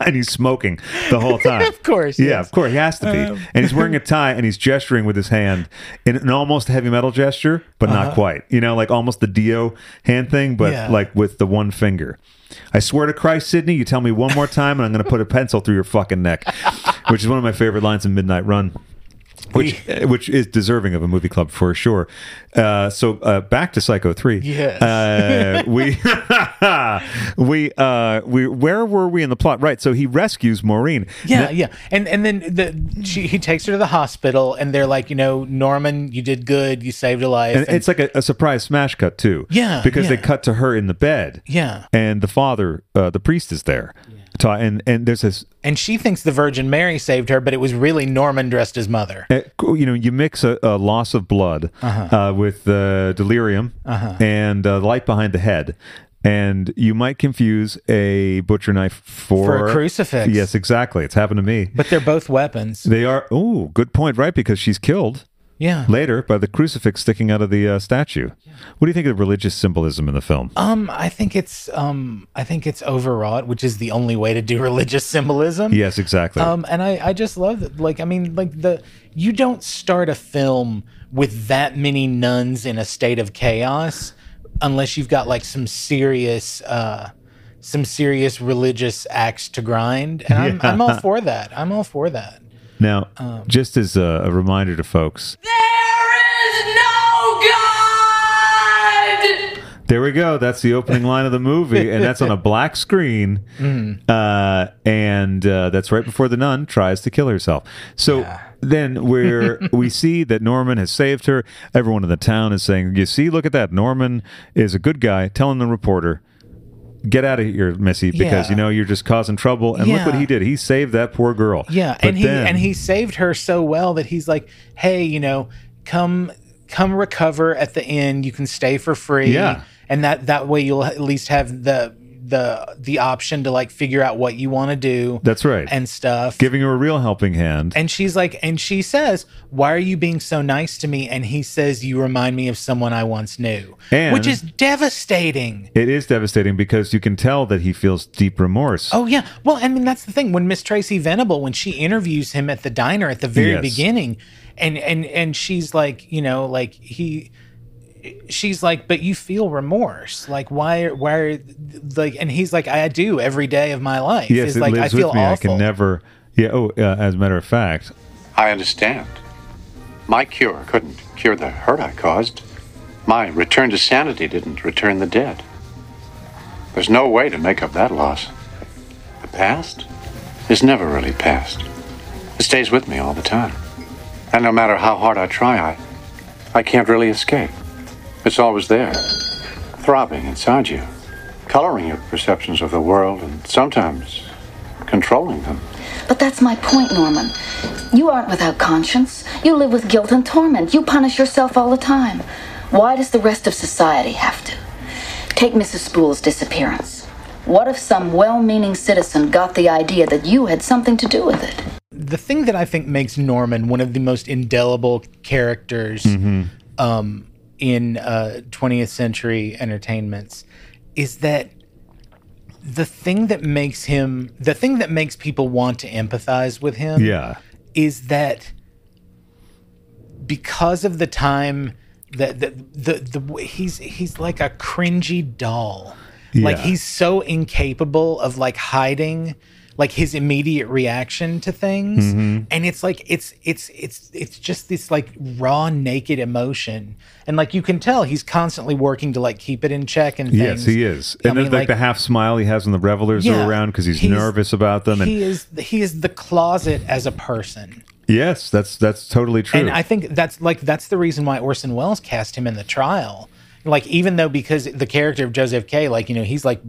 A: <laughs> and he's smoking the whole time.
B: Of course,
A: Yeah,
B: yes.
A: of course. He has to be.
B: Um,
A: and he's wearing a tie and he's gesturing with his hand in an almost heavy metal gesture, but not quite. You know, like almost the Dio hand thing, but
B: Uh-huh. Yeah.
A: like with the one finger. I swear to Christ, Sydney, you tell me one more time and I'm going to put a pencil through your fucking neck, which is one of my favorite lines in Midnight Run. which uh, which is deserving of a movie club for sure. Uh, so uh, back to Psycho three.
B: Yes.
A: Uh, we <laughs> we uh, we where were we in the plot? Right. So he rescues Maureen.
B: Yeah, yeah, and and then the she, he takes her to the hospital, and they're like, you know, Norman, you did good, you saved a life.
A: And it's like a, a surprise smash cut too.
B: Yeah,
A: because they
B: yeah.
A: cut to her in the bed.
B: yeah,
A: and the father, uh, the priest, is there. Ta- and and there's this
B: and she thinks the Virgin Mary saved her, but it was really Norman dressed as mother.
A: Uh, you know, you mix a, a loss of blood
B: Uh-huh.
A: uh, with uh, delirium and uh, light behind the head, and you might confuse a butcher knife for,
B: For a crucifix.
A: Yes, exactly. It's happened to me.
B: But they're both weapons.
A: they are. Oh, good point. Right, because she's killed
B: Yeah.
A: later by the crucifix sticking out of the uh, statue. What do you think of the religious symbolism in the film?
B: Um, I think it's um, I think it's overwrought, which is the only way to do <laughs> religious symbolism.
A: yes, exactly.
B: Um, and I, I just love that. Like, I mean, like the you don't start a film with that many nuns in a state of chaos unless you've got like some serious, uh, some serious religious axe to grind. And I'm, I'm all for that. I'm all for that.
A: now,
B: Um,
A: just as a, a reminder to folks,
H: There is no God!
A: There we go. That's the opening line of the movie, and that's on a black screen.
B: <laughs> Mm.
A: Uh, and uh, that's right before the nun tries to kill herself. So then
B: <laughs>
A: we're we see that Norman has saved her. Everyone in the town is saying, "You see, look at that. Norman is a good guy." Telling the reporter. Get out of here, Missy, because
B: Yeah.
A: you know you're just causing trouble. And look what
B: Yeah.
A: he did. He saved that poor girl.
B: Yeah,
A: But
B: and he
A: then-
B: and he saved her so well that he's like, "Hey, you know, come come recover at the end. You can stay for free.
A: Yeah.
B: and that that way you'll at least have the the the option to like figure out what you want to do.
A: That's right.
B: and stuff.
A: giving her a real helping hand.
B: and she's like, and she says, "Why are you being so nice to me?" And he says, "You remind me of someone I once knew,"
A: And-
B: which is devastating.
A: it is devastating because you can tell that he feels deep remorse.
B: Oh yeah. Well, I mean that's the thing. When Miss Tracy Venable, when she interviews him at the diner at the very
A: Yes.
B: beginning, and and and she's like, you know, like he, she's like, but you feel remorse. Like why why like? And he's like, I do every day of my life.
A: Yes,
B: It's
A: it
B: like
A: lives
B: I feel
A: with me.
B: awful.
A: I can never. Yeah. Oh, uh, as a matter of fact,
F: I understand. My cure couldn't cure the hurt I caused. My return to sanity didn't return the dead. There's no way to make up that loss. The past is never really past. It stays with me all the time. And no matter how hard I try, I, I can't really escape. It's always there, throbbing inside you, coloring your perceptions of the world and sometimes controlling them.
I: But that's my point, Norman. You aren't without conscience. You live with guilt and torment. You punish yourself all the time. Why does the rest of society have to? Take Mrs. Spool's disappearance. What if some well meaning citizen got the idea that you had something to do with it?
B: the thing that I think makes Norman one of the most indelible characters um, in uh, 20th century entertainments is that the thing that makes him, the thing that makes people want to empathize with him,
A: yeah,
B: is that because of the time that the the, the, w he's he's like a cringy doll like
A: Yeah.
B: he's so incapable of like hiding like his immediate reaction to things
A: Mm-hmm.
B: and it's like it's it's it's it's just this like raw naked emotion and like you can tell he's constantly working to like keep it in check and
A: yes,
B: things.
A: he is.
B: I
A: And then
B: mean,
A: like, the half smile he has when the revelers
B: yeah,
A: are around because he's, nervous about them. And
B: he is he is the closet as a person
A: yes, that's that's totally true.
B: And I think that's like that's the reason why Orson Welles cast him in the trial. Like even though because the character of Joseph K, like you know, he's like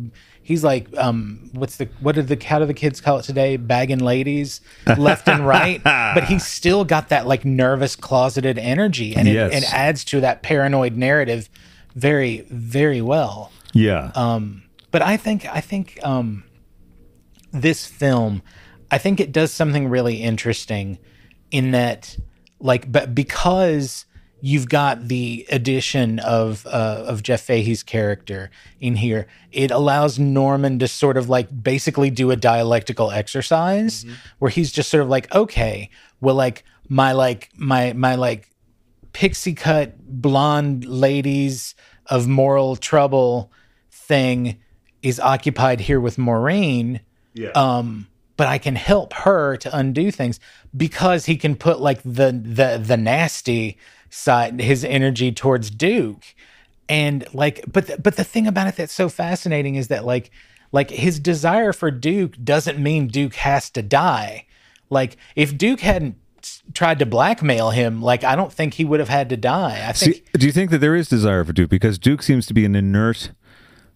B: he's like um what's the what did the how do the kids call it today? Bagging
A: <laughs>
B: ladies left and right, but he's still got that like nervous closeted energy, and it,
A: Yes.
B: it adds to that paranoid narrative very very well
A: yeah,
B: Um, but I think I think um, this film, I think it does something really interesting in that, like, but because you've got the addition of uh, of Jeff Fahey's character in here, it allows Norman to sort of like basically do a dialectical exercise where he's just sort of like, okay, well, like my like my my like pixie cut blonde ladies of moral trouble thing is occupied here with Maureen. Um, but I can help her to undo things because he can put like the the the nasty side his energy towards Duke and like but the, but the thing about it that's so fascinating is that like like his desire for Duke doesn't mean Duke has to die like if Duke hadn't s- tried to blackmail him like I don't think he would have had to die I think
A: See, do you think that there is desire for Duke? Because Duke seems to be an inert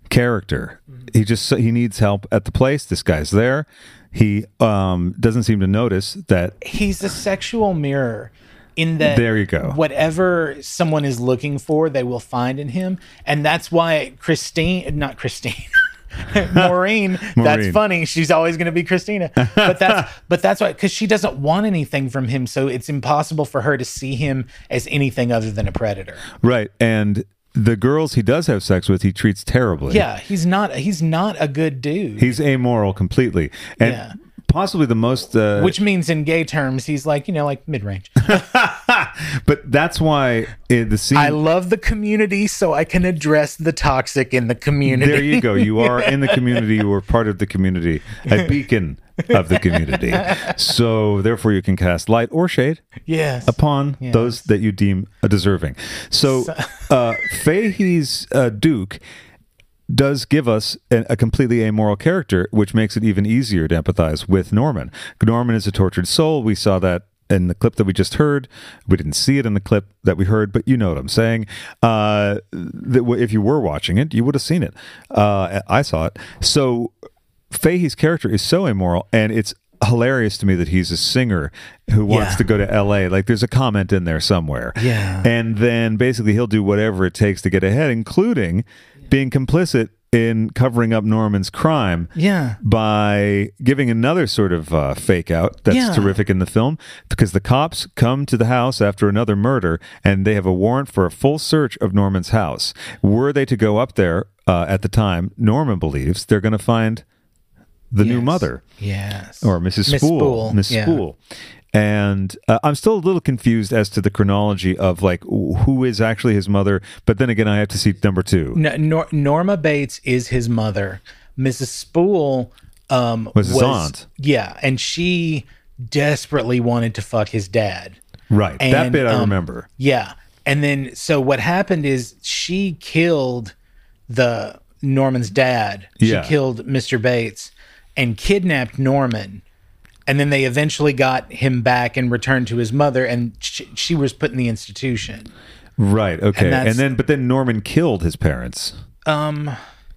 A: character.
B: Mm-hmm.
A: He just he needs help at the place. This guy's there. He um, doesn't seem to notice that.
B: he's a sexual mirror in that
A: There you go.
B: whatever someone is looking for they will find in him and that's why christine not christine <laughs> Maureen, that's
A: Maureen.
B: funny. She's always going to be Christina, but
A: <laughs>
B: that's but that's why because she doesn't want anything from him, so it's impossible for her to see him as anything other than a predator.
A: Right, and the girls he does have sex with, he treats terribly.
B: Yeah, he's not he's not a good dude.
A: he's amoral completely, and
B: Yeah.
A: possibly the most. Uh,
B: which means in gay terms, he's like you know like mid range.
A: but that's why uh, the scene. <laughs>
B: I love the community, so I can address the toxic in the community.
A: There you go.
B: <laughs>
A: You are in the community. You are part of the community, a beacon of the
B: <laughs>
A: community. So, therefore, you can cast light or shade
B: Yes.
A: upon those that you deem a deserving. So,
B: <laughs>
A: uh, Fahey's uh, Duke does give us a, a completely amoral character, which makes it even easier to empathize with Norman. Norman is a tortured soul. We saw that in the clip that we just heard. We didn't see it in the clip that we heard, but you know what I'm saying. Uh, that w- if you were watching it, you would have seen it. Uh, I saw it. So Fahey's character is so immoral, and it's hilarious to me that he's a singer who wants
B: Yeah.
A: to go to LA. Like there's a comment in there somewhere.
B: Yeah.
A: And then basically he'll do whatever it takes to get ahead, including being complicit in covering up Norman's crime.
B: Yeah.
A: By giving another sort of uh, fake out that's
B: Yeah.
A: terrific in the film because the cops come to the house after another murder and they have a warrant for a full search of Norman's house. Were they to go up there uh, at the time, Norman believes they're going to find the new
B: Yes.
A: mother
B: Yes.
A: or Mrs.
B: Miss
A: Spool,
B: Spool,
A: Miss
B: yeah.
A: Spool. And uh, I'm still a little confused as to the chronology of like wh- who is actually his mother. But then again, I have to see number two.
B: No, Nor- Norma Bates is his mother. Mrs. Spool um,
A: Was his aunt.
B: Yeah, and she desperately wanted to fuck his dad.
A: right, that
B: And,
A: bit I
B: um,
A: remember.
B: Yeah, and then so what happened is she killed the Norman's dad.
A: Yeah.
B: She killed Mr. Bates and kidnapped Norman. And then they eventually got him back and returned to his mother, and she, she was put in the institution.
A: Right, okay, and,
B: that's-
A: then but then Norman killed his parents.
B: Um,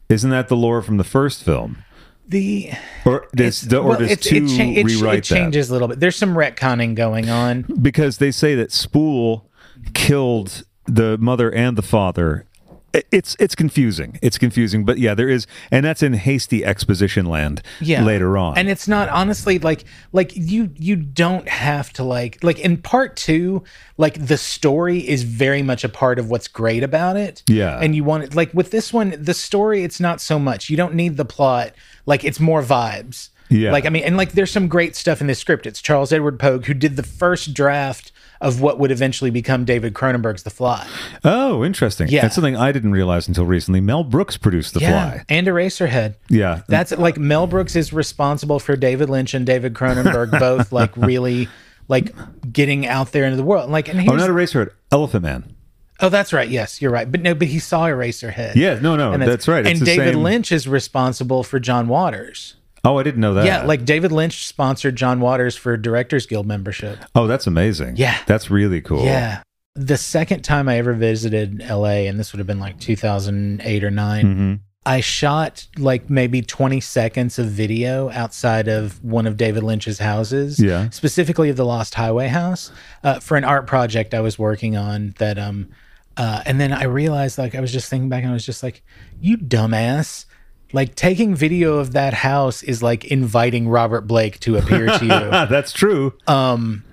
A: Isn't that the lore from the first film?
B: the
A: Or does the, or
B: well,
A: does
B: it's-
A: two
B: cha- it, ch-
A: rewrite
B: it changes a little bit. There's some retconning going on.
A: that? Because they say that Spool killed the mother and the father. I- It's it's confusing. It's confusing, but yeah, there is, and that's in hasty exposition land.
B: Yeah.
A: later on,
B: And it's not honestly like like you you don't have to like like in part 2 like the story is very much a part of what's great about it.
A: Yeah.
B: And you want it like with this one the story it's not so much. You don't need the plot. Like it's more vibes.
A: Yeah.
B: Like I mean and like there's some great stuff in this script. It's Charles Edward Pogue who did the first draft of what would eventually become David Cronenberg's The Fly.
A: Oh, interesting.
B: Yeah.
A: That's something I didn't realize until recently. Mel Brooks produced The Fly.
B: And Eraserhead.
A: Yeah.
B: That's like Mel Brooks is responsible for David Lynch and
A: <laughs>
B: David Cronenberg both like really like getting out there into the world. Like and here's,
A: Oh, not Eraserhead. Elephant Man.
B: oh, that's right. Yes, you're right. But no, but he saw Eraserhead.
A: Yeah, no, no,
B: And
A: that's right. It's
B: And
A: the
B: David
A: same-
B: Lynch is responsible for John Waters.
A: Oh, I didn't know that.
B: Yeah, like David Lynch sponsored John Waters for Directors Guild membership.
A: Oh, that's amazing.
B: Yeah.
A: That's really cool.
B: Yeah. The second time I ever visited LA, and this would have been like 2008 or 9,
A: Mm-hmm.
B: I shot like maybe 20 seconds of video outside of one of David Lynch's houses,
A: Yeah.
B: specifically of the Lost Highway house, uh, for an art project I was working on that. um uh, and then I realized, like, I was just thinking back and I was just like, you dumbass. Like, taking video of that house is like inviting Robert Blake to appear
A: <laughs>
B: to you.
A: Ah, that's true. Um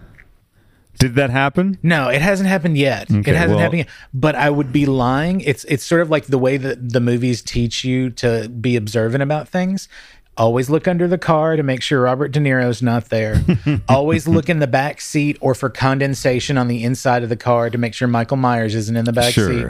A: Did that happen?
B: No, it hasn't happened yet.
A: Okay,
B: it hasn't
A: well-
B: happened yet. But I would be lying. It's it's sort of like the way that the movies teach you to be observant about things. Always look under the car to make sure Robert De Niro's not
A: <laughs>
B: there. Always look in the back seat or for condensation on the inside of the car to make sure Michael Myers isn't in the back
A: Sure.
B: seat.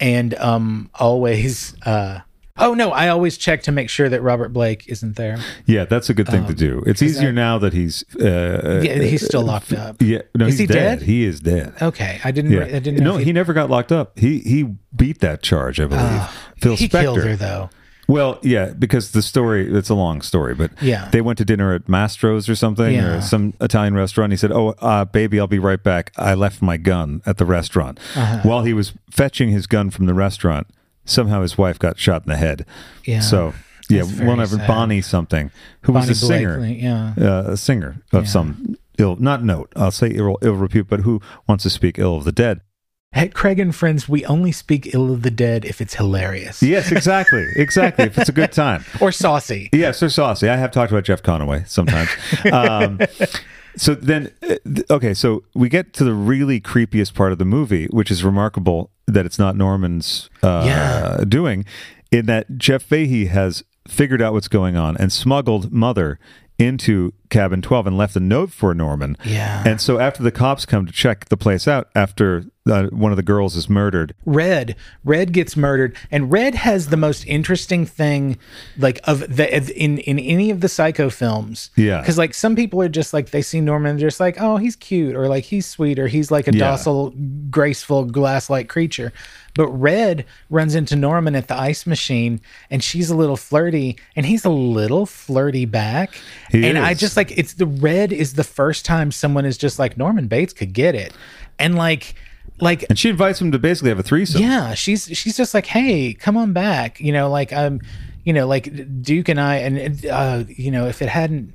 B: And um, always uh, Oh no, I always check to make sure that Robert Blake isn't there.
A: Yeah, that's a good
B: Um,
A: thing to do. It's easier now that he's. Uh,
B: Yeah, he's still locked up.
A: yeah, no,
B: Is
A: he's
B: he
A: dead.
B: dead?
A: He is dead.
B: Okay, I didn't.
A: Yeah,
B: I didn't. Know
A: no,
B: if
A: he, never got locked up. He he beat that charge, I believe. Phil
B: Ah, he
A: Spector.
B: killed her though.
A: Well, yeah, because the story, it's a long story, but
B: Yeah.
A: they went to dinner at Mastro's or something
B: Yeah.
A: or some Italian restaurant. He said, Oh, uh, baby, I'll be right back. I left my gun at the restaurant.
B: Uh-huh.
A: While he was fetching his gun from the restaurant, somehow his wife got shot in the head.
B: Yeah.
A: So, yeah,
B: That's very
A: one of
B: sad.
A: Bonnie something, who
B: Bonnie
A: was a singer,
B: Blakely, yeah.
A: uh, a singer of some ill, not note, I'll say ill, ill repute, but who wants to speak ill of the dead.
B: At Craig and Friends, we only speak ill of the dead if it's hilarious
A: Yes, exactly. exactly. If it's a good time.
B: or saucy.
A: Yeah, so saucy. I have talked about Jeff Conaway sometimes. um, so then, uh, th- okay, so we get to the really creepiest part of the movie, which is remarkable that it's not Norman's uh,
B: Yeah.
A: doing, in that Jeff Fahey has figured out what's going on and smuggled Mother into cabin 12 and left a note for Norman.
B: Yeah.
A: And so after the cops come to check the place out, after uh, one of the girls is murdered,
B: Red, Red gets murdered, and Red has the most interesting thing, like of the of- in in any of the Psycho films.
A: Yeah.
B: because like some people are just like they see Norman, and they're just like, oh, he's cute, or like he's sweet, or he's like a
A: Yeah.
B: docile, graceful, glass-like creature. But Red runs into Norman at the ice machine, and she's a little flirty, and he's a little flirty back.
A: He
B: and I
A: is.
B: just like it's the red is the first time someone is just like Norman Bates could get it, and like like
A: and she invites him to basically have a threesome.
B: yeah she's she's just like hey come on back you know like um you know like duke and i and uh you know if it hadn't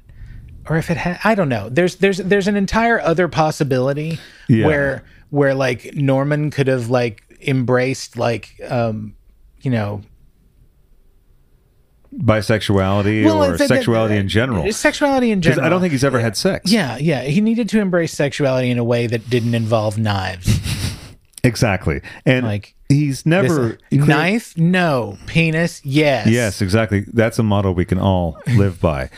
B: or if it had i don't know there's there's there's an entire other possibility
A: Yeah.
B: where where like norman could have like embraced like um you know
A: Bisexuality or
B: it's- it's-
A: sexuality in general.
B: uh, sexuality in
A: 'Cause
B: general
A: I don't think he's ever had sex.
B: yeah yeah he needed to embrace sexuality in a way that didn't involve knives
A: Exactly. And
B: Like,
A: he's never
B: This- knife no penis yes
A: Yes, exactly. That's a model we can all live by.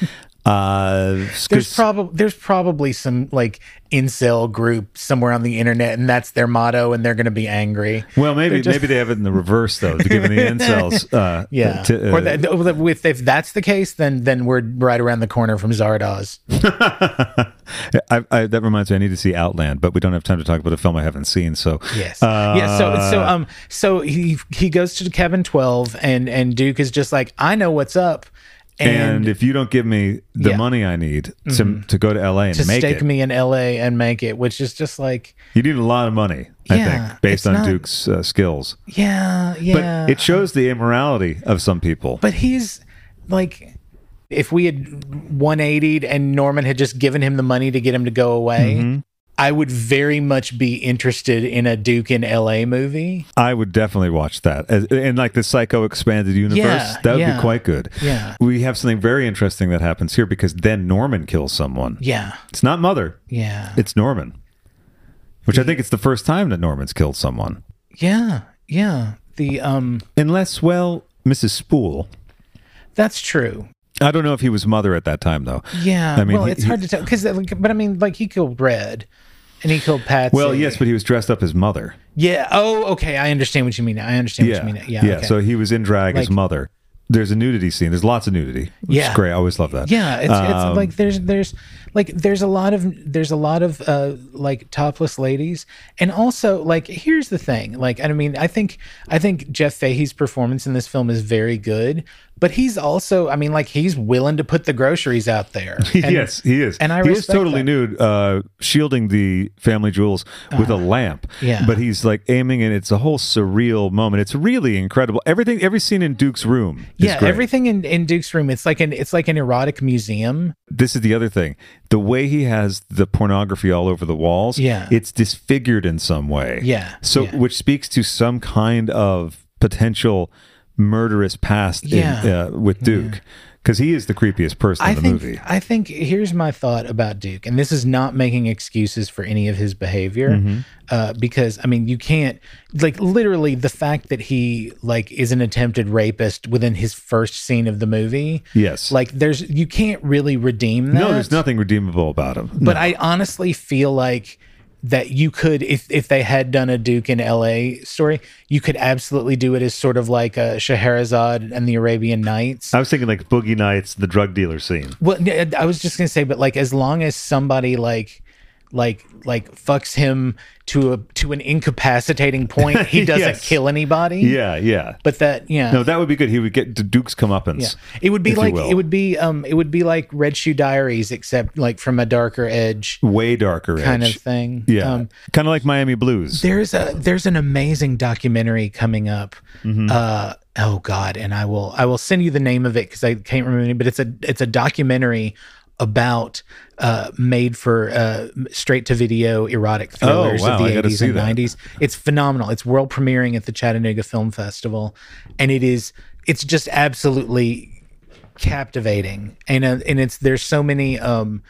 A: Uh, 'cause-
B: There's probably there's probably some like incel group somewhere on the internet, and that's their motto, and they're going to be angry.
A: well, maybe
B: they're just-
A: maybe they have it in the reverse though, to give
B: <laughs>
A: the incels. Uh,
B: Yeah,
A: to, uh,
B: or that, or that with if that's the case, then then we're right around the corner from Zardoz.
A: <laughs> I, I, that reminds me, I need to see Outland, but we don't have time to talk about a film I haven't seen. So
B: Yes,
A: Uh,
B: yeah. So so um so he he goes to cabin twelve, and and Duke is just like, I know what's up,
A: and,
B: and,
A: if you don't give me the
B: Yeah. Mm-hmm.
A: money I need to to go to LA and
B: to
A: make
B: stake
A: it,
B: me in L.A. and make it, which is just like,
A: you need a lot of money. I
B: Yeah,
A: think based
B: it's
A: on
B: not-
A: Duke's uh, skills,
B: yeah,
A: but
B: yeah.
A: it shows the immorality of some people.
B: But he's like, if we had 180'd and Norman had just given him the money to get him to go away,
A: Mm-hmm.
B: I would very much be interested in a Duke in LA movie.
A: I would definitely watch that. As, in like the Psycho expanded universe,
B: Yeah,
A: that would be
B: yeah.
A: quite good.
B: Yeah.
A: We have something very interesting that happens here because then Norman kills someone.
B: Yeah.
A: It's not Mother,
B: Yeah.
A: it's Norman. Which I think it's the first time that Norman's killed someone.
B: yeah. Yeah. The, um,
A: Unless, well, Mrs. Spool.
B: that's true.
A: I don't know if he was Mother at that time though.
B: Yeah.
A: I mean,
B: well,
A: he-
B: it's hard to tell because, but I mean, like he killed Red and he killed Patsy.
A: Well, yes, but he was dressed up as Mother.
B: yeah. Oh, okay. I understand what you mean. now. I understand
A: yeah.
B: what you mean. now. Yeah. okay.
A: So he was in drag as
B: Like-
A: Mother. There's a nudity scene. There's lots of nudity. Which
B: Yeah.
A: is great. I always love that.
B: Yeah, it's,
A: Um,
B: it's like there's there's like there's a lot of there's a lot of uh like topless ladies, and also like here's the thing, like I mean I think I think Jeff Fahey's performance in this film is very good, but he's also I mean like he's willing to put the groceries
A: <laughs>
B: out there. And-
A: yes, he is.
B: and I
A: he is
B: respect
A: totally
B: that.
A: nude, uh, shielding the family jewels with a lamp.
B: Uh-huh. yeah.
A: but he's like aiming, and it's a whole surreal moment. It's really incredible. Everything, every scene in Duke's room. Is
B: Yeah,
A: great.
B: everything in, in Duke's room, it's like an it's like an erotic museum.
A: This is the other thing. The way he has the pornography all over the walls.
B: Yeah.
A: it's disfigured in some way.
B: Yeah,
A: so
B: yeah.
A: which speaks to some kind of potential murderous past. in-
B: Yeah.
A: uh, with Duke. Because he is the creepiest person
B: I
A: in the
B: think
A: movie.
B: I think here's my thought about Duke, and this is not making excuses for any of his behavior,
A: Mm-hmm.
B: uh, because I mean you can't like literally the fact that he like is an attempted rapist within his first scene of the movie.
A: Yes.
B: like there's you can't really redeem that.
A: No, there's nothing redeemable about him.
B: But I honestly feel like that you could if if they had done a Duke in L.A. story, you could absolutely do it as sort of like a Scheherazade and the Arabian Nights.
A: I was thinking like Boogie Nights, the drug dealer scene.
B: Well, n- I was just gonna say, but like as long as somebody like like like fucks him to a to an incapacitating point, he
A: <laughs>
B: doesn't
A: Yes.
B: kill anybody.
A: Yeah, yeah.
B: But that yeah.
A: No, that would be good. He would get to Duke's comeuppance.
B: yeah. It would be
A: if you
B: like
A: will.
B: it would be um it would be like Red Shoe Diaries except like from a darker edge
A: way darker
B: kind
A: edge.
B: of thing.
A: Yeah,
B: Um,
A: kind of like Miami Blues.
B: there's a there's an amazing documentary coming up.
A: Mm-hmm.
B: Uh, oh God, and I will I will send you the name of it because I can't remember. it, But it's a it's a documentary about uh, made for uh, straight to video erotic thrillers
A: Oh, wow,
B: of
A: I
B: the
A: gotta
B: eighties
A: see
B: and
A: that.
B: nineties. It's phenomenal. It's world premiering at the Chattanooga Film Festival, and it is it's just absolutely captivating and uh, and it's there's so many um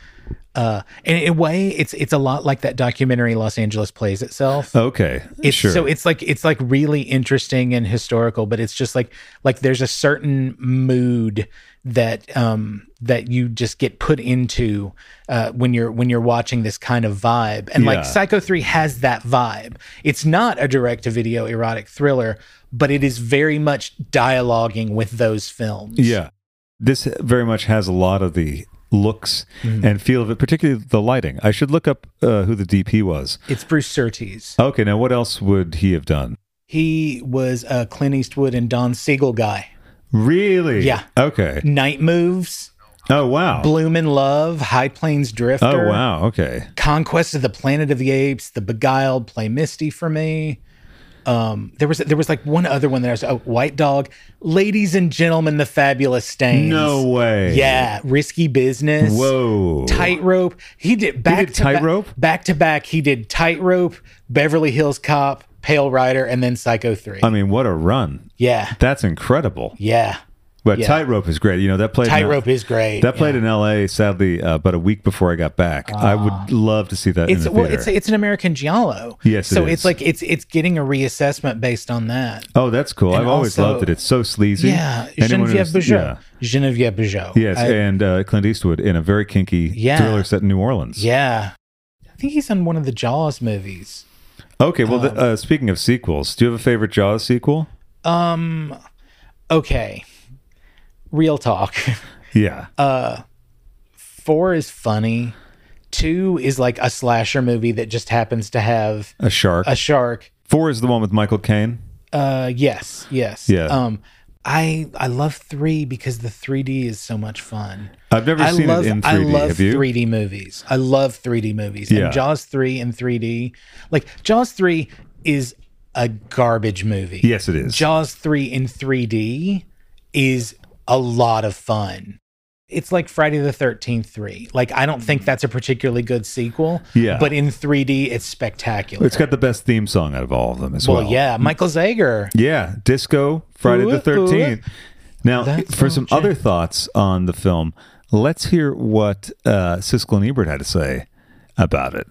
B: uh and in a way it's it's a lot like that documentary los angeles plays itself
A: okay,
B: it's
A: sure.
B: so it's like it's like really interesting and historical but it's just like like there's a certain mood that um that you just get put into uh when you're when you're watching this kind of vibe and
A: Yeah.
B: like psycho 3 has that vibe it's not a direct to video erotic thriller but it is very much dialoguing with those films
A: yeah, this very much has a lot of the looks
B: Mm-hmm.
A: and feel of it, particularly the lighting. I should look up uh, who the DP was.
B: it's bruce surtees
A: Okay, now what else would he have done?
B: he was a clint eastwood and don siegel guy
A: Really?
B: Yeah.
A: Okay.
B: night moves
A: Oh wow.
B: bloom in love high plains drifter
A: Oh wow. Okay.
B: Conquest of the Planet of the Apes, The Beguiled, Play Misty for me. Um, there was there was like one other one that I was oh, White Dog, Ladies and Gentlemen, The Fabulous Stains.
A: No way.
B: Yeah, Risky Business.
A: Whoa.
B: Tightrope. He did back
A: did
B: to ba-
A: Tightrope?
B: back to back. He did Tightrope, Beverly Hills Cop, Pale Rider, and then Psycho Three.
A: I mean, what a run.
B: yeah,
A: That's incredible.
B: yeah.
A: But
B: Yeah.
A: tightrope is great. You know that played in-
B: Tightrope is great.
A: That played in L.A. Sadly, uh, about a week before I got back. I would love to see that
B: Ah. It's
A: in the
B: well,
A: theater.
B: it's it's an American Giallo.
A: Yes, it
B: so
A: is.
B: it's like it's it's getting a reassessment based on that.
A: oh, that's cool.
B: and
A: I've always
B: also-
A: loved it. It's so sleazy.
B: Yeah,
A: Anyone
B: Genevieve
A: who's-
B: Bijou.
A: yeah.
B: Genevieve Bijou.
A: Yes,
B: I-
A: and uh, Clint Eastwood in a very kinky
B: Yeah.
A: thriller set in New Orleans.
B: yeah. I think he's on one of the Jaws movies.
A: Okay. Well, th- uh, speaking of sequels, do you have a favorite Jaws sequel?
B: Um, okay. Real talk. <laughs>
A: Yeah.
B: Uh, Four is funny. Two is like a slasher movie that just happens to have
A: a shark.
B: a shark.
A: Four is the one with Michael Caine.
B: Uh, yes, yes.
A: Yeah.
B: Um, I I love three because the 3D is so much fun.
A: I've never
B: I
A: seen
B: love,
A: it in 3D.
B: I love
A: have you?
B: 3D movies. I love 3D movies.
A: Yeah.
B: And Jaws 3 in 3D. Like Jaws 3 is a garbage movie.
A: Yes, it is.
B: Jaws 3 in 3D is a lot of fun. It's like Friday the 13th 3. Like I don't think that's a particularly good sequel,
A: Yeah.
B: but in 3D it's spectacular.
A: It's got the best theme song out of all of them as well.
B: well, yeah, Michael Zager.
A: Yeah, Disco Friday
B: Ooh,
A: the
B: ooh.
A: 13th. Now,
B: That's
A: for some
B: okay.
A: other thoughts on the film, let's hear what uh, Siskel and Ebert had to say about it.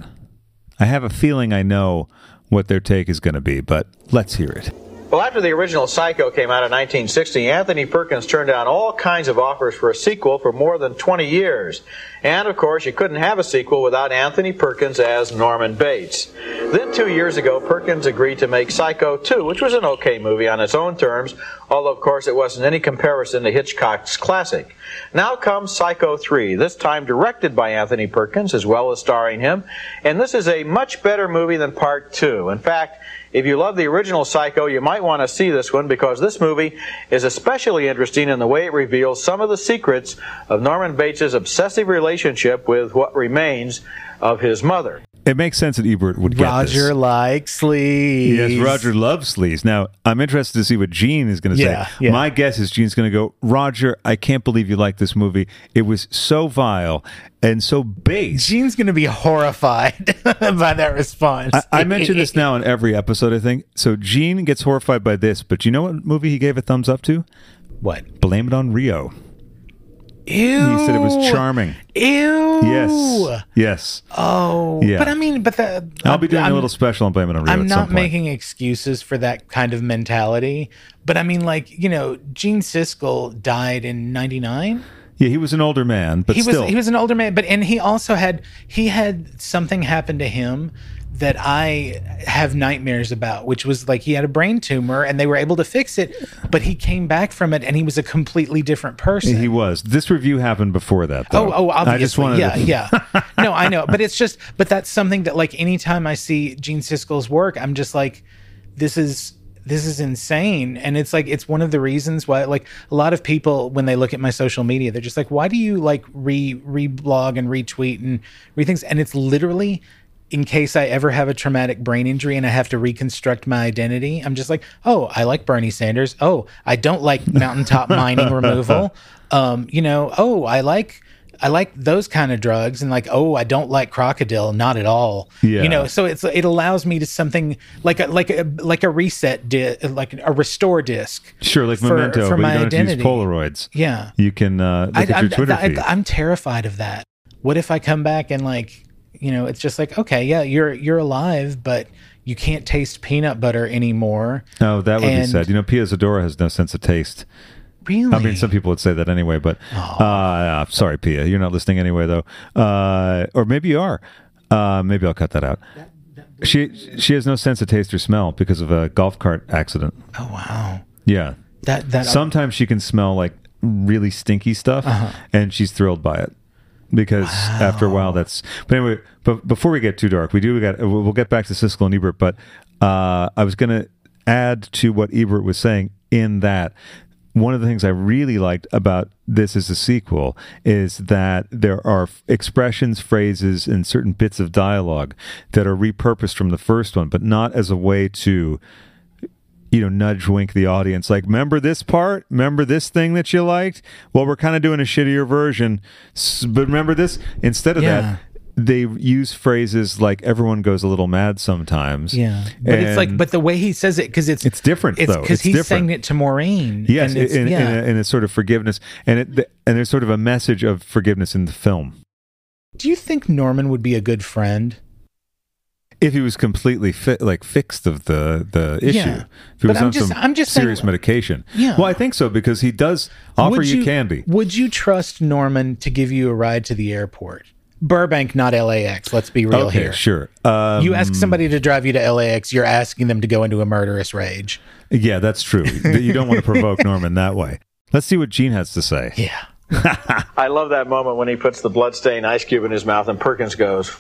A: I have a feeling I know what their take is going to be, but let's hear it.
J: Well, after the original Psycho came out in 1960, Anthony Perkins turned down all kinds of offers for a sequel for more than 20 years. And, of course, you couldn't have a sequel without Anthony Perkins as Norman Bates. Then, two years ago, Perkins agreed to make Psycho 2, which was an okay movie on its own terms, although, of course, it wasn't any comparison to Hitchcock's classic. Now comes Psycho 3, this time directed by Anthony Perkins as well as starring him. And this is a much better movie than Part 2. In fact, if you love the original Psycho, you might want to see this one because this movie is especially interesting in the way it reveals some of the secrets of Norman Bates' obsessive relationship with what remains of his mother.
A: It makes sense that Ebert would get
B: Roger
A: this.
B: likes sleeves.
A: Yes, Roger loves sleaze. Now, I'm interested to see what Gene is going to
B: Yeah,
A: say.
B: yeah.
A: My guess is Gene's going to go, Roger, I can't believe you like this movie. It was so vile and so base.
B: Gene's going to be horrified <laughs> by that response.
A: I, I mention this now in every episode, I think. So Gene gets horrified by this, but you know what movie he gave a thumbs up to?
B: What?
A: Blame it on Rio.
B: Ew.
A: He said it was charming.
B: Ew.
A: Yes. Yes.
B: Oh.
A: Yeah.
B: But I mean, but the
A: I'll be doing
B: I'm,
A: a little special on Blame It on Rio.
B: I'm
A: at some
B: not
A: point.
B: making excuses for that kind of mentality, but I mean, like you know, Gene Siskel died in '99.
A: Yeah, he was an older man, but
B: He was
A: still.
B: he was an older man, but and he also had he had something happen to him that I have nightmares about, which was like he had a brain tumor and they were able to fix it, but he came back from it and he was a completely different person.
A: He was. This review happened before that, though.
B: Oh, oh, obviously.
A: I just wanted
B: yeah,
A: to,
B: yeah.
A: <laughs>
B: No, I know, but it's just, but that's something that like anytime I see Gene Siskel's work, I'm just like, this is this is insane, and it's like it's one of the reasons why like a lot of people when they look at my social media, they're just like, why do you like re reblog and retweet and re things? And it's literally. In case I ever have a traumatic brain injury and I have to reconstruct my identity, I'm just like, oh, I like Bernie Sanders. Oh, I don't like
A: <laughs>
B: mountaintop mining removal. Um, you know, oh, I like I like those kind of drugs and like oh I don't like crocodile not at all
A: Yeah.
B: you know so it's it allows me to something like a like a like a reset di- like a restore disc
A: Sure, like
B: for-
A: Memento,
B: for
A: but
B: my
A: you don't have to
B: identity
A: use Polaroids.
B: yeah
A: You can uh, look
B: I,
A: at your
B: I'm,
A: Twitter feed.
B: I, I'm terrified of that what if I come back and like you know it's just like okay yeah you're you're alive but you can't taste peanut butter anymore
A: oh, that would be
B: and-
A: sad. You know, Pia Zadora has no sense of taste.
B: really
A: I mean, some people would say that anyway, but uh, sorry, Pia, you're not listening anyway, though. Uh, or maybe you are. Uh, maybe I'll cut that out. She she has no sense of taste or smell because of a golf cart accident.
B: oh wow
A: Yeah,
B: that that
A: sometimes she can smell like really stinky stuff and she's thrilled by it because after a while that's but anyway but before we get too dark we do we got we'll we'll get back to siskel and ebert but uh i was gonna add to what ebert was saying in that one of the things i really liked about this as a sequel is that there are f- expressions phrases and certain bits of dialogue that are repurposed from the first one but not as a way to you know, nudge wink the audience, like, remember this part? Remember this thing that you liked? Well, we're kind of doing a shittier version, S- but remember this? Instead of
B: Yeah.
A: that, they use phrases like everyone goes a little mad sometimes.
B: Yeah, but it's like,
A: And-
B: but the way he says it, because it's
A: It's different, though.
B: because
A: It's
B: he's
A: different.
B: saying it to Maureen.
A: yes,
B: and it's,
A: in, in-
B: yeah,
A: in a, in a sort of forgiveness, and it, th- and there's sort of a message of forgiveness in the film.
B: do you think Norman would be a good friend?
A: If he was completely fi- like fixed of the the issue,
B: Yeah.
A: if he
B: But
A: was
B: I'm
A: on
B: just-
A: some
B: I'm just saying-
A: serious medication,
B: Yeah.
A: Well, I think so because he does offer
B: Would
A: you, candy.
B: Would you trust Norman to give you a ride to the airport? Burbank, not LAX. Let's be real
A: okay,
B: here.
A: sure. Um,
B: You ask somebody to drive you to LAX, you're asking them to go into a murderous rage.
A: Yeah, that's
B: <laughs>
A: true. you don't want to provoke Norman that way. Let's see what Gene has to say.
B: Yeah.
F: I love that moment when he puts the bloodstained ice cube in his mouth and Perkins goes.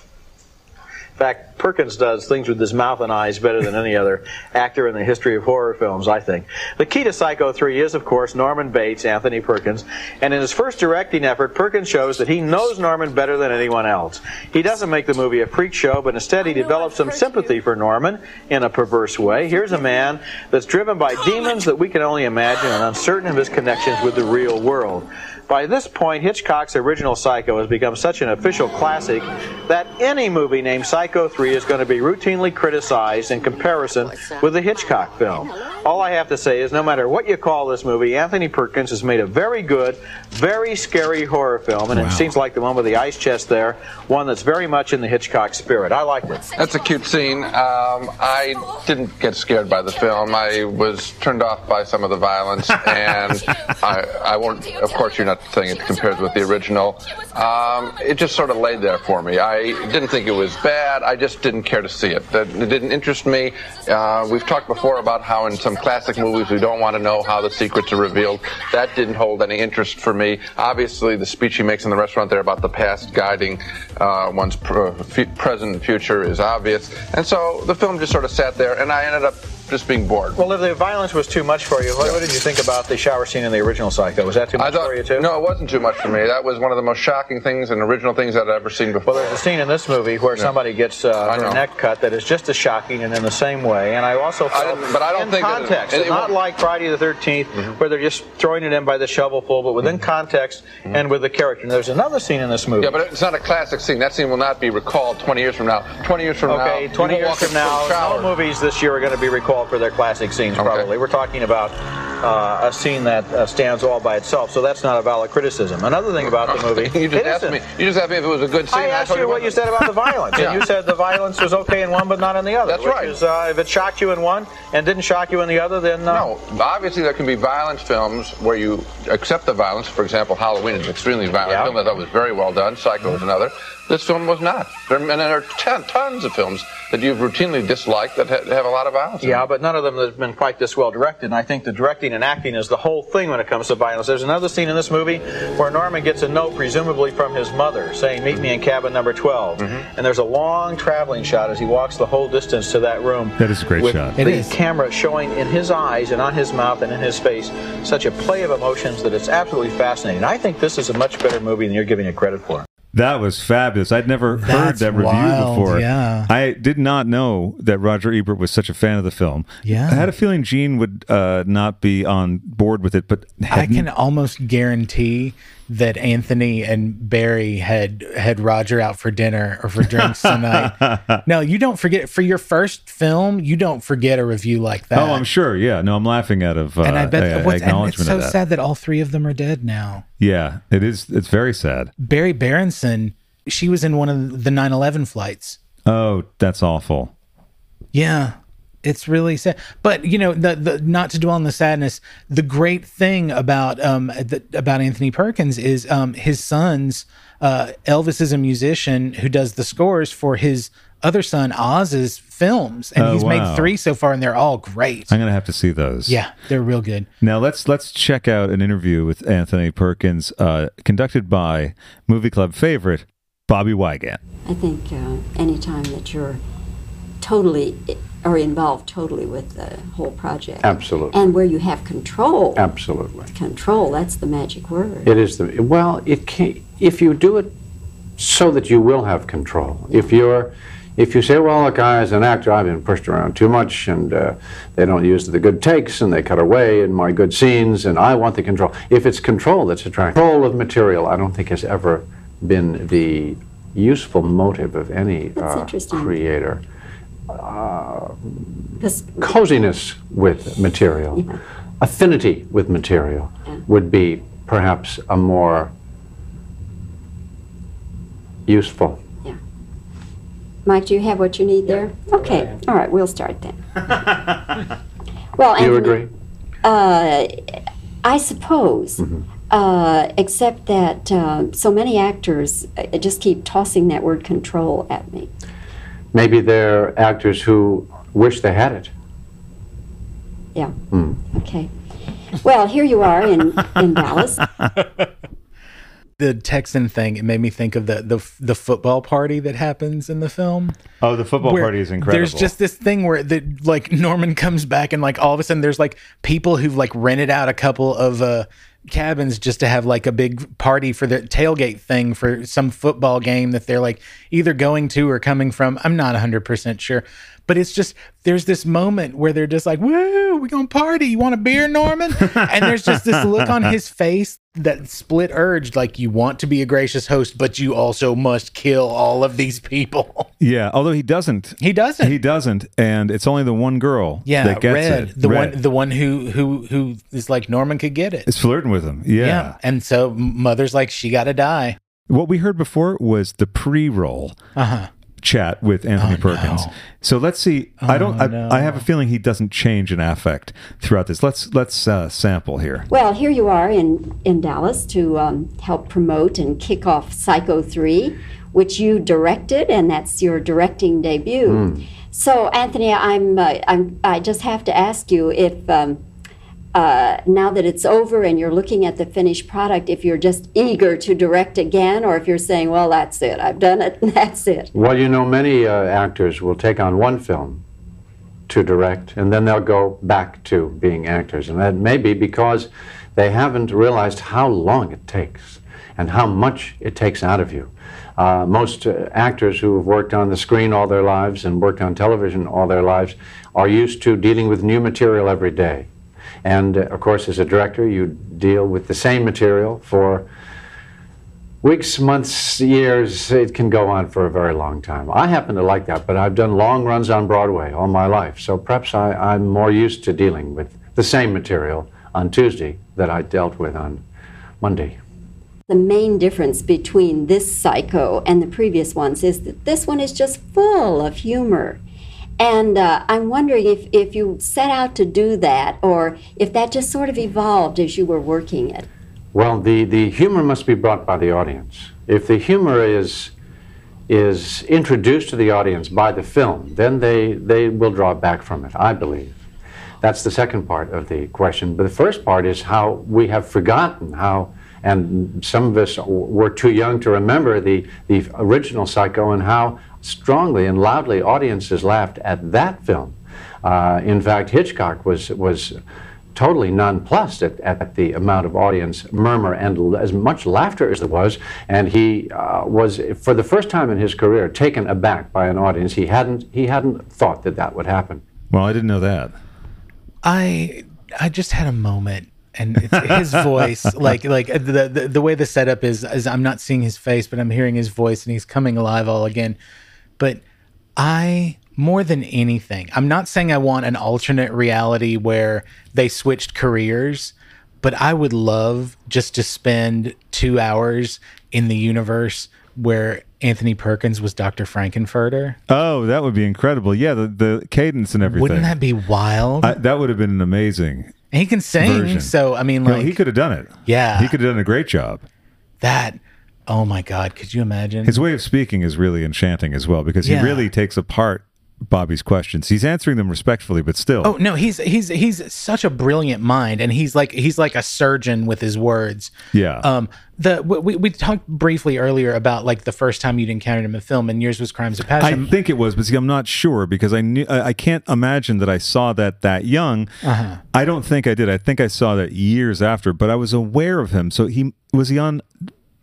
F: In fact, Perkins does things with his mouth and eyes better than any other actor in the history of horror films, I think. The key to Psycho 3 is, of course, Norman Bates, Anthony Perkins, and in his first directing effort, Perkins shows that he knows Norman better than anyone else. He doesn't make the movie a freak show, but instead he develops some sympathy for Norman in a perverse way. Here's a man that's driven by demons that we can only imagine and uncertain of his connections with the real world. By this point, Hitchcock's original Psycho has become such an official classic that any movie named Psycho 3 is going to be routinely criticized in comparison with the Hitchcock film. All I have to say is no matter what you call this movie, Anthony Perkins has made a very good, very scary horror film, and it seems like the one with the ice chest there, one that's very much in the Hitchcock spirit. I liked it.
G: That's a cute scene. Um, I didn't get scared by the film. I was turned off by some of the violence, and I, I won't. Of course, you're not saying it compares with the original. Um, it just sort of laid there for me. I didn't think it was bad. I just didn't care to see it. That it didn't interest me. Uh, we've talked before about how in some classic movies we don't want to know how the secrets are revealed. That didn't hold any interest for me. Uh, Obviously, the speech he makes in the restaurant there about the past guiding uh, one's pr- f- present and future is obvious. And so the film just sort of sat there, and I ended up just being bored.
F: Well, if the violence was too much for you, what, what did you think about the shower scene in the original Psycho? Was that too
G: I
F: much
G: thought,
F: for you, too?
G: no, it wasn't too much for me. That was one of the most shocking things and original things I'd ever seen before.
F: Well, there's a scene in this movie where somebody gets uh,
G: I
F: their
G: know.
F: neck cut that is just as shocking and in the same way. And I also
G: I
F: felt,
G: didn't- but I don't
F: in
G: think that-
F: context,
G: it- Mm-hmm. it
F: not
G: won't-
F: like Friday the 13th, where they're just throwing it in by the shovelful, but within context and with the character. And there's another scene in this movie.
G: Mm-hmm. Yeah, but it's not a classic scene. That scene will not be recalled 20 years from now. 20 years from now.
F: Okay,
G: you
F: 20
G: won't
F: years
G: walk
F: from
G: into the
F: now,
G: shower.
F: no movies this year are going to be recalled for their classic scenes, probably. We're talking about uh, a scene that uh, stands all by itself, so that's not a valid criticism. Another thing about the movie.
G: <laughs> You just
F: it
G: asked
F: isn't.
G: me. You just asked me if it was a good scene.
F: I
G: and
F: asked
G: told
F: you what
G: it
F: you
G: wasn't.
F: said about the
G: <laughs>
F: violence,
G: Yeah.
F: and you said the violence was okay in one but not in the other.
G: That's
F: which
G: right.
F: Is, uh, if it shocked you in one and didn't shock you in the other, then uh,
G: No, obviously there can be violent films where you accept the violence. For example, Halloween is an extremely violent
F: Yeah.
G: film that I thought was very well done. Psycho is another.
K: This film was not. There, and there are ton, tons of films that you've routinely disliked that ha- have a lot of violence. in them.
D: Yeah, but none of them has been quite this well directed. And I think the directing and acting is the whole thing when it comes to violence. There's another scene in this movie where Norman gets a note, presumably from his mother, saying, "Meet me in cabin number 12."
K: Mm-hmm.
D: And there's a long traveling shot as he walks the whole distance to that room.
A: That is a great
D: with
A: shot.
D: The
B: It is.
D: camera showing in his eyes and on his mouth and in his face such a play of emotions that it's absolutely fascinating. I think this is a much better movie than you're giving it credit for.
A: That was fabulous. I'd never
B: That's
A: heard that review
B: wild,
A: before.
B: yeah.
A: I did not know that Roger Ebert was such a fan of the film.
B: Yeah.
A: I had a feeling Gene would uh, not be on board with it, but
B: I
A: hadn't-
B: can almost guarantee that Anthony and Barry had had Roger out for dinner or for drinks
A: <laughs>
B: tonight. no, you don't forget for your first film, you don't forget a review like that.
A: Oh, I'm sure. Yeah. No, I'm laughing out of uh,
B: And I bet
A: a-
B: what's, and it's
A: acknowledgement
B: so
A: of that.
B: sad that all three of them are dead now.
A: Yeah, it is. It's very sad.
B: Barry Berenson, she was in one of the 9/11 flights.
A: Oh, that's awful.
B: Yeah, it's really sad. But you know, the, the not to dwell on the sadness. The great thing about um the, about Anthony Perkins is um his sons. Uh, Elvis is a musician who does the scores for his other son Oz's films, and
A: Oh,
B: he's
A: wow.
B: made three so far, and they're all great.
A: I'm gonna have to see those.
B: yeah, they're real good.
A: Now let's let's check out an interview with Anthony Perkins, uh, conducted by movie club favorite Bobby Wygant.
G: I think uh, anytime that you're totally or involved totally with the whole project,
F: Absolutely.
G: and where you have control,
F: Absolutely.
G: control that's the magic word.
F: It is the well. It can if you do it so that you will have control. If you're if you say, well, look, I, as an actor, I've been pushed around too much, and uh, they don't use the good takes, and they cut away, and my good scenes, and I want the control. If it's control that's attractive, control of material, I don't think has ever been the useful motive of any
G: That's
F: uh,
G: interesting.
F: creator.
G: 'Cause-
F: Coziness with material, affinity with material, would be perhaps a more useful.
G: Mike, do you have what you need there? Okay, all right, we'll start then. well,
F: Do
G: Anthony,
F: you agree?
G: Uh, I suppose,
F: Mm-hmm.
G: uh, except that uh, so many actors uh, just keep tossing that word control at me.
F: Maybe they're actors who wish they had it.
G: Yeah. Okay. Well, here you are in, in
F: <laughs>
G: Dallas.
B: The Texan thing it made me think of the the the football party that happens in the film.
A: Oh, the football
B: where
A: party is incredible.
B: There's just this thing where the like Norman comes back and like all of a sudden there's like people who've like rented out a couple of uh cabins just to have like a big party for the tailgate thing for some football game that they're like either going to or coming from. I'm not 100% sure. But it's just there's this moment where they're just like, "Woo, we're going to party. You want a beer, Norman?" and there's just this look on his face that split urge like you want to be a gracious host, but you also must kill all of these people.
A: yeah. Although he doesn't.
B: He doesn't.
A: He doesn't, and it's only the one girl
B: Yeah,
A: that gets
B: Red,
A: it.
B: the
A: Red
B: one, the one who who who is like Norman could get it.
A: is flirting with him. Yeah.
B: and so mother's like she got to die.
A: What we heard before was the pre-roll chat with Anthony Perkins.
B: Uh-huh. Oh, no. Oh,
A: So let's see. I don't. I,
B: no.
A: I have a feeling he doesn't change in affect throughout this. Let's let's uh, sample here.
G: Well, here you are in, in Dallas to um, help promote and kick off Psycho 3, which you directed, and that's your directing debut. So, Anthony, I'm, uh, I'm, I just have to ask you if um, uh, now that it's over and you're looking at the finished product, if you're just eager to direct again, or if you're saying, well, that's it, I've done it, <laughs> and that's it.
F: Well, you know, many uh, actors will take on one film to direct, and then they'll go back to being actors. And that may be because they haven't realized how long it takes and how much it takes out of you. Uh, most uh, actors who have worked on the screen all their lives and worked on television all their lives are used to dealing with new material every day. And uh, of course, as a director, you deal with the same material for weeks, months, years. It can go on for a very long time. I happen to like that, but I've done long runs on Broadway all my life, so perhaps I, I'm more used to dealing with the same material on Tuesday that I dealt with on Monday.
G: the main difference between this psycho and the previous ones is that this one is just full of humor. And uh, I'm wondering if, if you set out to do that or if that just sort of evolved as you were working it.
F: Well, the, the humor must be brought by the audience. If the humor is is introduced to the audience by the film, then they, they will draw back from it, I believe. That's the second part of the question. But the first part is how we have forgotten how, and some of us w- were too young to remember the, the original Psycho and how strongly and loudly audiences laughed at that film. Uh, in fact, Hitchcock was, was totally nonplussed at, at the amount of audience murmur and l- as much laughter as there was. And he uh, was, for the first time in his career, taken aback by an audience. He hadn't, he hadn't thought that that would happen.
A: Well, I didn't know that.
B: I I just had a moment, and it's his
A: <laughs>
B: voice, like like uh, the, the the way the setup is, is I'm not seeing his face, but I'm hearing his voice, and he's coming alive all again. But I more than anything, I'm not saying I want an alternate reality where they switched careers, but I would love just to spend two hours in the universe where Anthony Perkins was Dr. Frankenfurter.
A: Oh, that would be incredible. Yeah, the, the cadence and everything.
B: Wouldn't that be wild?
A: I, that would have been an amazing.
B: and he can sing,
A: version.
B: so I mean,
A: No,
B: like
A: he could have done it.
B: Yeah.
A: he could have done a great job.
B: that oh my god could you imagine
A: His way of speaking is really enchanting as well because
B: Yeah.
A: he really takes apart Bobby's questions. He's answering them respectfully, but still.
B: oh no he's he's he's such a brilliant mind and he's like he's like a surgeon with his words
A: yeah.
B: um the we- we, we talked briefly earlier about like the first time you'd encountered him in film and yours was crimes of
A: I
B: passion
A: think it was, but see, I'm not sure because I knew I, I can't imagine that I saw that that young.
B: Uh-huh.
A: I don't think I did. I think I saw that years after, but I was aware of him. So he was he on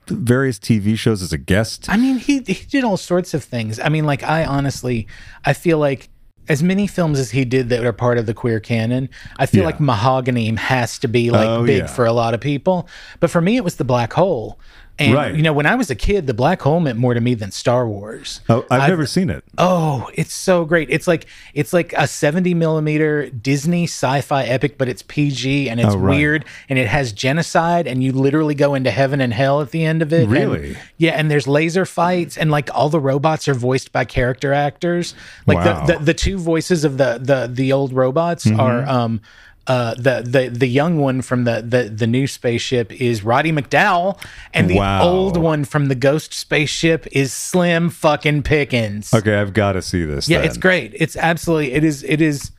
A: various TV shows as a guest.
B: I mean, he he did all sorts of things. I mean, like I honestly, I feel like as many films as he did that are part of the queer canon, I feel
A: Yeah.
B: like Mahogany has to be like
A: Oh,
B: big
A: yeah.
B: for a lot of people. But for me, it was the Black Hole. And
A: Right.
B: you know, when I was a kid, the Black Hole meant more to me than Star Wars.
A: Oh, I've, never seen it.
B: Oh, it's so great. It's like it's like a 70 millimeter Disney sci-fi epic, but it's PG and it's
A: Oh, right.
B: weird and it has genocide and you literally go into heaven and hell at the end of it. and-
A: Really?
B: yeah, and there's laser fights and like all the robots are voiced by character actors. Like
A: Wow. Mm-hmm.
B: the, the the two voices of the the the old robots are um uh, the the the young one from the, the the new spaceship is Roddy McDowell, and the
A: Wow.
B: old one from the Ghost spaceship is Slim fucking Pickens.
A: Okay, I've got to see this.
B: Yeah,
A: then.
B: it's great. It's absolutely it is it is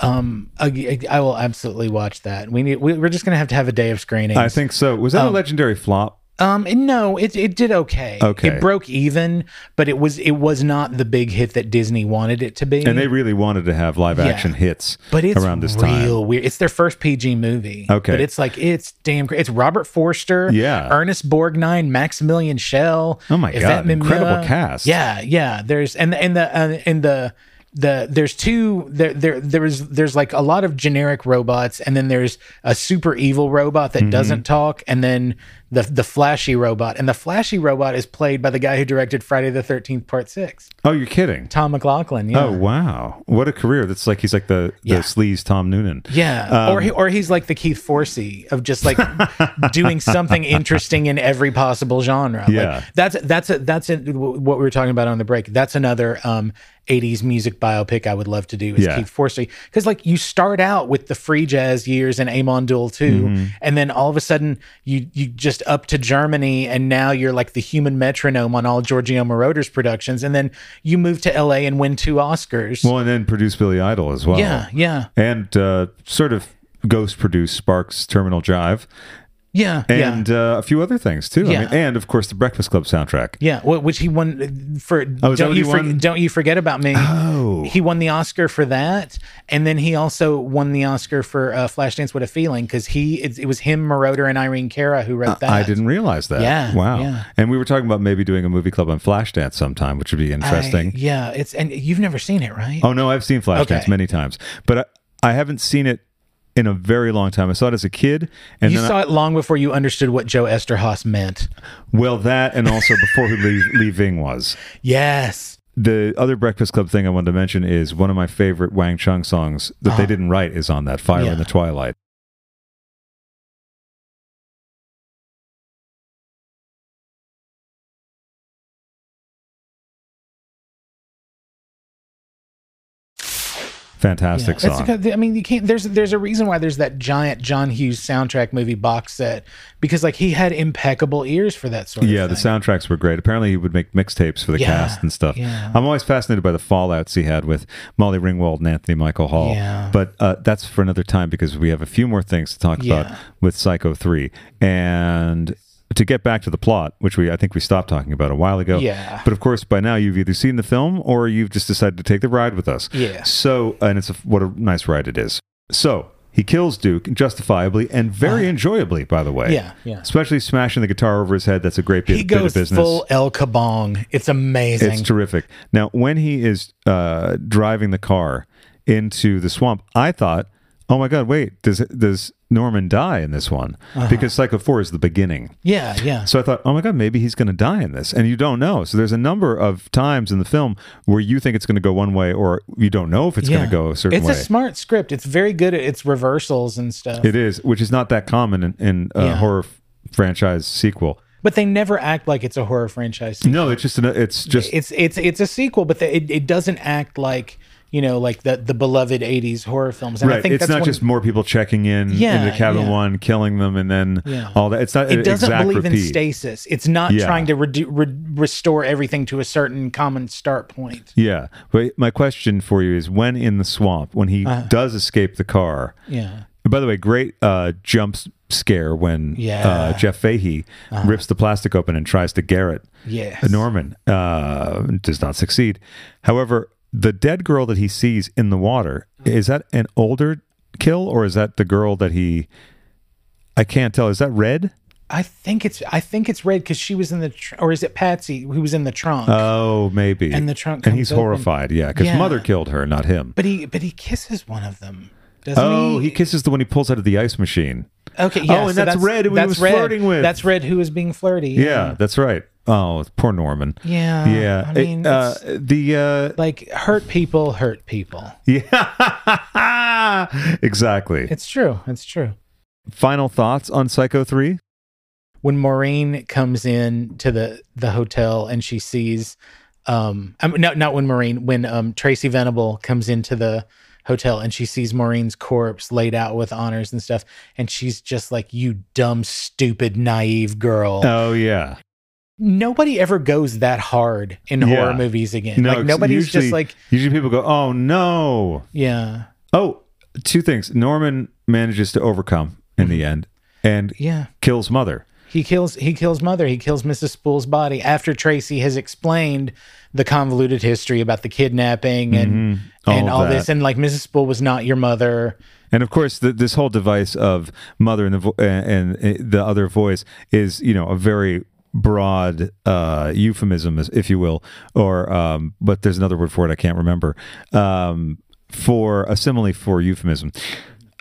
B: um I, I will absolutely watch that. We need we, we're just going to have to have a day of screenings.
A: I think so. Was that a legendary flop?
B: um and no, it it did okay.
A: Okay.
B: It broke even, but it was it was not the big hit that Disney wanted it to be.
A: And they really wanted to have live action hits
B: but it's
A: around this
B: real
A: time.
B: weird. It's their first PG movie.
A: Okay.
B: But it's like it's damn great. It's Robert Forster,
A: Yeah.
B: Ernest Borgnine, Maximilian Schell.
A: Oh my
B: Yvette
A: God, incredible
B: Mimieux.
A: cast.
B: Yeah, yeah. There's and and the uh, and the the there's two there there there's there's like a lot of generic robots and then there's a super evil robot
A: Mm-hmm.
B: that doesn't talk and then the the flashy robot and the flashy robot is played by the guy who directed Friday the 13th part 6
A: Oh, you're kidding.
B: Tom McLaughlin yeah
A: Oh wow, what a career! That's like he's like the the
B: Yeah.
A: sleaze Tom Noonan.
B: Yeah,
A: Um,
B: or he, or he's like the Keith Forsey of just
A: <laughs>
B: like doing something interesting in every possible genre. Like,
A: Yeah.
B: that's that's a, that's a, what we were talking about on the break. That's another um, '80s music biopic I would love to do is
A: Yeah.
B: Keith Forsey because like you start out with the free jazz years and Amon Duel too,
A: Mm-hmm.
B: and then all of a sudden you you just up to Germany and now you're like the human metronome on all Giorgio Moroder's productions, and then you move to LA and win two Oscars.
A: Well, and then produce Billy Idol as well.
B: yeah, yeah,
A: and uh, sort of ghost produced Sparks Terminal Drive
B: yeah, yeah.
A: and uh, a few other things too. I
B: Yeah.
A: mean, and of course the Breakfast Club soundtrack.
B: Yeah, wh- which he won uh, for
A: Oh, is that
B: don't
A: what
B: you
A: he
B: Forg-
A: won?
B: don't you forget about me.
A: Oh.
B: He won the Oscar for that, and then he also won the Oscar for uh, Flashdance What a Feeling because he it, it was him, Moroder, and Irene Cara who wrote that.
A: Uh, I didn't realize that.
B: Yeah,
A: Wow.
B: yeah.
A: And we were talking about maybe doing a movie club on Flashdance sometime, which would be
B: I-
A: interesting.
B: yeah, it's and you've never seen it, right?
A: Oh no, I've seen Flashdance
B: Okay.
A: many times, but I, I haven't seen it in a very long time. I saw it as a kid, and
B: you
A: then I-
B: saw it long before you understood what Joe Esterhaas meant.
A: well that, and also before who Lee, Lee Ving was.
B: Yes.
A: The other Breakfast Club thing I wanted to mention is one of my favorite Wang Chung songs that they didn't write is on that Fire
B: Uh-huh. Yeah.
A: in the Twilight. Fantastic
B: It's
A: song.
B: because- I mean, you can't. There's there's a reason why there's that giant John Hughes soundtrack movie box set because like he had impeccable ears for that sort
A: yeah,
B: of
A: the
B: thing.
A: soundtracks were great. Apparently, he would make mixtapes for the
B: Yeah,
A: cast and stuff.
B: yeah.
A: I'm always fascinated by the fallouts he had with Molly Ringwald and Anthony Michael Hall.
B: Yeah.
A: But uh, that's for another time because we have a few more things to talk
B: Yeah.
A: about with Psycho 3. And to get back to the plot, which we I think we stopped talking about a while ago.
B: Yeah.
A: But of course, by now you've either seen the film or you've just decided to take the ride with us.
B: Yeah.
A: So, and it's a, what a nice ride it is. So. He kills Duke justifiably and very enjoyably, by the way.
B: Uh-huh. Yeah, yeah.
A: Especially smashing the guitar over his head. That's a great bit,
B: he
A: bit of
B: goes
A: business.
B: full El Kabong. It's amazing.
A: It's terrific. Now, when he is uh, driving the car into the swamp, I thought, "Oh my God, wait! Does does Norman die in this one?
B: Uh-huh.
A: Because Psycho Four is the beginning."
B: yeah, yeah.
A: So I thought, "Oh my God, maybe he's going to die in this," and you don't know. So there's a number of times in the film where you think it's going to go one way, or you don't know if it's going
B: Yeah.
A: to go a certain
B: it's
A: way.
B: a smart script. It's very good at its reversals and stuff.
A: it is, which is not that common in, in a
B: Yeah.
A: horror f- franchise sequel.
B: but they never act like it's a horror franchise.
A: No, it's just an, it's just
B: It's it's it's a sequel, but the, it, it doesn't act like you know like the the beloved '80s horror films. And
A: right.
B: I think
A: it's
B: that's
A: not
B: one-
A: just more people checking in
B: Yeah,
A: into cabin
B: yeah.
A: one, killing them, and then
B: Yeah.
A: all that. It's not. an
B: it doesn't
A: exact
B: believe in
A: repeat.
B: stasis. It's not
A: Yeah.
B: trying to redu- re- restore everything to a certain common start point.
A: Yeah, but my question for you is: when in the swamp, when he does escape the car?
B: Uh-huh. Yeah.
A: By the way, great uh, jump s- scare when
B: Yeah. Uh-huh.
A: uh, Jeff Fahey rips the plastic open and tries to Garrett.
B: Yes.
A: Norman uh, does not succeed. However, the dead girl that he sees in the water is that an older kill or is that the girl that he? I can't tell. Is that red?
B: I think it's I think it's red because she was in the tr- or is it Patsy who was in the trunk?
A: Oh, maybe.
B: And the trunk
A: And
B: comes
A: he's
B: open.
A: horrified, yeah, because
B: Yeah.
A: mother killed her, not him.
B: but he but he kisses one of them. Doesn't
A: Oh, he kisses the one he pulls out of the ice machine.
B: Okay. Yeah,
A: Oh, and
B: so
A: that's Red who he was flirting with.
B: That's Red who was being flirty.
A: Yeah, that's right. Oh, poor Norman.
B: Yeah,
A: Yeah.
B: I
A: It-
B: mean,
A: uh,
B: it's-
A: the uh, <laughs>
B: Like hurt people hurt people.
A: yeah, exactly.
B: It's true. It's true.
A: Final thoughts on Psycho Three?
B: When Maureen comes in to the the hotel and she sees um I mean, not not when Maureen when um Tracy Venable comes into the hotel and she sees Maureen's corpse laid out with honors and stuff and she's just like you dumb stupid naive girl.
A: Oh yeah.
B: Nobody ever goes that hard in
A: Yeah.
B: horror movies again. like
A: 'cause
B: nobody's
A: usually-
B: just like
A: usually people go, oh no.
B: yeah.
A: Oh, two things. Norman manages to overcome in
B: Mm-hmm.
A: the end and
B: Yeah.
A: kills mother.
B: He kills he kills mother. He kills Mrs. Spool's body after Tracy has explained the convoluted history about the kidnapping and
A: Mm-hmm. All
B: and
A: of
B: all
A: that.
B: this and like Mrs. Spool was not your mother.
A: And of course, the, this whole device of mother and the vo- and, and the other voice is, you know, a very broad uh, euphemism, as- if you will, or um, but there's another word for it I can't remember um, for a simile for euphemism.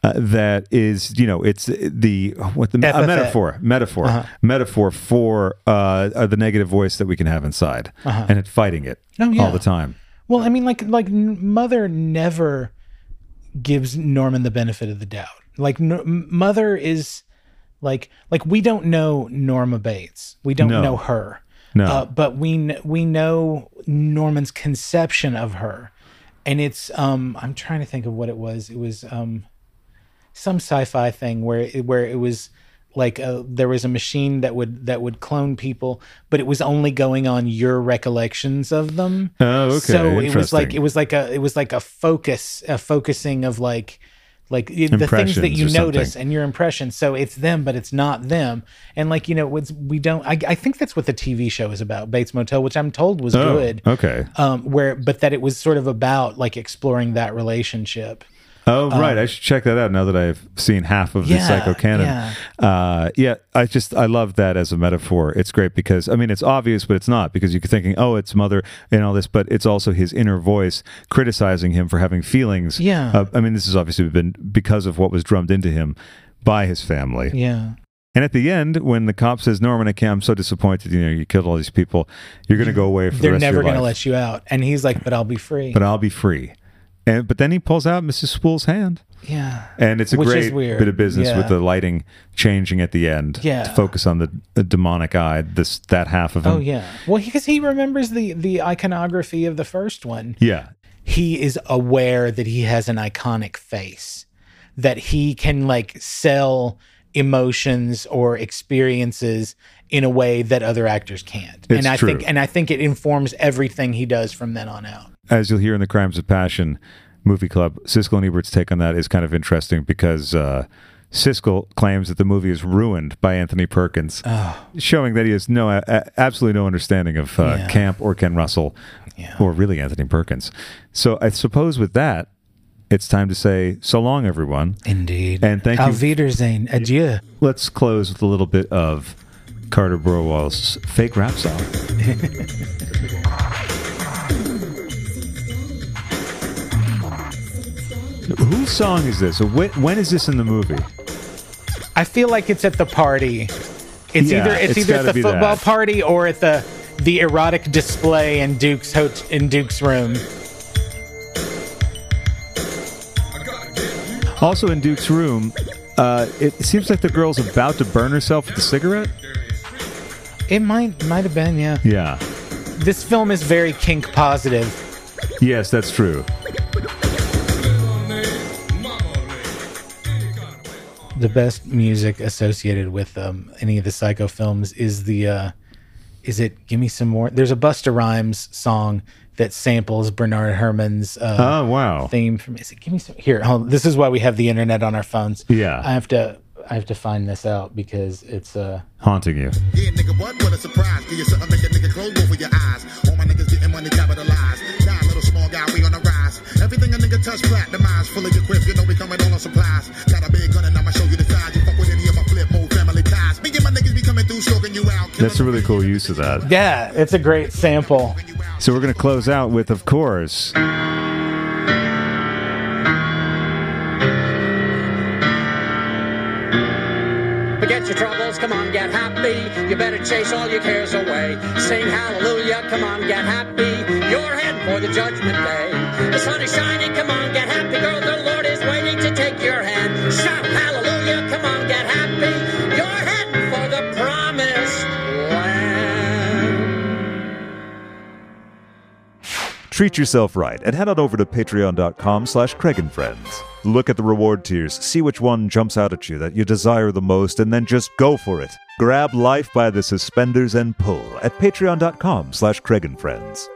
A: Uh, that is, you know, it's the what the a
B: Epithet.
A: metaphor, metaphor,
B: Uh-huh.
A: metaphor for uh, uh, the negative voice that we can have inside, and it fighting it
B: Uh-huh. Oh, yeah.
A: all the time.
B: Well, I mean like like n- mother never gives Norman the benefit of the doubt. Like n- mother is like like we don't know Norma Bates. We don't
A: No.
B: know her.
A: No.
B: Uh, but we kn- we know Norman's conception of her. And it's um I'm trying to think of what it was. It was um some sci-fi thing where it, where it was like uh there was a machine that would that would clone people, but it was only going on your recollections of them.
A: Oh, okay,
B: So it was like
A: interesting.
B: it was like a it was like a focus a focusing of like like it- the things that
A: Impressions
B: you
A: or something.
B: notice and your impressions. So it's them, but it's not them. And like you know, it's, we don't. I, I think that's what the TV show is about, Bates Motel, which I'm told was
A: Oh,
B: good.
A: okay.
B: Um, where but that it was sort of about like exploring that relationship.
A: Oh right, I should check that out now that I've seen half of the
B: Um, Yeah,
A: Psycho canon.
B: yeah.
A: Uh, yeah, I just I love that as a metaphor. It's great because I mean it's obvious, but it's not because you're thinking, oh, it's mother and all this, but it's also his inner voice criticizing him for having feelings.
B: Yeah.
A: Uh, I mean this has obviously been because of what was drummed into him by his family.
B: Yeah.
A: And at the end, when the cop says, "Norman, I can't. I'm so disappointed. You know, you killed all these people. You're going to go away for the
B: They're
A: rest
B: never
A: of your
B: going to
A: life,
B: let you out. And he's like, but I'll be free.
A: but I'll be free." And but then he pulls out Mrs. Spool's hand.
B: yeah.
A: And it's a
B: Which is
A: great
B: weird.
A: bit of business
B: Yeah.
A: with the lighting changing at the end
B: Yeah.
A: to focus on the, the demonic eye, this that half of him.
B: Oh yeah. Well, because he, remembers the the iconography of the first one.
A: Yeah.
B: he is aware that he has an iconic face, that he can like sell emotions or experiences in a way that other actors can't.
A: It's
B: and I
A: true.
B: think and I think it informs everything he does from then on out.
A: as you'll hear in the Crimes of Passion movie club, Siskel and Ebert's take on that is kind of interesting because uh, Siskel claims that the movie is ruined by Anthony Perkins,
B: Oh.
A: showing that he has no, a- a- absolutely no understanding of uh, Camp or Ken Russell, or really Anthony Perkins. So I suppose with that, it's time to say so long, everyone.
B: Indeed.
A: And thank you-
B: Auf Wiedersehen. Adieu.
A: Let's close with a little bit of Carter Burwell's fake rap song. <laughs> Whose song is this? When, when is this in the movie?
B: I feel like it's at the party. It's
A: Yeah,
B: either it's,
A: it's
B: either
A: gotta
B: at
A: be
B: the football
A: that.
B: party or at the the erotic display in Duke's hot- in Duke's room.
A: Also in Duke's room, uh, it seems like the girl's about to burn herself with a cigarette.
B: It might might have been yeah.
A: Yeah.
B: This film is very kink positive.
A: Yes, that's true.
B: the best music associated with um, any of the Psycho films is the uh, is it Give Me Some More? There's a Busta Rhymes song that samples Bernard Herrmann's uh,
A: Oh wow.
B: theme from. Is it Give Me Some? Here, hold on. this is why we have the internet on our phones.
A: Yeah.
B: I have to I have to find this out because it's uh
A: Haunting you.
L: Yeah, nigga, what? What a surprise. Give you something, make a nigga close over your eyes. All my niggas getting money capitalized. Die, little small guy, we on the rise. Everything a nigga touch, platinumized. Full of your grip, you know we coming all on supplies. Got a big gun and I'ma show you the size. You fuck with any of my flip mode family ties. Me and my niggas be coming through, stroking you out.
A: That's a really cool use of that.
B: yeah, it's a great sample.
A: So we're going to close out with, of course.
D: Forget your troubles, come on, get happy. You better chase all your cares away. Sing hallelujah, come on, get happy. You're heading for the judgment day. The sun is shining, come on, get happy, girl. The Lord is waiting to take your hand. Shout hallelujah, come on, get happy. You're heading for the promised land.
E: Treat yourself right and head on over to patreon.com slash Craig and Friends. Look at the reward tiers, see which one jumps out at you that you desire the most, and then just go for it. Grab life by the suspenders and pull at patreon.com slash Craig and Friends.